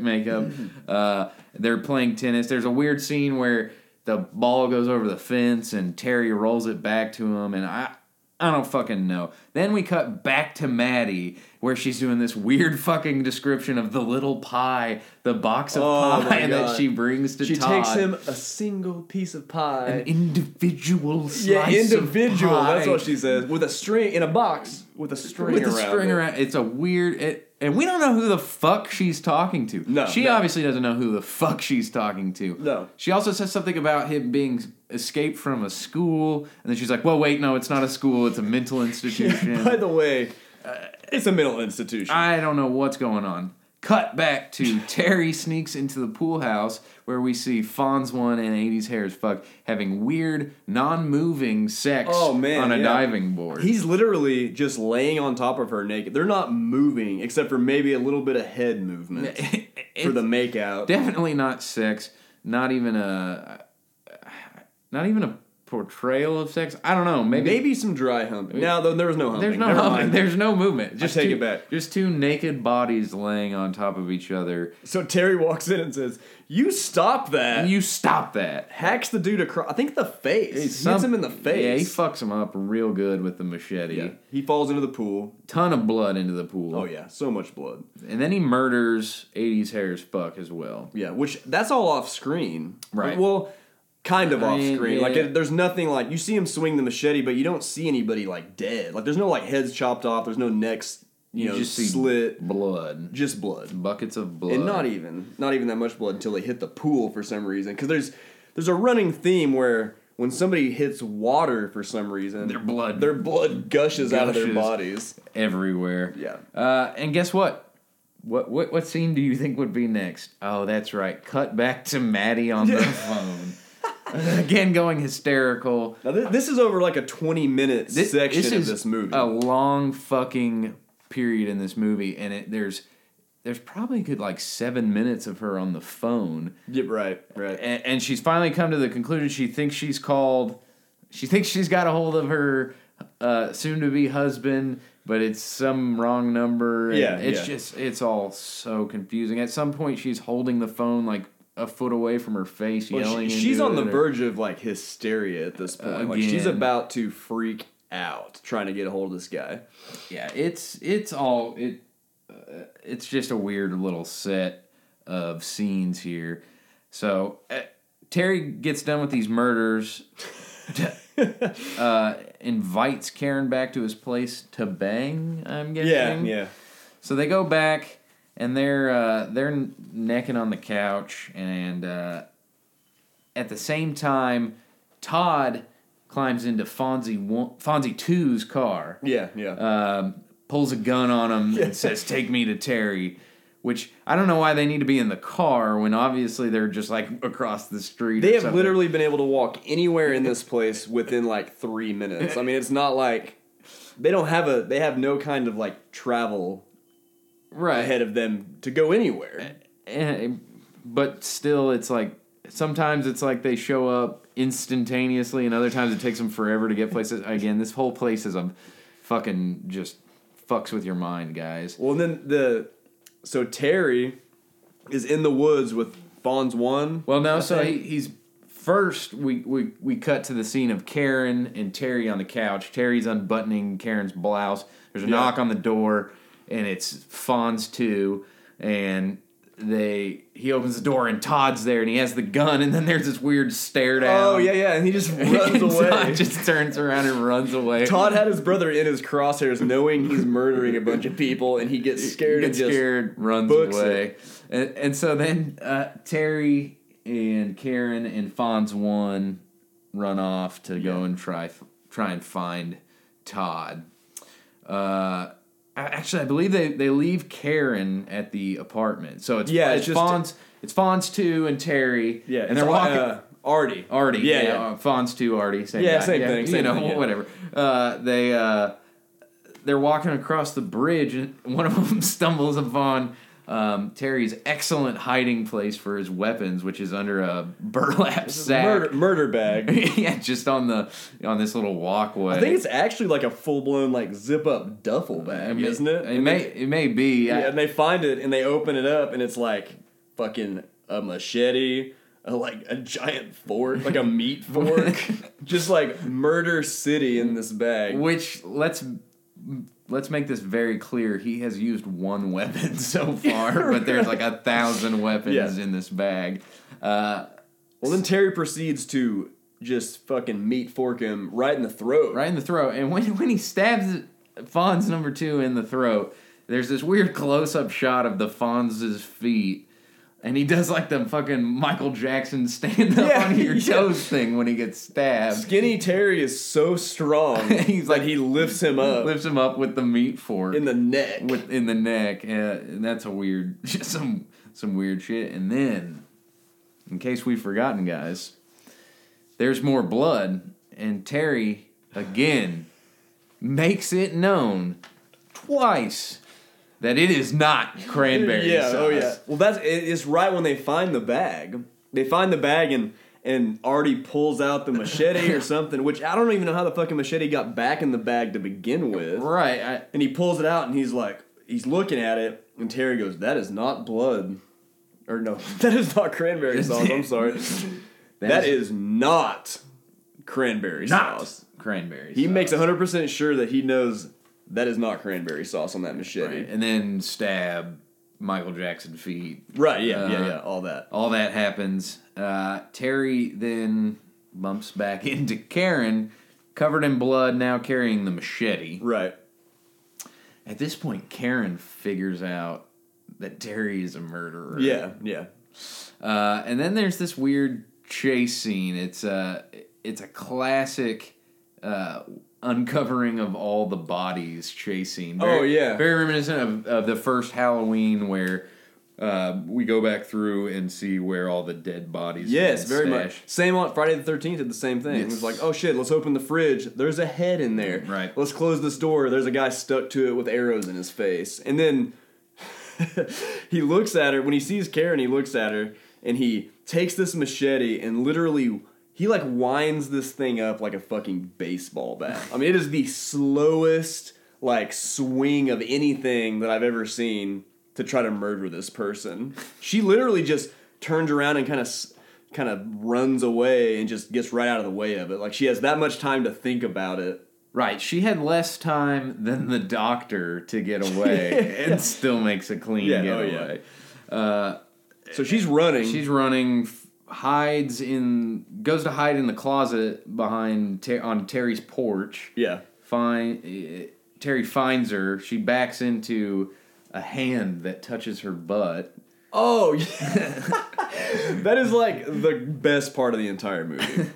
[SPEAKER 2] makeup. Uh, they're playing tennis. There's a weird scene where the ball goes over the fence and Terry rolls it back to him, and I. I don't fucking know. Then we cut back to Maddie, where she's doing this weird fucking description of the little pie, the box of
[SPEAKER 1] Oh my
[SPEAKER 2] pie that
[SPEAKER 1] God.
[SPEAKER 2] she brings to
[SPEAKER 1] She
[SPEAKER 2] Todd
[SPEAKER 1] takes him a single piece of
[SPEAKER 2] an
[SPEAKER 1] pie.
[SPEAKER 2] individual slice
[SPEAKER 1] yeah, individual.
[SPEAKER 2] of pie
[SPEAKER 1] That's what she says. With a string in a box with a string
[SPEAKER 2] with a
[SPEAKER 1] around.
[SPEAKER 2] string
[SPEAKER 1] it.
[SPEAKER 2] around. It's a weird. It, and we don't know who the fuck she's talking to.
[SPEAKER 1] No,
[SPEAKER 2] she
[SPEAKER 1] no.
[SPEAKER 2] obviously doesn't know who the fuck she's talking to.
[SPEAKER 1] No.
[SPEAKER 2] She also says something about him being escaped from a school, and then she's like, "Well, wait, no, it's not a school. It's a mental institution."
[SPEAKER 1] By the way, uh, it's a mental institution.
[SPEAKER 2] I don't know what's going on. Cut back to Terry sneaks into the pool house where we see Fonz one and 80s hair as fuck having weird, non moving sex
[SPEAKER 1] Oh, man,
[SPEAKER 2] on a
[SPEAKER 1] yeah.
[SPEAKER 2] diving board.
[SPEAKER 1] He's literally just laying on top of her naked. They're not moving except for maybe a little bit of head movement for the makeout.
[SPEAKER 2] definitely not sex. Not even a. Not even a portrayal of sex. I don't know. Maybe,
[SPEAKER 1] Maybe some dry humping. No, though there was no humping.
[SPEAKER 2] there's no
[SPEAKER 1] Never
[SPEAKER 2] humping,
[SPEAKER 1] mind.
[SPEAKER 2] there's no movement. Just
[SPEAKER 1] take
[SPEAKER 2] two,
[SPEAKER 1] it back.
[SPEAKER 2] Just two naked bodies laying on top of each other.
[SPEAKER 1] So Terry walks in and says, "You stop that."
[SPEAKER 2] And you stop that.
[SPEAKER 1] hacks the dude across. I think the face. He
[SPEAKER 2] Some-
[SPEAKER 1] hits him in the face.
[SPEAKER 2] Yeah, he fucks him up real good with the machete.
[SPEAKER 1] Yeah. He falls into the pool.
[SPEAKER 2] Ton of blood into the pool.
[SPEAKER 1] Oh yeah, so much blood.
[SPEAKER 2] And then he murders 80s hair as fuck as well.
[SPEAKER 1] Yeah, which that's all off screen.
[SPEAKER 2] Right.
[SPEAKER 1] Well, kind of
[SPEAKER 2] I
[SPEAKER 1] off
[SPEAKER 2] mean,
[SPEAKER 1] screen.
[SPEAKER 2] yeah.
[SPEAKER 1] Like it, there's nothing like you see him swing the machete, but you don't see anybody like dead. Like there's no like heads chopped off. There's no necks. You,
[SPEAKER 2] You
[SPEAKER 1] know,
[SPEAKER 2] just see-
[SPEAKER 1] slit.
[SPEAKER 2] Blood.
[SPEAKER 1] Just blood.
[SPEAKER 2] Buckets of blood.
[SPEAKER 1] and not e- even not even that much blood until they hit the pool for some reason because there's there's a running theme where when somebody hits water for some reason
[SPEAKER 2] Their blood.
[SPEAKER 1] their blood gushes, out of their
[SPEAKER 2] Gushes.
[SPEAKER 1] bodies
[SPEAKER 2] everywhere.
[SPEAKER 1] Yeah.
[SPEAKER 2] Uh, and guess what? What, what what scene do you think would be next? Oh, that's right. Cut back to Maddie on the phone. Again, going hysterical.
[SPEAKER 1] now this, this is over like a 20 minute section of
[SPEAKER 2] is Oh,
[SPEAKER 1] this movie
[SPEAKER 2] A long fucking period in this movie, and it, there's there's probably a good like seven minutes of her on the phone,
[SPEAKER 1] yeah, right right
[SPEAKER 2] and, and she's finally come to the conclusion she thinks she's called, she thinks she's got a hold of her uh, soon to be husband, but it's some wrong number. and
[SPEAKER 1] Yeah,
[SPEAKER 2] it's
[SPEAKER 1] yeah.
[SPEAKER 2] just it's all so confusing. At some point, she's holding the phone like a foot away from her face,
[SPEAKER 1] Well, she-
[SPEAKER 2] yelling. into
[SPEAKER 1] she's on
[SPEAKER 2] it
[SPEAKER 1] the
[SPEAKER 2] or-
[SPEAKER 1] verge of like hysteria at this point like she's
[SPEAKER 2] Again.
[SPEAKER 1] about to freak out trying to get a hold of this guy
[SPEAKER 2] yeah it's it's all it uh, it's just a weird little set of scenes here so uh, terry gets done with these murders uh, invites karen back to his place to bang i'm guessing so they go back and they're uh, they're necking on the couch, and uh, at the same time, Todd climbs into Fonzie one, Fonzie two's car,
[SPEAKER 1] yeah yeah
[SPEAKER 2] um, pulls a gun on him, and says, "Take me to Terry." Which I don't know why they need to be in the car when obviously they're just like across the street. or
[SPEAKER 1] They have
[SPEAKER 2] something.
[SPEAKER 1] literally been able to walk anywhere in this place within like three minutes. I mean, it's not like they don't have a they have no kind of like travel
[SPEAKER 2] right
[SPEAKER 1] ahead of them to go anywhere.
[SPEAKER 2] and, but still it's like sometimes it's like they show up instantaneously and other times it takes them forever to get places again this whole place is a fucking just fucks with your mind guys
[SPEAKER 1] Well, and then the so Terry is in the woods with Fonz one.
[SPEAKER 2] well no so he,
[SPEAKER 1] think-
[SPEAKER 2] he's first we, we we cut to the scene of karen and terry on the couch terry's unbuttoning karen's blouse there's a
[SPEAKER 1] Yeah.
[SPEAKER 2] knock on the door and it's fonz too and they he opens the door and todd's there and he has the gun and then there's this weird stare down
[SPEAKER 1] Oh yeah, yeah, and he just runs
[SPEAKER 2] And
[SPEAKER 1] away.
[SPEAKER 2] Todd just turns around and runs away.
[SPEAKER 1] Todd had his brother in his crosshairs, knowing he's murdering a bunch of people, and he gets scared
[SPEAKER 2] gets
[SPEAKER 1] and just
[SPEAKER 2] scared, runs
[SPEAKER 1] books
[SPEAKER 2] away. And, and so then uh, Terry and Karen and Fonz one run off to go and try try and find Todd. Uh, a- actually, I believe they, they leave Karen at the apartment. So it's
[SPEAKER 1] Yeah,
[SPEAKER 2] it's,
[SPEAKER 1] it's just-
[SPEAKER 2] Fonz it's Fonz two and Terry.
[SPEAKER 1] yeah,
[SPEAKER 2] and they're
[SPEAKER 1] it's,
[SPEAKER 2] walking.
[SPEAKER 1] uh, Artie.
[SPEAKER 2] Artie.
[SPEAKER 1] Yeah,
[SPEAKER 2] Yeah,
[SPEAKER 1] yeah.
[SPEAKER 2] uh, Fonz too. Artie. Same
[SPEAKER 1] Yeah,
[SPEAKER 2] guy.
[SPEAKER 1] same thing,
[SPEAKER 2] You
[SPEAKER 1] same
[SPEAKER 2] know,
[SPEAKER 1] thing, yeah.
[SPEAKER 2] whatever. Uh, they uh, they're walking across the bridge, and one of them stumbles upon. Um, Terry's excellent hiding place for his weapons, which is under a burlap sack.
[SPEAKER 1] Murder, murder bag.
[SPEAKER 2] yeah, just on the on this little walkway.
[SPEAKER 1] I think it's actually like a full blown like zip up duffel bag, isn't it?
[SPEAKER 2] It may it may be.
[SPEAKER 1] Yeah,
[SPEAKER 2] I-
[SPEAKER 1] and they find it and they open it up and it's like fucking a machete, a, like a giant fork, like a meat fork, just like murder city in this bag.
[SPEAKER 2] Which let's let's make this very clear. He has used one weapon so far, but there's like a thousand weapons
[SPEAKER 1] Yeah.
[SPEAKER 2] in this bag. Uh,
[SPEAKER 1] Well, then Terry proceeds to just fucking meat fork him right in the throat.
[SPEAKER 2] right in the throat, and when when he stabs Fonz number two in the throat, there's this weird close up shot of the Fonz's feet. And he does like the fucking Michael Jackson stand up
[SPEAKER 1] Yeah,
[SPEAKER 2] on your
[SPEAKER 1] yeah.
[SPEAKER 2] toes thing when he gets stabbed.
[SPEAKER 1] Skinny Terry is so strong.
[SPEAKER 2] He's
[SPEAKER 1] He's
[SPEAKER 2] like-
[SPEAKER 1] like he lifts him up
[SPEAKER 2] Lifts him up with the meat fork.
[SPEAKER 1] in the neck.
[SPEAKER 2] with in the neck, uh, and that's a weird, just some some weird shit. And then, in case we've forgotten, guys, there's more blood, and Terry again makes it known twice that it is not cranberry
[SPEAKER 1] yeah,
[SPEAKER 2] sauce.
[SPEAKER 1] oh yeah. Well, that's it- it's right when they find the bag. They find the bag and and Artie pulls out the machete or something, which I don't even know how the fucking machete got back in the bag to begin with.
[SPEAKER 2] Right. I,
[SPEAKER 1] And he pulls it out and he's like, he's looking at it, and Terry goes, That is not blood. Or no, that is not cranberry sauce. I'm sorry. that is, not cranberry
[SPEAKER 2] not
[SPEAKER 1] sauce.
[SPEAKER 2] cranberries.
[SPEAKER 1] He makes 100% sure that he knows that is not cranberry sauce on that machete. Right,
[SPEAKER 2] and then stab Michael Jackson feet.
[SPEAKER 1] yeah, yeah,
[SPEAKER 2] Uh-huh.
[SPEAKER 1] yeah, all that.
[SPEAKER 2] All that happens. Uh, Terry then bumps back into Karen, covered in blood, now carrying the machete.
[SPEAKER 1] Right.
[SPEAKER 2] At this point, Karen figures out that Terry is a murderer.
[SPEAKER 1] Yeah, yeah.
[SPEAKER 2] Uh, and then there's this weird chase scene. It's a it's a classic uh, uncovering of all the bodies chase scene. Very-
[SPEAKER 1] Oh, yeah.
[SPEAKER 2] very reminiscent of, of the first Halloween where uh, we go back through and see where all the dead bodies. have
[SPEAKER 1] Yes,
[SPEAKER 2] been
[SPEAKER 1] very much.
[SPEAKER 2] stashed.
[SPEAKER 1] Same on Friday the Thirteenth did the same thing. It was
[SPEAKER 2] Yes.
[SPEAKER 1] like, oh shit, let's open the fridge. There's a head in there.
[SPEAKER 2] Right.
[SPEAKER 1] Let's close this door. There's a guy stuck to it with arrows in his face. And then he looks at her when he sees Karen. He looks at her and he takes this machete and literally he like winds this thing up like a fucking baseball bat. I mean, it is the slowest like swing of anything that I've ever seen to try to murder this person. She literally just turns around and kind of kind of runs away and just gets right out of the way of it. Like she has that much time to think about it.
[SPEAKER 2] Right, she had less time than the doctor to get away, and still makes a clean
[SPEAKER 1] Yeah, oh, yeah.
[SPEAKER 2] getaway. Uh,
[SPEAKER 1] So she's running.
[SPEAKER 2] She's running, f- hides in, goes to hide in the closet behind Ter- on Terry's porch.
[SPEAKER 1] yeah.
[SPEAKER 2] Find eh, Terry finds her. She backs into a hand that touches her butt.
[SPEAKER 1] Oh, yeah. that is like the best part of the entire movie.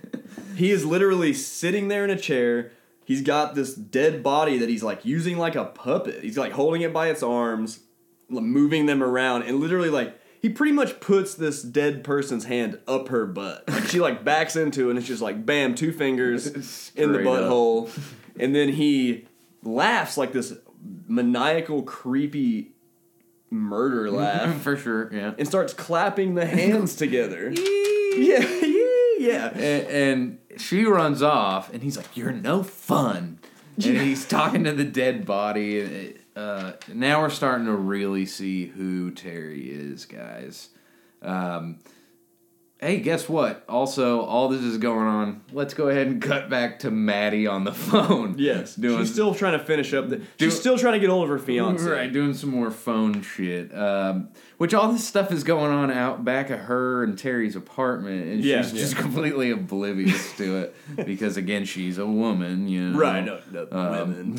[SPEAKER 1] he is literally sitting there in a chair. He's got this dead body that he's like using like a puppet. He's like holding it by its arms, l- moving them around, and literally like he pretty much puts this dead person's hand up her butt. Like she like backs into it, and it's just like bam, two fingers in the
[SPEAKER 2] Straight up.
[SPEAKER 1] butthole, and then he laughs like this maniacal, creepy murder laugh
[SPEAKER 2] For sure, yeah.
[SPEAKER 1] and starts clapping the hands together. yeah, yeah, yeah.
[SPEAKER 2] And, and she runs off, and he's like, "You're no fun." And he's talking to the dead body. and it- Uh, now we're starting to really see who Terry is, guys. Um, hey, guess what? Also, all this is going on. Let's go ahead and cut back to Maddie on the phone.
[SPEAKER 1] Yes,
[SPEAKER 2] doing
[SPEAKER 1] she's still trying to finish up. The,
[SPEAKER 2] Do-
[SPEAKER 1] she's still trying to get hold of her fiance.
[SPEAKER 2] Right, doing some more phone shit. Um, which all this stuff is going on out back of her and Terry's apartment, and
[SPEAKER 1] Yeah,
[SPEAKER 2] she's
[SPEAKER 1] yeah.
[SPEAKER 2] just completely oblivious to it because again, she's a woman, you know.
[SPEAKER 1] right. Uh, No, no women.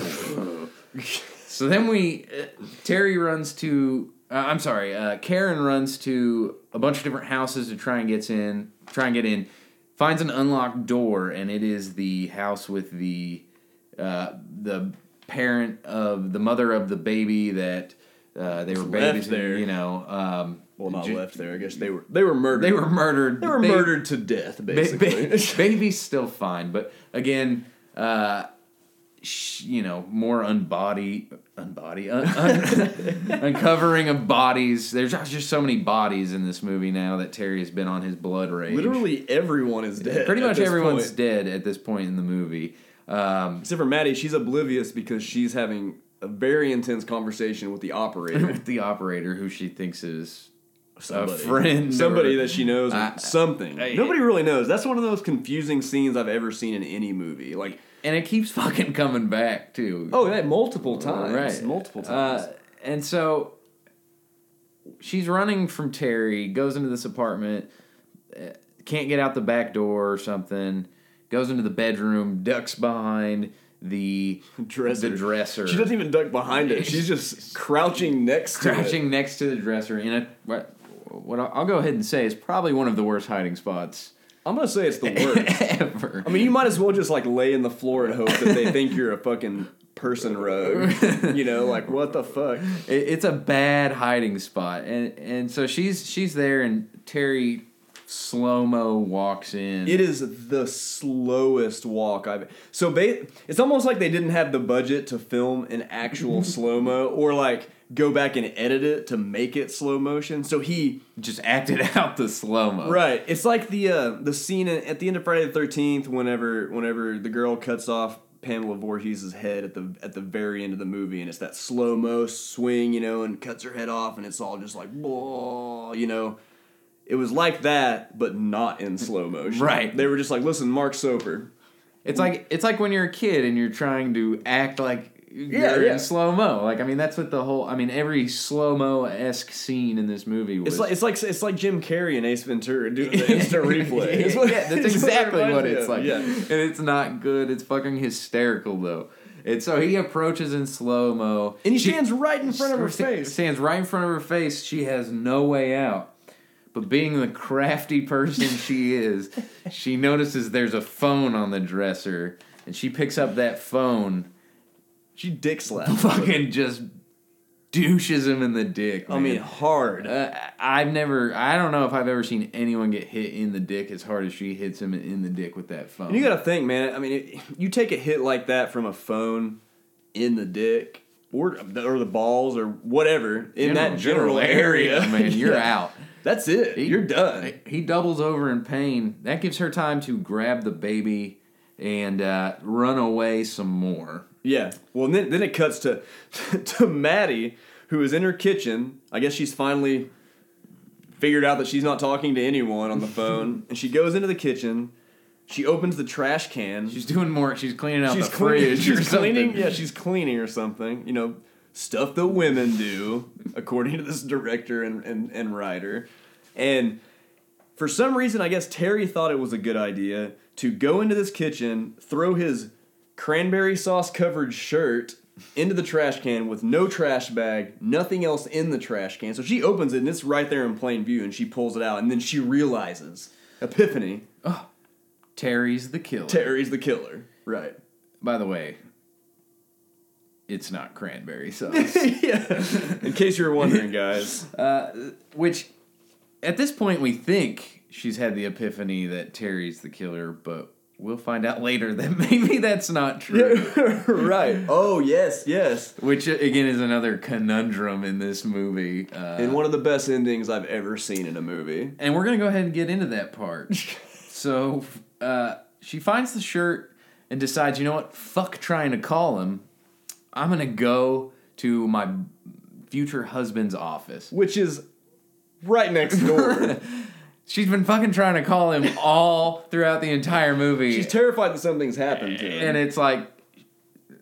[SPEAKER 2] So then we, uh, Terry runs to. Uh, I'm sorry. Uh, Karen runs to a bunch of different houses to try and gets in. Try and get in. Finds an unlocked door, and it is the house with the uh, the parent of the mother of the baby that uh, they were
[SPEAKER 1] left
[SPEAKER 2] babies.
[SPEAKER 1] there.
[SPEAKER 2] You know, um,
[SPEAKER 1] Well, not
[SPEAKER 2] ju-
[SPEAKER 1] left there. I guess they were. They were murdered.
[SPEAKER 2] They were murdered.
[SPEAKER 1] They were
[SPEAKER 2] Ba-
[SPEAKER 1] murdered to death,
[SPEAKER 2] ba-
[SPEAKER 1] basically.
[SPEAKER 2] ba- baby's still fine, but again, uh, sh- you know, more unbody, unbody, un- un- uncovering of bodies. There's just so many bodies in this movie now that Terry has been on his blood rage.
[SPEAKER 1] Literally everyone is dead.
[SPEAKER 2] pretty
[SPEAKER 1] at
[SPEAKER 2] much
[SPEAKER 1] this
[SPEAKER 2] everyone's
[SPEAKER 1] point.
[SPEAKER 2] dead at this point in the movie. Um,
[SPEAKER 1] except for Maddie. She's oblivious because she's having a very intense conversation with the operator,
[SPEAKER 2] with the operator, who she thinks is
[SPEAKER 1] somebody.
[SPEAKER 2] friend or-
[SPEAKER 1] somebody that she knows, or
[SPEAKER 2] I-
[SPEAKER 1] something.
[SPEAKER 2] I-
[SPEAKER 1] Nobody really knows. That's one of those confusing scenes I've ever seen in any movie. Like
[SPEAKER 2] and it keeps fucking coming back too.
[SPEAKER 1] Oh, yeah, multiple times.
[SPEAKER 2] Right.
[SPEAKER 1] Multiple times.
[SPEAKER 2] Uh, and so she's running from Terry, goes into this apartment, uh, can't get out the back door or something, goes into the bedroom, ducks behind the
[SPEAKER 1] Dresser.
[SPEAKER 2] The dresser.
[SPEAKER 1] she doesn't even duck behind it. She's just crouching next to it.
[SPEAKER 2] crouching next to the dresser in a what, what I'll go ahead and say is probably one of the worst hiding spots
[SPEAKER 1] I'm going to say it's the worst.
[SPEAKER 2] ever.
[SPEAKER 1] I mean, you might as well just like lay in the floor and hope that they think you're a fucking person rogue. You know, like what the fuck?
[SPEAKER 2] It- it's a bad hiding spot and and so she's she's there and terry slow mo walks in.
[SPEAKER 1] It is the slowest walk I've. So ba- it's almost like they didn't have the budget to film an actual slow mo, or like go back and edit it to make it slow motion. So he
[SPEAKER 2] just acted out the slow mo.
[SPEAKER 1] right, it's like the uh, the scene in- at the end of Friday the Thirteenth, whenever whenever the girl cuts off Pamela Voorhees' head at the at the very end of the movie, and it's that slow mo swing, you know, and cuts her head off, and it's all just like, whoa, you know. It was like that, but not in slow motion.
[SPEAKER 2] Right.
[SPEAKER 1] They were just like, listen, Mark Soper,
[SPEAKER 2] It's like it's like when you're a kid and you're trying to act like you're
[SPEAKER 1] Yeah, yeah.
[SPEAKER 2] in slow mo. Like I mean, that's what the whole. I mean, every slow mo esque scene in this movie was.
[SPEAKER 1] It's like it's like it's like Jim Carrey and Ace Ventura doing the instant replay. It's what-
[SPEAKER 2] yeah, that's
[SPEAKER 1] it's what it
[SPEAKER 2] exactly what
[SPEAKER 1] reminds me
[SPEAKER 2] it's
[SPEAKER 1] of,
[SPEAKER 2] like.
[SPEAKER 1] Yeah.
[SPEAKER 2] And it's not good. It's fucking hysterical though. And so he approaches in slow mo.
[SPEAKER 1] And he stands right in front of her face.
[SPEAKER 2] Stands right in front of her face. She has no way out. But being the crafty person she is, she notices there's a phone on the dresser, and she picks up that phone.
[SPEAKER 1] She dick slaps.
[SPEAKER 2] Fucking just douches him in the dick.
[SPEAKER 1] I mean,
[SPEAKER 2] man.
[SPEAKER 1] hard.
[SPEAKER 2] Uh, I've never. I don't know if I've ever seen anyone get hit in the dick as hard as she hits him in the dick with that phone.
[SPEAKER 1] And you got to think, man. I mean, it, you take a hit like that from a phone in the dick or or the balls or whatever in that general area,
[SPEAKER 2] man. You're
[SPEAKER 1] Yeah.
[SPEAKER 2] out.
[SPEAKER 1] That's it. You're done.
[SPEAKER 2] He doubles over in pain. That gives her time to grab the baby and uh, run away some more.
[SPEAKER 1] Yeah. Well, and then then it cuts to to Maddie, who is in her kitchen. I guess she's finally figured out that she's not talking to anyone on the phone, and she goes into the kitchen. She opens the trash can.
[SPEAKER 2] She's doing more. She's cleaning out the
[SPEAKER 1] clean-
[SPEAKER 2] fridge or
[SPEAKER 1] she's
[SPEAKER 2] something.
[SPEAKER 1] cleaning. Yeah, she's cleaning or something. You know, stuff that women do, according to this director and, and, and writer. And for some reason, I guess Terry thought it was a good idea to go into this kitchen, throw his cranberry sauce covered shirt into the trash can with no trash bag, nothing else in the trash can. So she opens it and it's right there in plain view and she pulls it out and then she realizes epiphany
[SPEAKER 2] Terry's the killer.
[SPEAKER 1] Terry's the killer. Right.
[SPEAKER 2] By the way, it's not cranberry sauce.
[SPEAKER 1] yeah. In case you were wondering, guys.
[SPEAKER 2] Which, at this point, we think she's had the epiphany that Terry's the killer, but we'll find out later that maybe that's not true.
[SPEAKER 1] right. Oh yes, yes.
[SPEAKER 2] Which again is another conundrum in this movie. Uh,
[SPEAKER 1] And one of the best endings I've ever seen in a movie.
[SPEAKER 2] and we're gonna go ahead and get into that part. so uh, she finds the shirt and decides, you know what? Fuck trying to call him. I'm gonna go to my future husband's office.
[SPEAKER 1] Which is right next door.
[SPEAKER 2] She's been fucking trying to call him all throughout the entire movie.
[SPEAKER 1] She's terrified that something's happened to him.
[SPEAKER 2] and it's like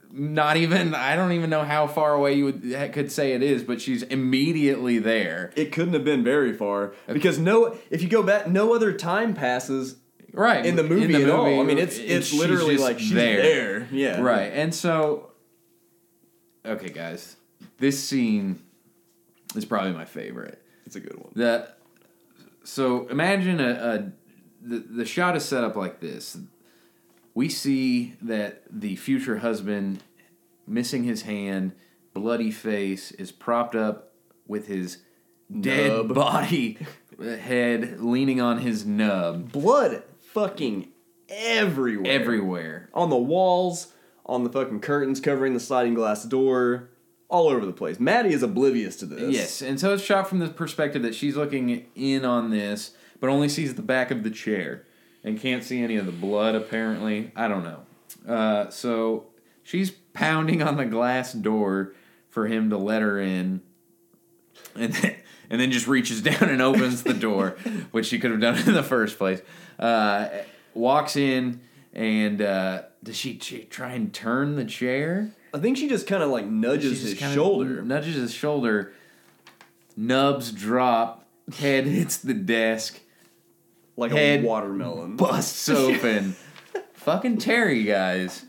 [SPEAKER 2] not even I don't even know how far away you would could say it is, but she's immediately there.
[SPEAKER 1] It couldn't have been very far. Because no if you go back no other time passes
[SPEAKER 2] Right.
[SPEAKER 1] in the movie at all. I mean it's
[SPEAKER 2] and
[SPEAKER 1] it's
[SPEAKER 2] she's
[SPEAKER 1] literally
[SPEAKER 2] just
[SPEAKER 1] like she's there. Yeah.
[SPEAKER 2] Right. And so Okay, guys. This scene is probably my favorite.
[SPEAKER 1] It's a good one.
[SPEAKER 2] The so imagine a, a the, the shot is set up like this. We see that the future husband, missing his hand, bloody face, is propped up with his dead
[SPEAKER 1] Nub.
[SPEAKER 2] body head leaning on his nub
[SPEAKER 1] Blood fucking everywhere.
[SPEAKER 2] everywhere.
[SPEAKER 1] on the walls, on the fucking curtains covering the sliding glass door, all over the place. Maddie is oblivious to this.
[SPEAKER 2] Yes, and so it's shot from the perspective that she's looking in on this, but only sees the back of the chair and can't see any of the blood, apparently. I don't know. Uh, so she's pounding on the glass door for him to let her in, and then, and then just reaches down and opens the door, which she could have done in the first place. Uh, walks in, and uh, does she, she try and turn the chair?
[SPEAKER 1] I think she just kind of like
[SPEAKER 2] She
[SPEAKER 1] nudges
[SPEAKER 2] just
[SPEAKER 1] his
[SPEAKER 2] kinda
[SPEAKER 1] shoulder.
[SPEAKER 2] Nudges his shoulder. Nubs drop. Head hits the desk.
[SPEAKER 1] like
[SPEAKER 2] head-
[SPEAKER 1] a watermelon.
[SPEAKER 2] Busts open. Fucking Terry, guys.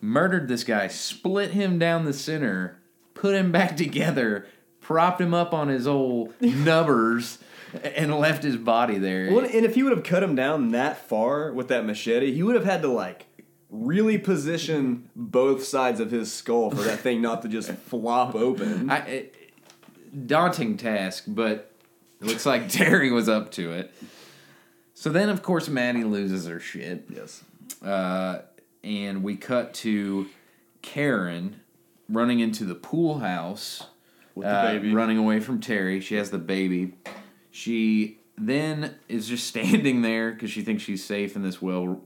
[SPEAKER 2] Murdered this guy. Split him down the center. Put him back together. Propped him up on his old nubbers. And left his body there.
[SPEAKER 1] Well, and if he would have cut him down that far with that machete, he would have had to like really position both sides of his skull for that thing not to just flop open.
[SPEAKER 2] I, it- daunting task, but it looks like Terry was up to it. So then, of course, Maddie loses her shit.
[SPEAKER 3] Yes.
[SPEAKER 2] Uh, and we cut to Karen running into the pool house
[SPEAKER 1] With the
[SPEAKER 2] uh,
[SPEAKER 1] baby.
[SPEAKER 2] running away from Terry. She has the baby. She then is just standing there because she thinks she's safe in this well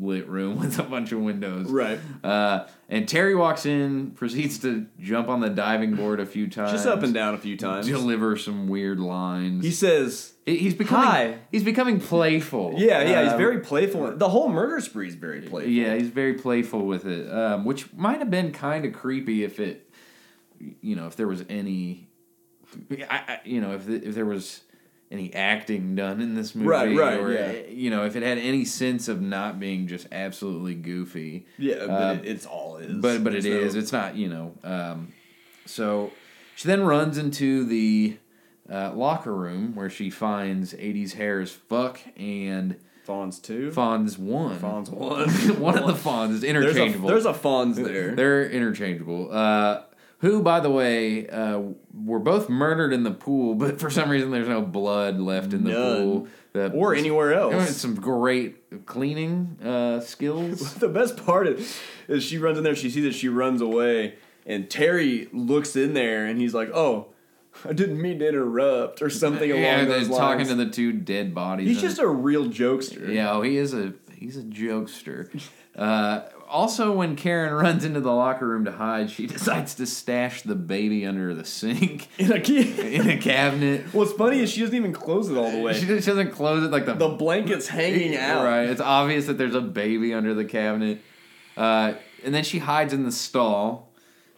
[SPEAKER 2] lit room with a bunch of windows.
[SPEAKER 1] Right.
[SPEAKER 2] Uh, and Terry walks in, proceeds to jump on the diving board a few times.
[SPEAKER 3] Just up and down a few times.
[SPEAKER 2] Deliver some weird lines.
[SPEAKER 3] He says,
[SPEAKER 2] He- he's becoming
[SPEAKER 3] Hi.
[SPEAKER 2] he's becoming playful.
[SPEAKER 3] "Yeah, yeah." he's
[SPEAKER 2] Um,
[SPEAKER 3] very playful. The whole murder spree is very playful.
[SPEAKER 2] yeah, he's very playful with it, um, which might have been kind of creepy if it, you know, if there was any, I, I, you know, if th if there was any acting done in this movie,
[SPEAKER 3] Right, right,
[SPEAKER 2] or
[SPEAKER 3] yeah.
[SPEAKER 2] you know, if it had any sense of not being just absolutely goofy,
[SPEAKER 1] Yeah, but
[SPEAKER 2] Um,
[SPEAKER 1] it, it's all is.
[SPEAKER 2] but but it is.
[SPEAKER 1] So-
[SPEAKER 2] It's not you know. Um, so she then runs into the uh, locker room where she finds 80s hair as fuck and
[SPEAKER 1] Fawns two.
[SPEAKER 2] Fonz one.
[SPEAKER 1] Fawns one.
[SPEAKER 2] one of the Fonz is
[SPEAKER 3] There's a
[SPEAKER 2] interchangeable.
[SPEAKER 3] there's a Fonz there.
[SPEAKER 2] They're interchangeable. Uh, who, by the way, uh, were both murdered in the pool, but for some reason there's no blood left in the
[SPEAKER 1] None.
[SPEAKER 2] pool. The,
[SPEAKER 1] or anywhere
[SPEAKER 2] There was
[SPEAKER 1] else.
[SPEAKER 2] some great cleaning uh, skills.
[SPEAKER 1] The best part is, is she runs in there. She sees it. She runs away, and Terry looks in there, and he's like, "Oh, I didn't mean to interrupt," or something along
[SPEAKER 2] yeah, they're
[SPEAKER 1] those lines.
[SPEAKER 2] talking to the two dead bodies.
[SPEAKER 1] he's
[SPEAKER 2] in
[SPEAKER 1] just a real jokester.
[SPEAKER 2] Yeah, oh, he is a he's a jokester. Uh, also, when Karen runs into the locker room to hide, she decides to stash the baby under the sink
[SPEAKER 1] In a key.
[SPEAKER 2] in a cabinet.
[SPEAKER 1] What's funny is she doesn't even close it all the
[SPEAKER 2] She
[SPEAKER 1] way.
[SPEAKER 2] just doesn't close it like the,
[SPEAKER 1] The blanket's hanging out.
[SPEAKER 2] Right, it's obvious that there's a baby under the cabinet, uh, and then she hides in the stall.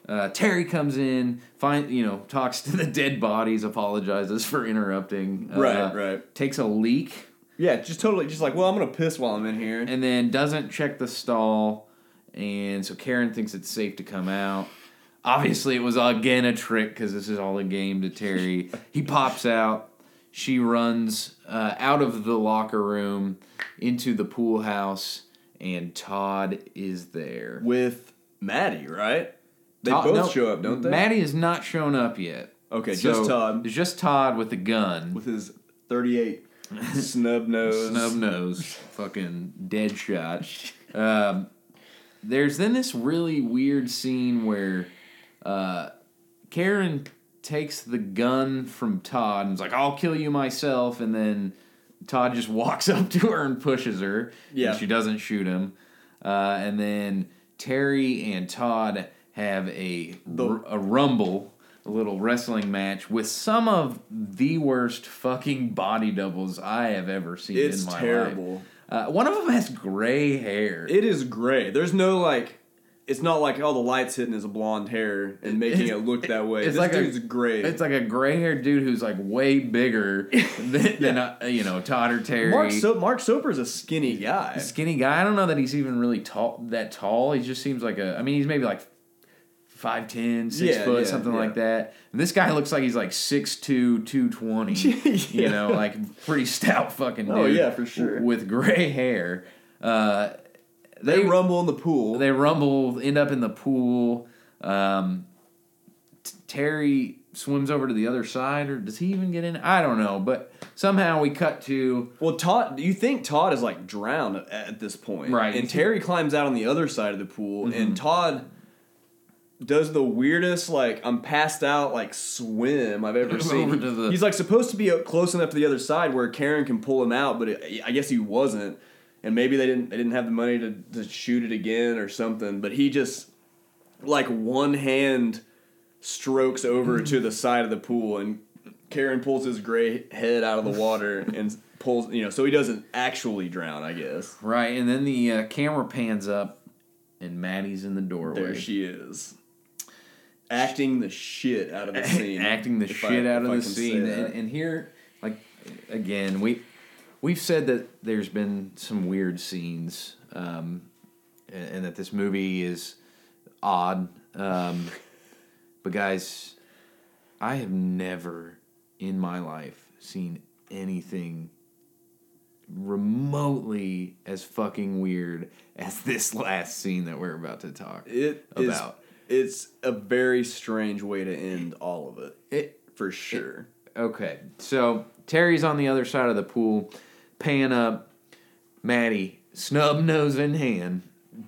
[SPEAKER 2] Uh, Terry comes in, find you know, talks to the dead bodies, apologizes for interrupting. uh,
[SPEAKER 1] Right, right.
[SPEAKER 2] Takes a leak
[SPEAKER 1] Yeah, just totally, just like, well, I'm gonna piss while I'm in here.
[SPEAKER 2] and then doesn't check the stall, and so Karen thinks it's safe to come out. Obviously, it was again a trick because this is all a game to Terry. he pops out. She runs uh, out of the locker room into the pool house, and Todd is there.
[SPEAKER 1] with Maddie, right? They
[SPEAKER 2] Todd-
[SPEAKER 1] both
[SPEAKER 2] Oh, no,
[SPEAKER 1] show up, don't they?
[SPEAKER 2] Maddie has not shown up yet.
[SPEAKER 1] Okay, just Todd.
[SPEAKER 2] It's just Todd with a gun.
[SPEAKER 1] with his 38 snub nose.
[SPEAKER 2] snub nose, fucking dead shot. Um, there's then this really weird scene where uh, Karen takes the gun from Todd and is like, "I'll kill you myself," and then Todd just walks up to her and pushes her.
[SPEAKER 1] Yeah.
[SPEAKER 2] and she doesn't shoot him. Uh, and then Terry and Todd have a r- a rumble. A little wrestling match with some of the worst fucking body doubles I have ever seen
[SPEAKER 1] It's
[SPEAKER 2] in my
[SPEAKER 1] terrible.
[SPEAKER 2] life. Uh, one of them has gray hair.
[SPEAKER 1] It is gray. There's no like. It's not like all the lights hitting his blonde hair and making it look that way.
[SPEAKER 2] it's
[SPEAKER 1] this
[SPEAKER 2] like a-
[SPEAKER 1] dude's gray.
[SPEAKER 2] It's like a gray-haired dude who's like way bigger than, than uh, you know Todd or Terry.
[SPEAKER 1] Mark so- Mark Soper's a skinny guy.
[SPEAKER 2] skinny guy. I don't know that he's even really tall. That tall. He just seems like a. I mean, he's maybe like. 5'10", 6
[SPEAKER 1] Yeah,
[SPEAKER 2] foot,
[SPEAKER 1] yeah,
[SPEAKER 2] something
[SPEAKER 1] yeah.
[SPEAKER 2] like that. And this guy looks like he's like 6'2", 220. You know, like pretty stout fucking dude.
[SPEAKER 1] Oh, yeah, for sure.
[SPEAKER 2] w- With gray hair. Uh,
[SPEAKER 1] They, rumble in the pool.
[SPEAKER 2] they rumble, end up in the pool. Um, T- Terry swims over to the other side, or does he even get in? I don't know, but somehow we cut to
[SPEAKER 1] well, Todd, you think Todd is like drowned at, at this point,
[SPEAKER 2] Right. Mm-hmm.
[SPEAKER 1] And Terry climbs out on the other side of the pool, and Todd does the weirdest like I'm passed out like swim I've ever
[SPEAKER 2] Over
[SPEAKER 1] seen.
[SPEAKER 2] to the-
[SPEAKER 1] He's like supposed to be up close enough to the other side where Karen can pull him out, but it, I guess he wasn't. And maybe they didn't they didn't have the money to, to shoot it again or something. But he just like one hand strokes over to the side of the pool and Karen pulls his gray head out of the water and pulls you know so he doesn't actually drown I guess.
[SPEAKER 2] right, and then the uh, camera pans up, and Maddie's in the doorway.
[SPEAKER 1] There she is. Acting the shit out of the scene.
[SPEAKER 2] acting the
[SPEAKER 1] If I-
[SPEAKER 2] shit out
[SPEAKER 1] if
[SPEAKER 2] of
[SPEAKER 1] I
[SPEAKER 2] the
[SPEAKER 1] can say
[SPEAKER 2] scene.
[SPEAKER 1] that.
[SPEAKER 2] And, and here, like again, we we've said that there's been some weird scenes, um, and, and that this movie is odd. Um, but guys, I have never in my life seen anything remotely as fucking weird as this last scene that we're about to talk
[SPEAKER 1] It is-
[SPEAKER 2] about.
[SPEAKER 1] it's a very strange way to end all of it.
[SPEAKER 2] It
[SPEAKER 1] For sure.
[SPEAKER 2] Okay, so Terry's on the other side of the pool. pan up, Maddie, snub nose in hand,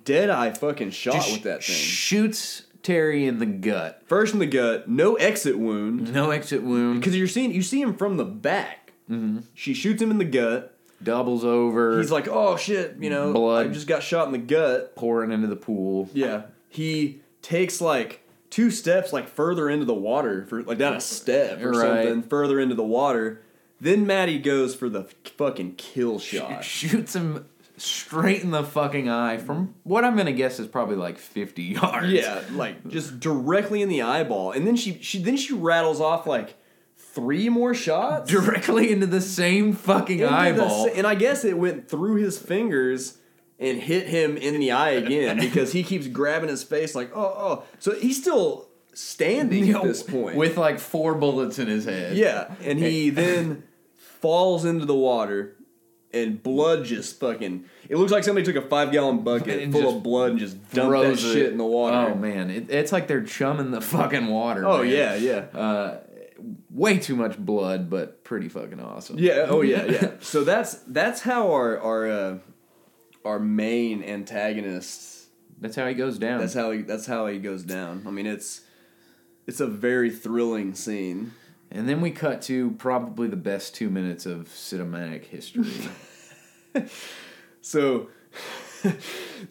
[SPEAKER 1] Deadeye fucking shot
[SPEAKER 2] just
[SPEAKER 1] with that thing.
[SPEAKER 2] shoots Terry in the gut.
[SPEAKER 1] First in the gut, no exit wound
[SPEAKER 2] No exit wound.
[SPEAKER 1] because you're seeing you see him from the back. Mm-hmm. She shoots him in the gut.
[SPEAKER 2] Doubles over.
[SPEAKER 1] He's like, "Oh shit, you know,
[SPEAKER 2] Blood.
[SPEAKER 1] I just got shot in the gut."
[SPEAKER 2] pouring into the pool.
[SPEAKER 1] Yeah, he takes like two steps like further into the water for like down a step or
[SPEAKER 2] Right.
[SPEAKER 1] something further into the water. Then Maddie goes for the fucking kill shot.
[SPEAKER 2] Shoots him straight in the fucking eye from what I'm gonna guess is probably like 50 yards.
[SPEAKER 1] Yeah, like just directly in the eyeball, and then she she then she rattles off like three more shots.
[SPEAKER 2] Directly into the same fucking
[SPEAKER 1] Into the
[SPEAKER 2] eyeball.
[SPEAKER 1] sa- and I guess it went through his fingers and hit him in the eye again because he keeps grabbing his face like, oh, oh. So he's still standing at this point.
[SPEAKER 2] With like four bullets in his head.
[SPEAKER 1] yeah, and he then falls into the water and blood just fucking. It looks like somebody took a five gallon bucket
[SPEAKER 2] And
[SPEAKER 1] full
[SPEAKER 2] just
[SPEAKER 1] of blood and just dumped that
[SPEAKER 2] Throws it.
[SPEAKER 1] shit in the water.
[SPEAKER 2] Oh man, it, it's like they're chumming the fucking water.
[SPEAKER 1] Oh,
[SPEAKER 2] man.
[SPEAKER 1] yeah, yeah.
[SPEAKER 2] Uh, way too much blood, but pretty fucking awesome.
[SPEAKER 1] Yeah. Oh yeah. Yeah. so that's that's how our our uh, our main antagonists
[SPEAKER 2] that's how he goes down.
[SPEAKER 1] That's how he. That's how he goes down. I mean, it's it's a very thrilling scene.
[SPEAKER 2] and then we cut to probably the best two minutes of cinematic history.
[SPEAKER 1] So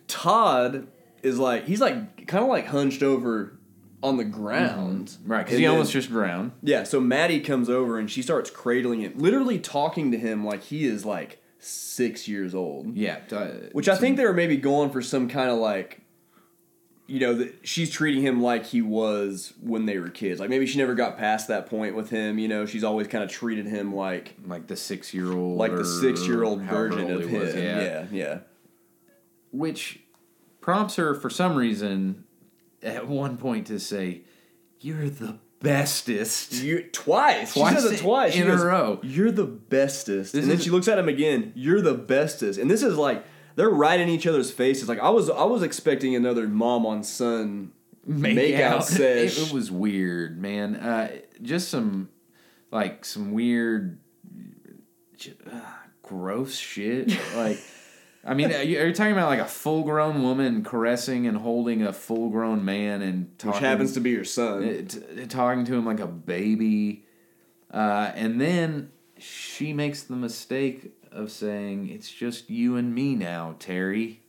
[SPEAKER 1] Todd is like he's like kind of like hunched over on the ground,
[SPEAKER 2] Mm-hmm. right, because
[SPEAKER 1] And
[SPEAKER 2] he
[SPEAKER 1] then-
[SPEAKER 2] almost just drowned.
[SPEAKER 1] yeah. So Maddie comes over and she starts cradling him, literally talking to him like he is like six years old.
[SPEAKER 2] Yeah. uh, t-
[SPEAKER 1] Which I think they were maybe going for some kind of like, you know, that she's treating him like he was when they were kids. Like maybe she never got past that point with him. You know, she's always kind of treated him like
[SPEAKER 2] like the six year old,
[SPEAKER 1] like the six year old version of him. yeah. yeah,
[SPEAKER 2] Which prompts her for some reason at one point to say, "You're the bestest."
[SPEAKER 1] You twice.
[SPEAKER 2] Twice
[SPEAKER 1] she says it twice
[SPEAKER 2] in
[SPEAKER 1] She goes,
[SPEAKER 2] a row.
[SPEAKER 1] You're the bestest.
[SPEAKER 2] This
[SPEAKER 1] and then
[SPEAKER 2] is-
[SPEAKER 1] she looks at him again. You're the bestest. And this is like they're right in each other's faces. Like I was, I was expecting another mom on son make, out, sesh.
[SPEAKER 2] It, was weird, man. Uh, just some like some weird, j- uh, gross shit. Like, I mean, are you, are you talking about like a full grown woman caressing and holding a full grown man and talking?
[SPEAKER 1] which happens to be your son.
[SPEAKER 2] t- t- talking to him like a baby. Uh, and then she makes the mistake of saying, It's just you and me now, Terry.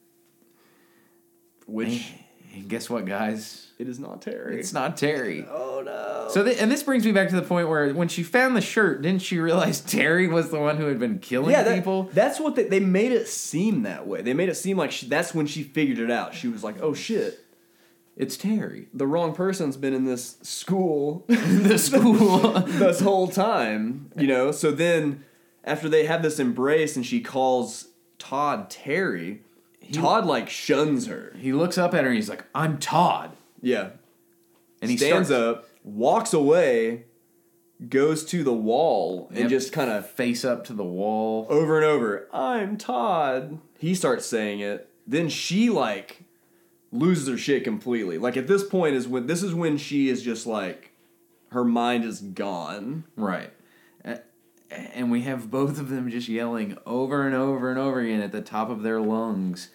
[SPEAKER 1] which
[SPEAKER 2] And guess what, guys?
[SPEAKER 1] it is not Terry.
[SPEAKER 2] It's not Terry.
[SPEAKER 1] oh no.
[SPEAKER 2] So, th- and this brings me back to the point where when she found the shirt, didn't she realize Terry was the one who had been killing
[SPEAKER 1] yeah, that,
[SPEAKER 2] people?
[SPEAKER 1] that's what they, they made it seem that way. They made it seem like she, that's when she figured it out. She was like, "Oh shit,
[SPEAKER 2] It's Terry.
[SPEAKER 1] the wrong person's been in this school
[SPEAKER 2] the school.
[SPEAKER 1] this whole time, you know. So then, after they have this embrace and she calls Todd Terry, Todd like shuns her.
[SPEAKER 2] he looks up at her and he's like, I'm Todd.
[SPEAKER 1] Yeah,
[SPEAKER 2] And
[SPEAKER 1] he
[SPEAKER 2] he
[SPEAKER 1] stands
[SPEAKER 2] starts
[SPEAKER 1] up, walks away, goes to the wall, and
[SPEAKER 2] Yep.
[SPEAKER 1] just kind of
[SPEAKER 2] face up to the wall.
[SPEAKER 1] over and over, I'm Todd. He starts saying it. Then she like loses her shit completely. Like at this point is when this is when she is just like her mind is gone.
[SPEAKER 2] Right. A- And we have both of them just yelling over and over and over again at the top of their lungs.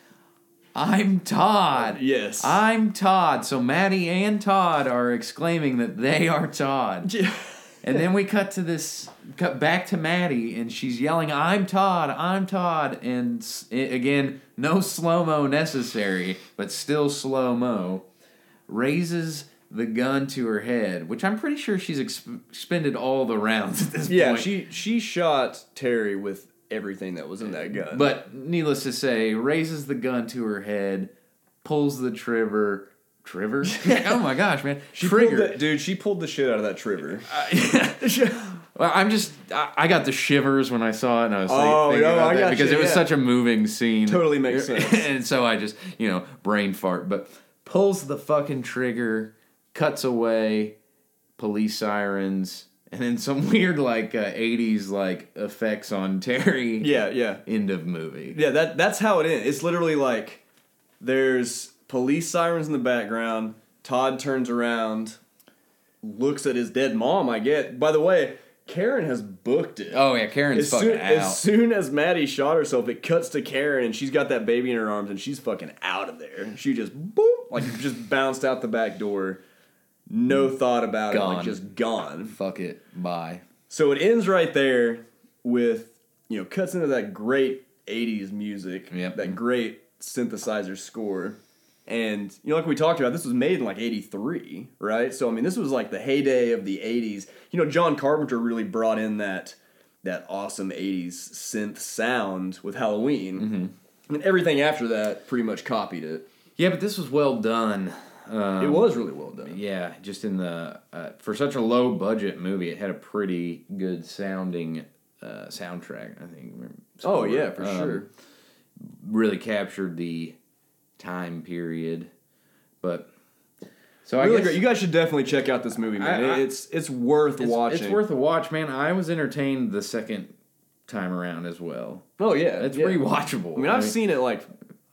[SPEAKER 2] I'm Todd.
[SPEAKER 1] Yes.
[SPEAKER 2] I'm Todd. So Maddie and Todd are exclaiming that they are Todd. And then we cut to this cut back to Maddie and she's yelling, "I'm Todd. I'm Todd." And s- i- again, no slow-mo necessary, but still slow-mo raises the gun to her head, which I'm pretty sure she's ex- expended all the rounds at this
[SPEAKER 1] yeah,
[SPEAKER 2] point.
[SPEAKER 1] she she shot Terry with everything that was in that gun.
[SPEAKER 2] But needless to say, raises the gun to her head, pulls the trigger. Trigger? oh my gosh, man!
[SPEAKER 1] she pulled
[SPEAKER 2] trigger. Uh,
[SPEAKER 1] that- dude, she pulled the shit out of that trigger.
[SPEAKER 2] Well, I'm just. I, I got the shivers when I saw it, and I was like,
[SPEAKER 1] Oh,
[SPEAKER 2] thinking
[SPEAKER 1] no,
[SPEAKER 2] about
[SPEAKER 1] I
[SPEAKER 2] that
[SPEAKER 1] got
[SPEAKER 2] because
[SPEAKER 1] you,
[SPEAKER 2] it was
[SPEAKER 1] yeah.
[SPEAKER 2] such a moving scene.
[SPEAKER 1] Totally makes sense.
[SPEAKER 2] and so I just, you know, brain fart, but pulls the fucking trigger, cuts away, police sirens, and then some weird like uh, '80s like effects on Terry.
[SPEAKER 1] yeah, yeah.
[SPEAKER 2] End of movie.
[SPEAKER 1] Yeah, that that's how it ends. It's literally like there's police sirens in the background. Todd turns around, looks at his dead mom. I get. By the way, Karen has booked it.
[SPEAKER 2] Oh yeah, Karen's
[SPEAKER 1] as
[SPEAKER 2] fucking
[SPEAKER 1] soon,
[SPEAKER 2] out.
[SPEAKER 1] as soon as Maddie shot herself, it cuts to Karen and she's got that baby in her arms and she's fucking out of there. She just boop, like just bounced out the back door. No thought about it,
[SPEAKER 2] Gone.
[SPEAKER 1] like just gone.
[SPEAKER 2] Fuck it. Bye.
[SPEAKER 1] So it ends right there with you know cuts into that great '80s music,
[SPEAKER 2] Yep.
[SPEAKER 1] that great synthesizer score, and you know like we talked about, this was made in like '83, right? So I mean, this was like the heyday of the '80s. You know, John Carpenter really brought in that that awesome '80s synth sound with Halloween,
[SPEAKER 2] Mm-hmm.
[SPEAKER 1] and everything after that pretty much copied it.
[SPEAKER 2] Yeah, but this was well done. Um,
[SPEAKER 1] it was really well done.
[SPEAKER 2] Yeah, just in the uh, for such a low budget movie, it had a pretty good sounding uh, soundtrack. I think.
[SPEAKER 1] Oh yeah, for
[SPEAKER 2] Um,
[SPEAKER 1] sure.
[SPEAKER 2] Really captured the time period, but so I
[SPEAKER 1] Really
[SPEAKER 2] guess
[SPEAKER 1] great. You guys should definitely check out this movie, man.
[SPEAKER 2] I- I-
[SPEAKER 1] it's it's worth
[SPEAKER 2] it's,
[SPEAKER 1] watching.
[SPEAKER 2] it's worth a watch, man. I was entertained the second time around as well.
[SPEAKER 1] Oh yeah,
[SPEAKER 2] It's
[SPEAKER 1] yeah.
[SPEAKER 2] rewatchable.
[SPEAKER 1] I mean, I've seen it like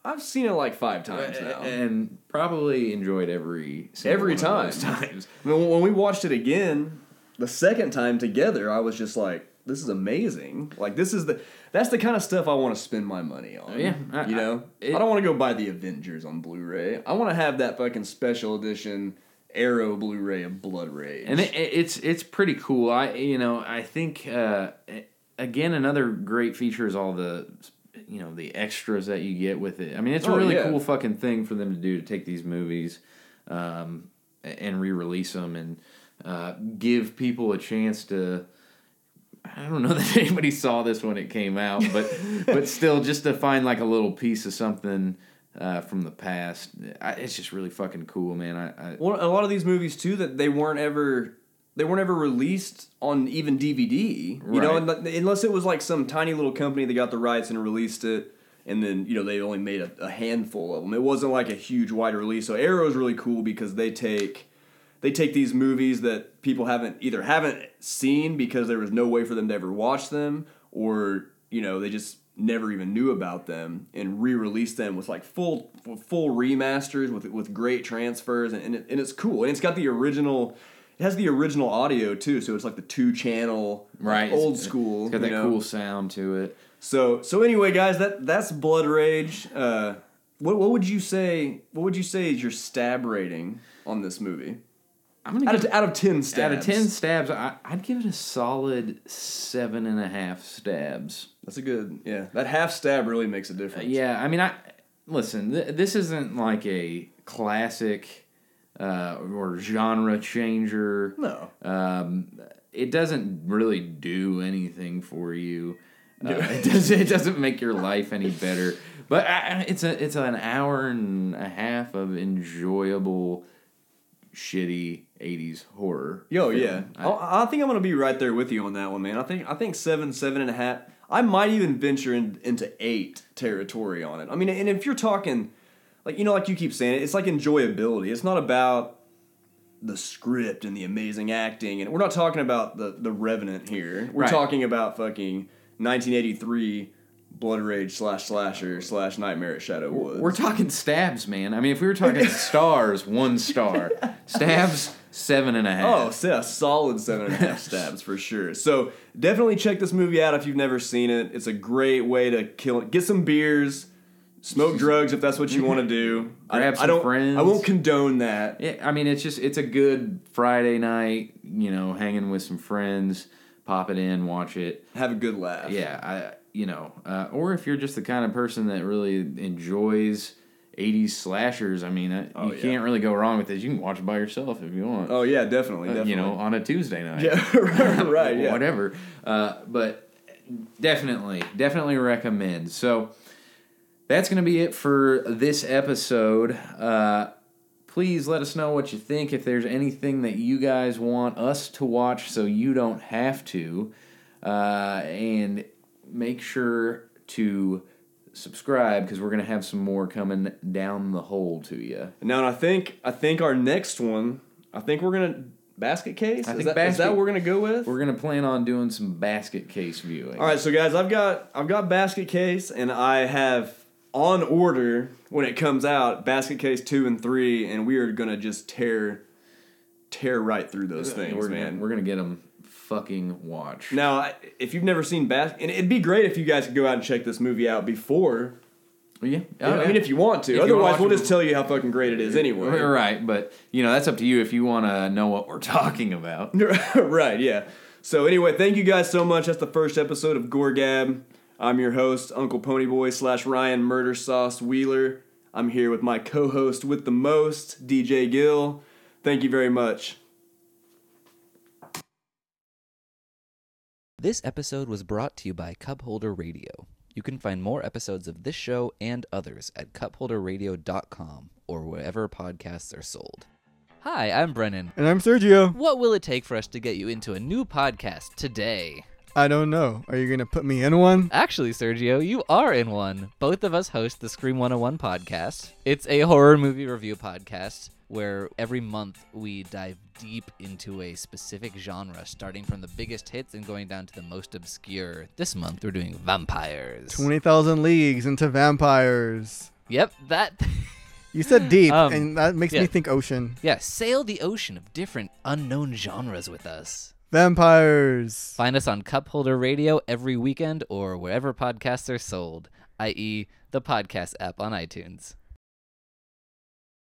[SPEAKER 1] I've seen it like five times now. I
[SPEAKER 2] and probably enjoyed every single
[SPEAKER 1] Every
[SPEAKER 2] one of those
[SPEAKER 1] time.
[SPEAKER 2] times.
[SPEAKER 1] mean, when we watched it again, the second time together, I was just like, "This is amazing! Like this is the that's the kind of stuff I want to spend my money on."
[SPEAKER 2] Yeah, I-
[SPEAKER 1] you know,
[SPEAKER 2] I- it-
[SPEAKER 1] I don't want to go buy the Avengers on Blu-ray. I want to have that fucking special edition Arrow Blu-ray of Blood Rage.
[SPEAKER 2] and it, it- it's it's pretty cool. I you know I think uh, a- again another great feature is all the you know the extras that you get with it. I mean it's a
[SPEAKER 1] Oh,
[SPEAKER 2] really
[SPEAKER 1] yeah.
[SPEAKER 2] cool fucking thing for them to do to take these movies um, a- and re-release them and uh, give people a chance to. I don't know that anybody saw this when it came out, but but still, just to find like a little piece of something uh, from the past, I, it's just really fucking cool, man. I, I
[SPEAKER 1] Well, a lot of these movies too that they weren't ever they weren't ever released on even DVD. You know,
[SPEAKER 2] Right.
[SPEAKER 1] unle- unless it was like some tiny little company that got the rights and released it, and then you know they only made a, a handful of them. It wasn't like a huge wide release. So Arrow's really cool because they take they take these movies that people haven't either haven't seen because there was no way for them to ever watch them, or you know they just never even knew about them and re-release them with like full full remasters with with great transfers and and, it, and it's cool and it's got the original. It has the original audio too, so it's like the two channel,
[SPEAKER 2] right
[SPEAKER 1] old
[SPEAKER 2] It's-
[SPEAKER 1] school.
[SPEAKER 2] It's got
[SPEAKER 1] you
[SPEAKER 2] that
[SPEAKER 1] know?
[SPEAKER 2] cool sound to it.
[SPEAKER 1] So so anyway, guys, that that's Blood Rage. Uh, what what would you say? What would you say is your stab rating on this movie?
[SPEAKER 2] I'm gonna
[SPEAKER 1] Out
[SPEAKER 2] give
[SPEAKER 1] of out of ten stabs.
[SPEAKER 2] out of ten stabs, I, I'd give it a solid seven and a half stabs.
[SPEAKER 1] That's a good. Yeah, that half stab really makes a
[SPEAKER 2] Uh,
[SPEAKER 1] difference.
[SPEAKER 2] yeah, I mean, I listen. Th- this isn't like a classic uh, or genre changer.
[SPEAKER 1] No.
[SPEAKER 2] Um, it doesn't really do anything for you. Uh, it, does, it doesn't make your life any better. But I, I- it's a it's an hour and a half of enjoyable, shitty '80s horror.
[SPEAKER 1] Yo,
[SPEAKER 2] film.
[SPEAKER 1] yeah. Oh,
[SPEAKER 2] I-
[SPEAKER 1] I, I think I'm gonna be right there with you on that one, man. I think I think seven, seven and a half. I might even venture in, into eight territory on it. I mean, and if you're talking, like you know, like you keep saying it, it's like enjoyability. It's not about the script and the amazing acting, and we're not talking about the the Revenant here. We're
[SPEAKER 2] Right.
[SPEAKER 1] talking about fucking 1983 Blood Rage slash slasher slash Nightmare at Shadow Woods.
[SPEAKER 2] We're talking stabs, man. I mean, if we were talking stars, one star. Stabs, seven and a
[SPEAKER 1] Oh,
[SPEAKER 2] half.
[SPEAKER 1] so yeah, solid seven and a half stabs for sure. So definitely check this movie out if you've never seen it. It's a great way to kill. Get some beers, smoke drugs if that's what you want to do.
[SPEAKER 2] Grab
[SPEAKER 1] I, I
[SPEAKER 2] some
[SPEAKER 1] don't,
[SPEAKER 2] friends.
[SPEAKER 1] I won't condone that.
[SPEAKER 2] Yeah, I mean, it's just it's a good Friday night. You know, hanging with some friends, pop it in, watch it.
[SPEAKER 1] Have a good laugh.
[SPEAKER 2] Yeah, I you know, uh, or if you're just the kind of person that really enjoys. 80s slashers. I mean, uh, you
[SPEAKER 1] Oh, yeah.
[SPEAKER 2] can't really go wrong with this. You can watch it by yourself if you want. uh,
[SPEAKER 1] Oh yeah, definitely. definitely.
[SPEAKER 2] you know, on a Tuesday night.
[SPEAKER 1] Yeah. right. right, Yeah.
[SPEAKER 2] whatever. Uh, but definitely, definitely recommend. So that's going to be it for this episode. Uh, please let us know what you think. If there's anything that you guys want us to watch so you don't have to, uh, and make sure to subscribe because we're going to have some more coming down the hole to you.
[SPEAKER 1] Now and I think I think our next one. I think we're gonna basket case.
[SPEAKER 2] I
[SPEAKER 1] is,
[SPEAKER 2] think
[SPEAKER 1] that, is
[SPEAKER 2] basket-
[SPEAKER 1] that what we're gonna go with?
[SPEAKER 2] We're going to plan on doing some basket case viewing.
[SPEAKER 1] All right, so guys, I've got I've got Basket Case, and I have on order when it comes out Basket Case two and three, and we are gonna just tear tear right through those things,
[SPEAKER 2] we're
[SPEAKER 1] man.
[SPEAKER 2] Gonna, we're gonna get them fucking watch.
[SPEAKER 1] Now, I- if you've never seen Basket, and it'd be great if you guys could go out and check this movie out before.
[SPEAKER 2] Oh, Yeah.
[SPEAKER 1] I mean, if you want to.
[SPEAKER 2] If you
[SPEAKER 1] Otherwise,
[SPEAKER 2] watch
[SPEAKER 1] we'll
[SPEAKER 2] it-
[SPEAKER 1] just tell you how fucking great it is anyway.
[SPEAKER 2] Right, Right, but you know that's up to you if you want to know what we're talking about.
[SPEAKER 1] right, yeah. So anyway, thank you guys so much. That's the first episode of Gorgab. I'm your host, Uncle Ponyboy slash Ryan Murder Sauce Wheeler. I'm here with my co-host with the most, DJ Gill. Thank you very much.
[SPEAKER 4] This episode was brought to you by Cupholder Radio. You can find more episodes of this show and others at cupholderradio.com or wherever podcasts are sold. Hi, I'm Brennan.
[SPEAKER 5] And I'm Sergio.
[SPEAKER 4] What will it take for us to get you into a new podcast today?
[SPEAKER 5] I don't know. Are you going to put me in one?
[SPEAKER 4] Actually, Sergio, you are in one. Both of us host the Scream 101 podcast. It's a horror movie review podcast where every month we dive deep into a specific genre, starting from the biggest hits and going down to the most obscure. This month we're doing vampires.
[SPEAKER 5] 20,000 Leagues into Vampires.
[SPEAKER 4] Yep, that.
[SPEAKER 5] You said deep,
[SPEAKER 4] Um,
[SPEAKER 5] and that makes
[SPEAKER 4] yeah.
[SPEAKER 5] me think ocean.
[SPEAKER 4] yeah, sail the ocean of different unknown genres with us.
[SPEAKER 5] Vampires.
[SPEAKER 4] Find us on Cupholder Radio every weekend or wherever podcasts are sold, i.e., the podcast e, app on iTunes.